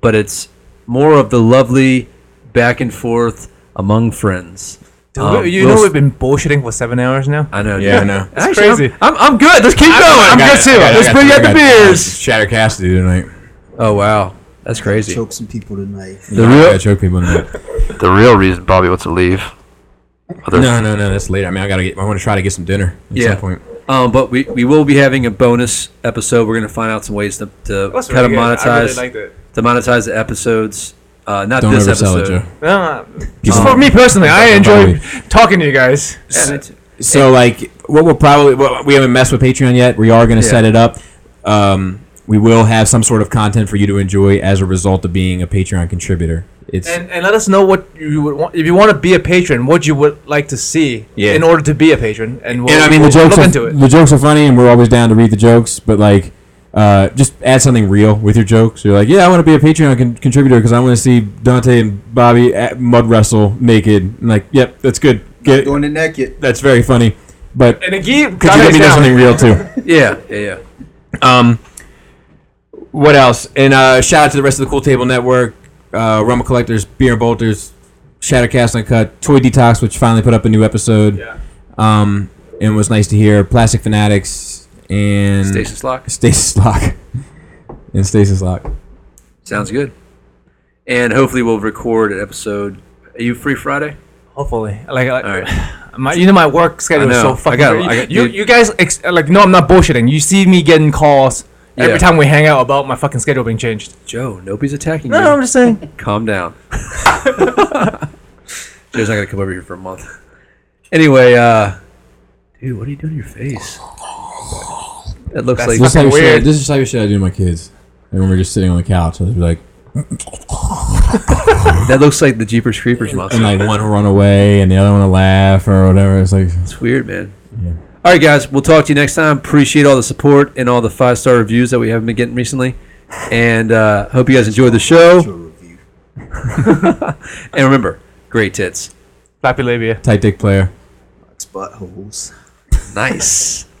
But it's more of the lovely back and forth among friends. Dude, Um, we- you we'll- know we've been bullshititting for seven hours now. I know. Yeah, dude. I know. That's Actually, I'm- crazy. I'm, I'm, good. Let's keep going. I'm good too. Let's bring out the beers. Shatter Cassidy tonight. Oh wow, that's crazy. Choke some people tonight. The I real gotta choke people in the back. The real reason Bobby wants to leave. Other No, no, no. That's later. I mean, I gotta get. I want to try to get some dinner at Yeah. some point. Um, but we, we will be having a bonus episode. We're going to find out some ways to, to That was kind really of good. I monetize really liked it. to monetize the episodes. Uh, not Don't this oversell episode. it, Joe. No, no, no. just Um, Uh, for me personally, I Bobby. enjoy talking to you guys. Yeah, me too. So like, what we'll probably what, we haven't messed with Patreon yet. We are going to Yeah. set it up. Um, we will have some sort of content for you to enjoy as a result of being a Patreon contributor. It's And, and let us know what you would want if you want to be a patron. What you would like to see Yeah. in order to be a patron, and we'll, and I mean the we'll jokes look are, into it. the jokes are funny, and we're always down to read the jokes. But like, uh, just add something real with your jokes. You're like, yeah, I want to be a Patreon con- contributor because I want to see Dante and Bobby at mud wrestle naked. And like, yep, that's good. Get it. Doing it naked. That's very funny. But And again, could you let me know something real too? yeah, yeah, yeah. Um, what else? And uh, shout out to the rest of the Cool Table Network, uh, Rumble Collectors, Beer and Bolters, Shattercast Uncut, Toy Detox, which finally put up a new episode. Yeah. Um, and was nice to hear Plastic Fanatics and Stasis lock Stasis Lock. and Stasis Lock. sounds good. And hopefully we'll record an episode. Are you free Friday? Hopefully, like, like All right. my, you know, my work schedule I is know. so fucking. I got- crazy. I got- you, dude. you guys, ex- like, no, I'm not bullshitting. You see me getting calls Yeah. every time we hang out about my fucking schedule being changed. Joe, nobody's attacking No, you. no, I'm just saying. Calm down. Joe's not gonna come over here for a month. Anyway, uh, dude, what are you doing to your face? That looks That's like This is, Fucking how we weird. should, this is how we should I do to my kids. And when we're just sitting on the couch, I'll just be like, that looks like the Jeepers Creepers monster. and like one will run away and the other one will laugh or whatever. It's like, It's weird, man. All right, guys. We'll talk to you next time. Appreciate all the support and all the five star reviews that we haven't been getting recently. And uh, hope you guys enjoyed the show. Review. And remember, great tits. Flappy labia. tight dick player. Box buttholes. Nice.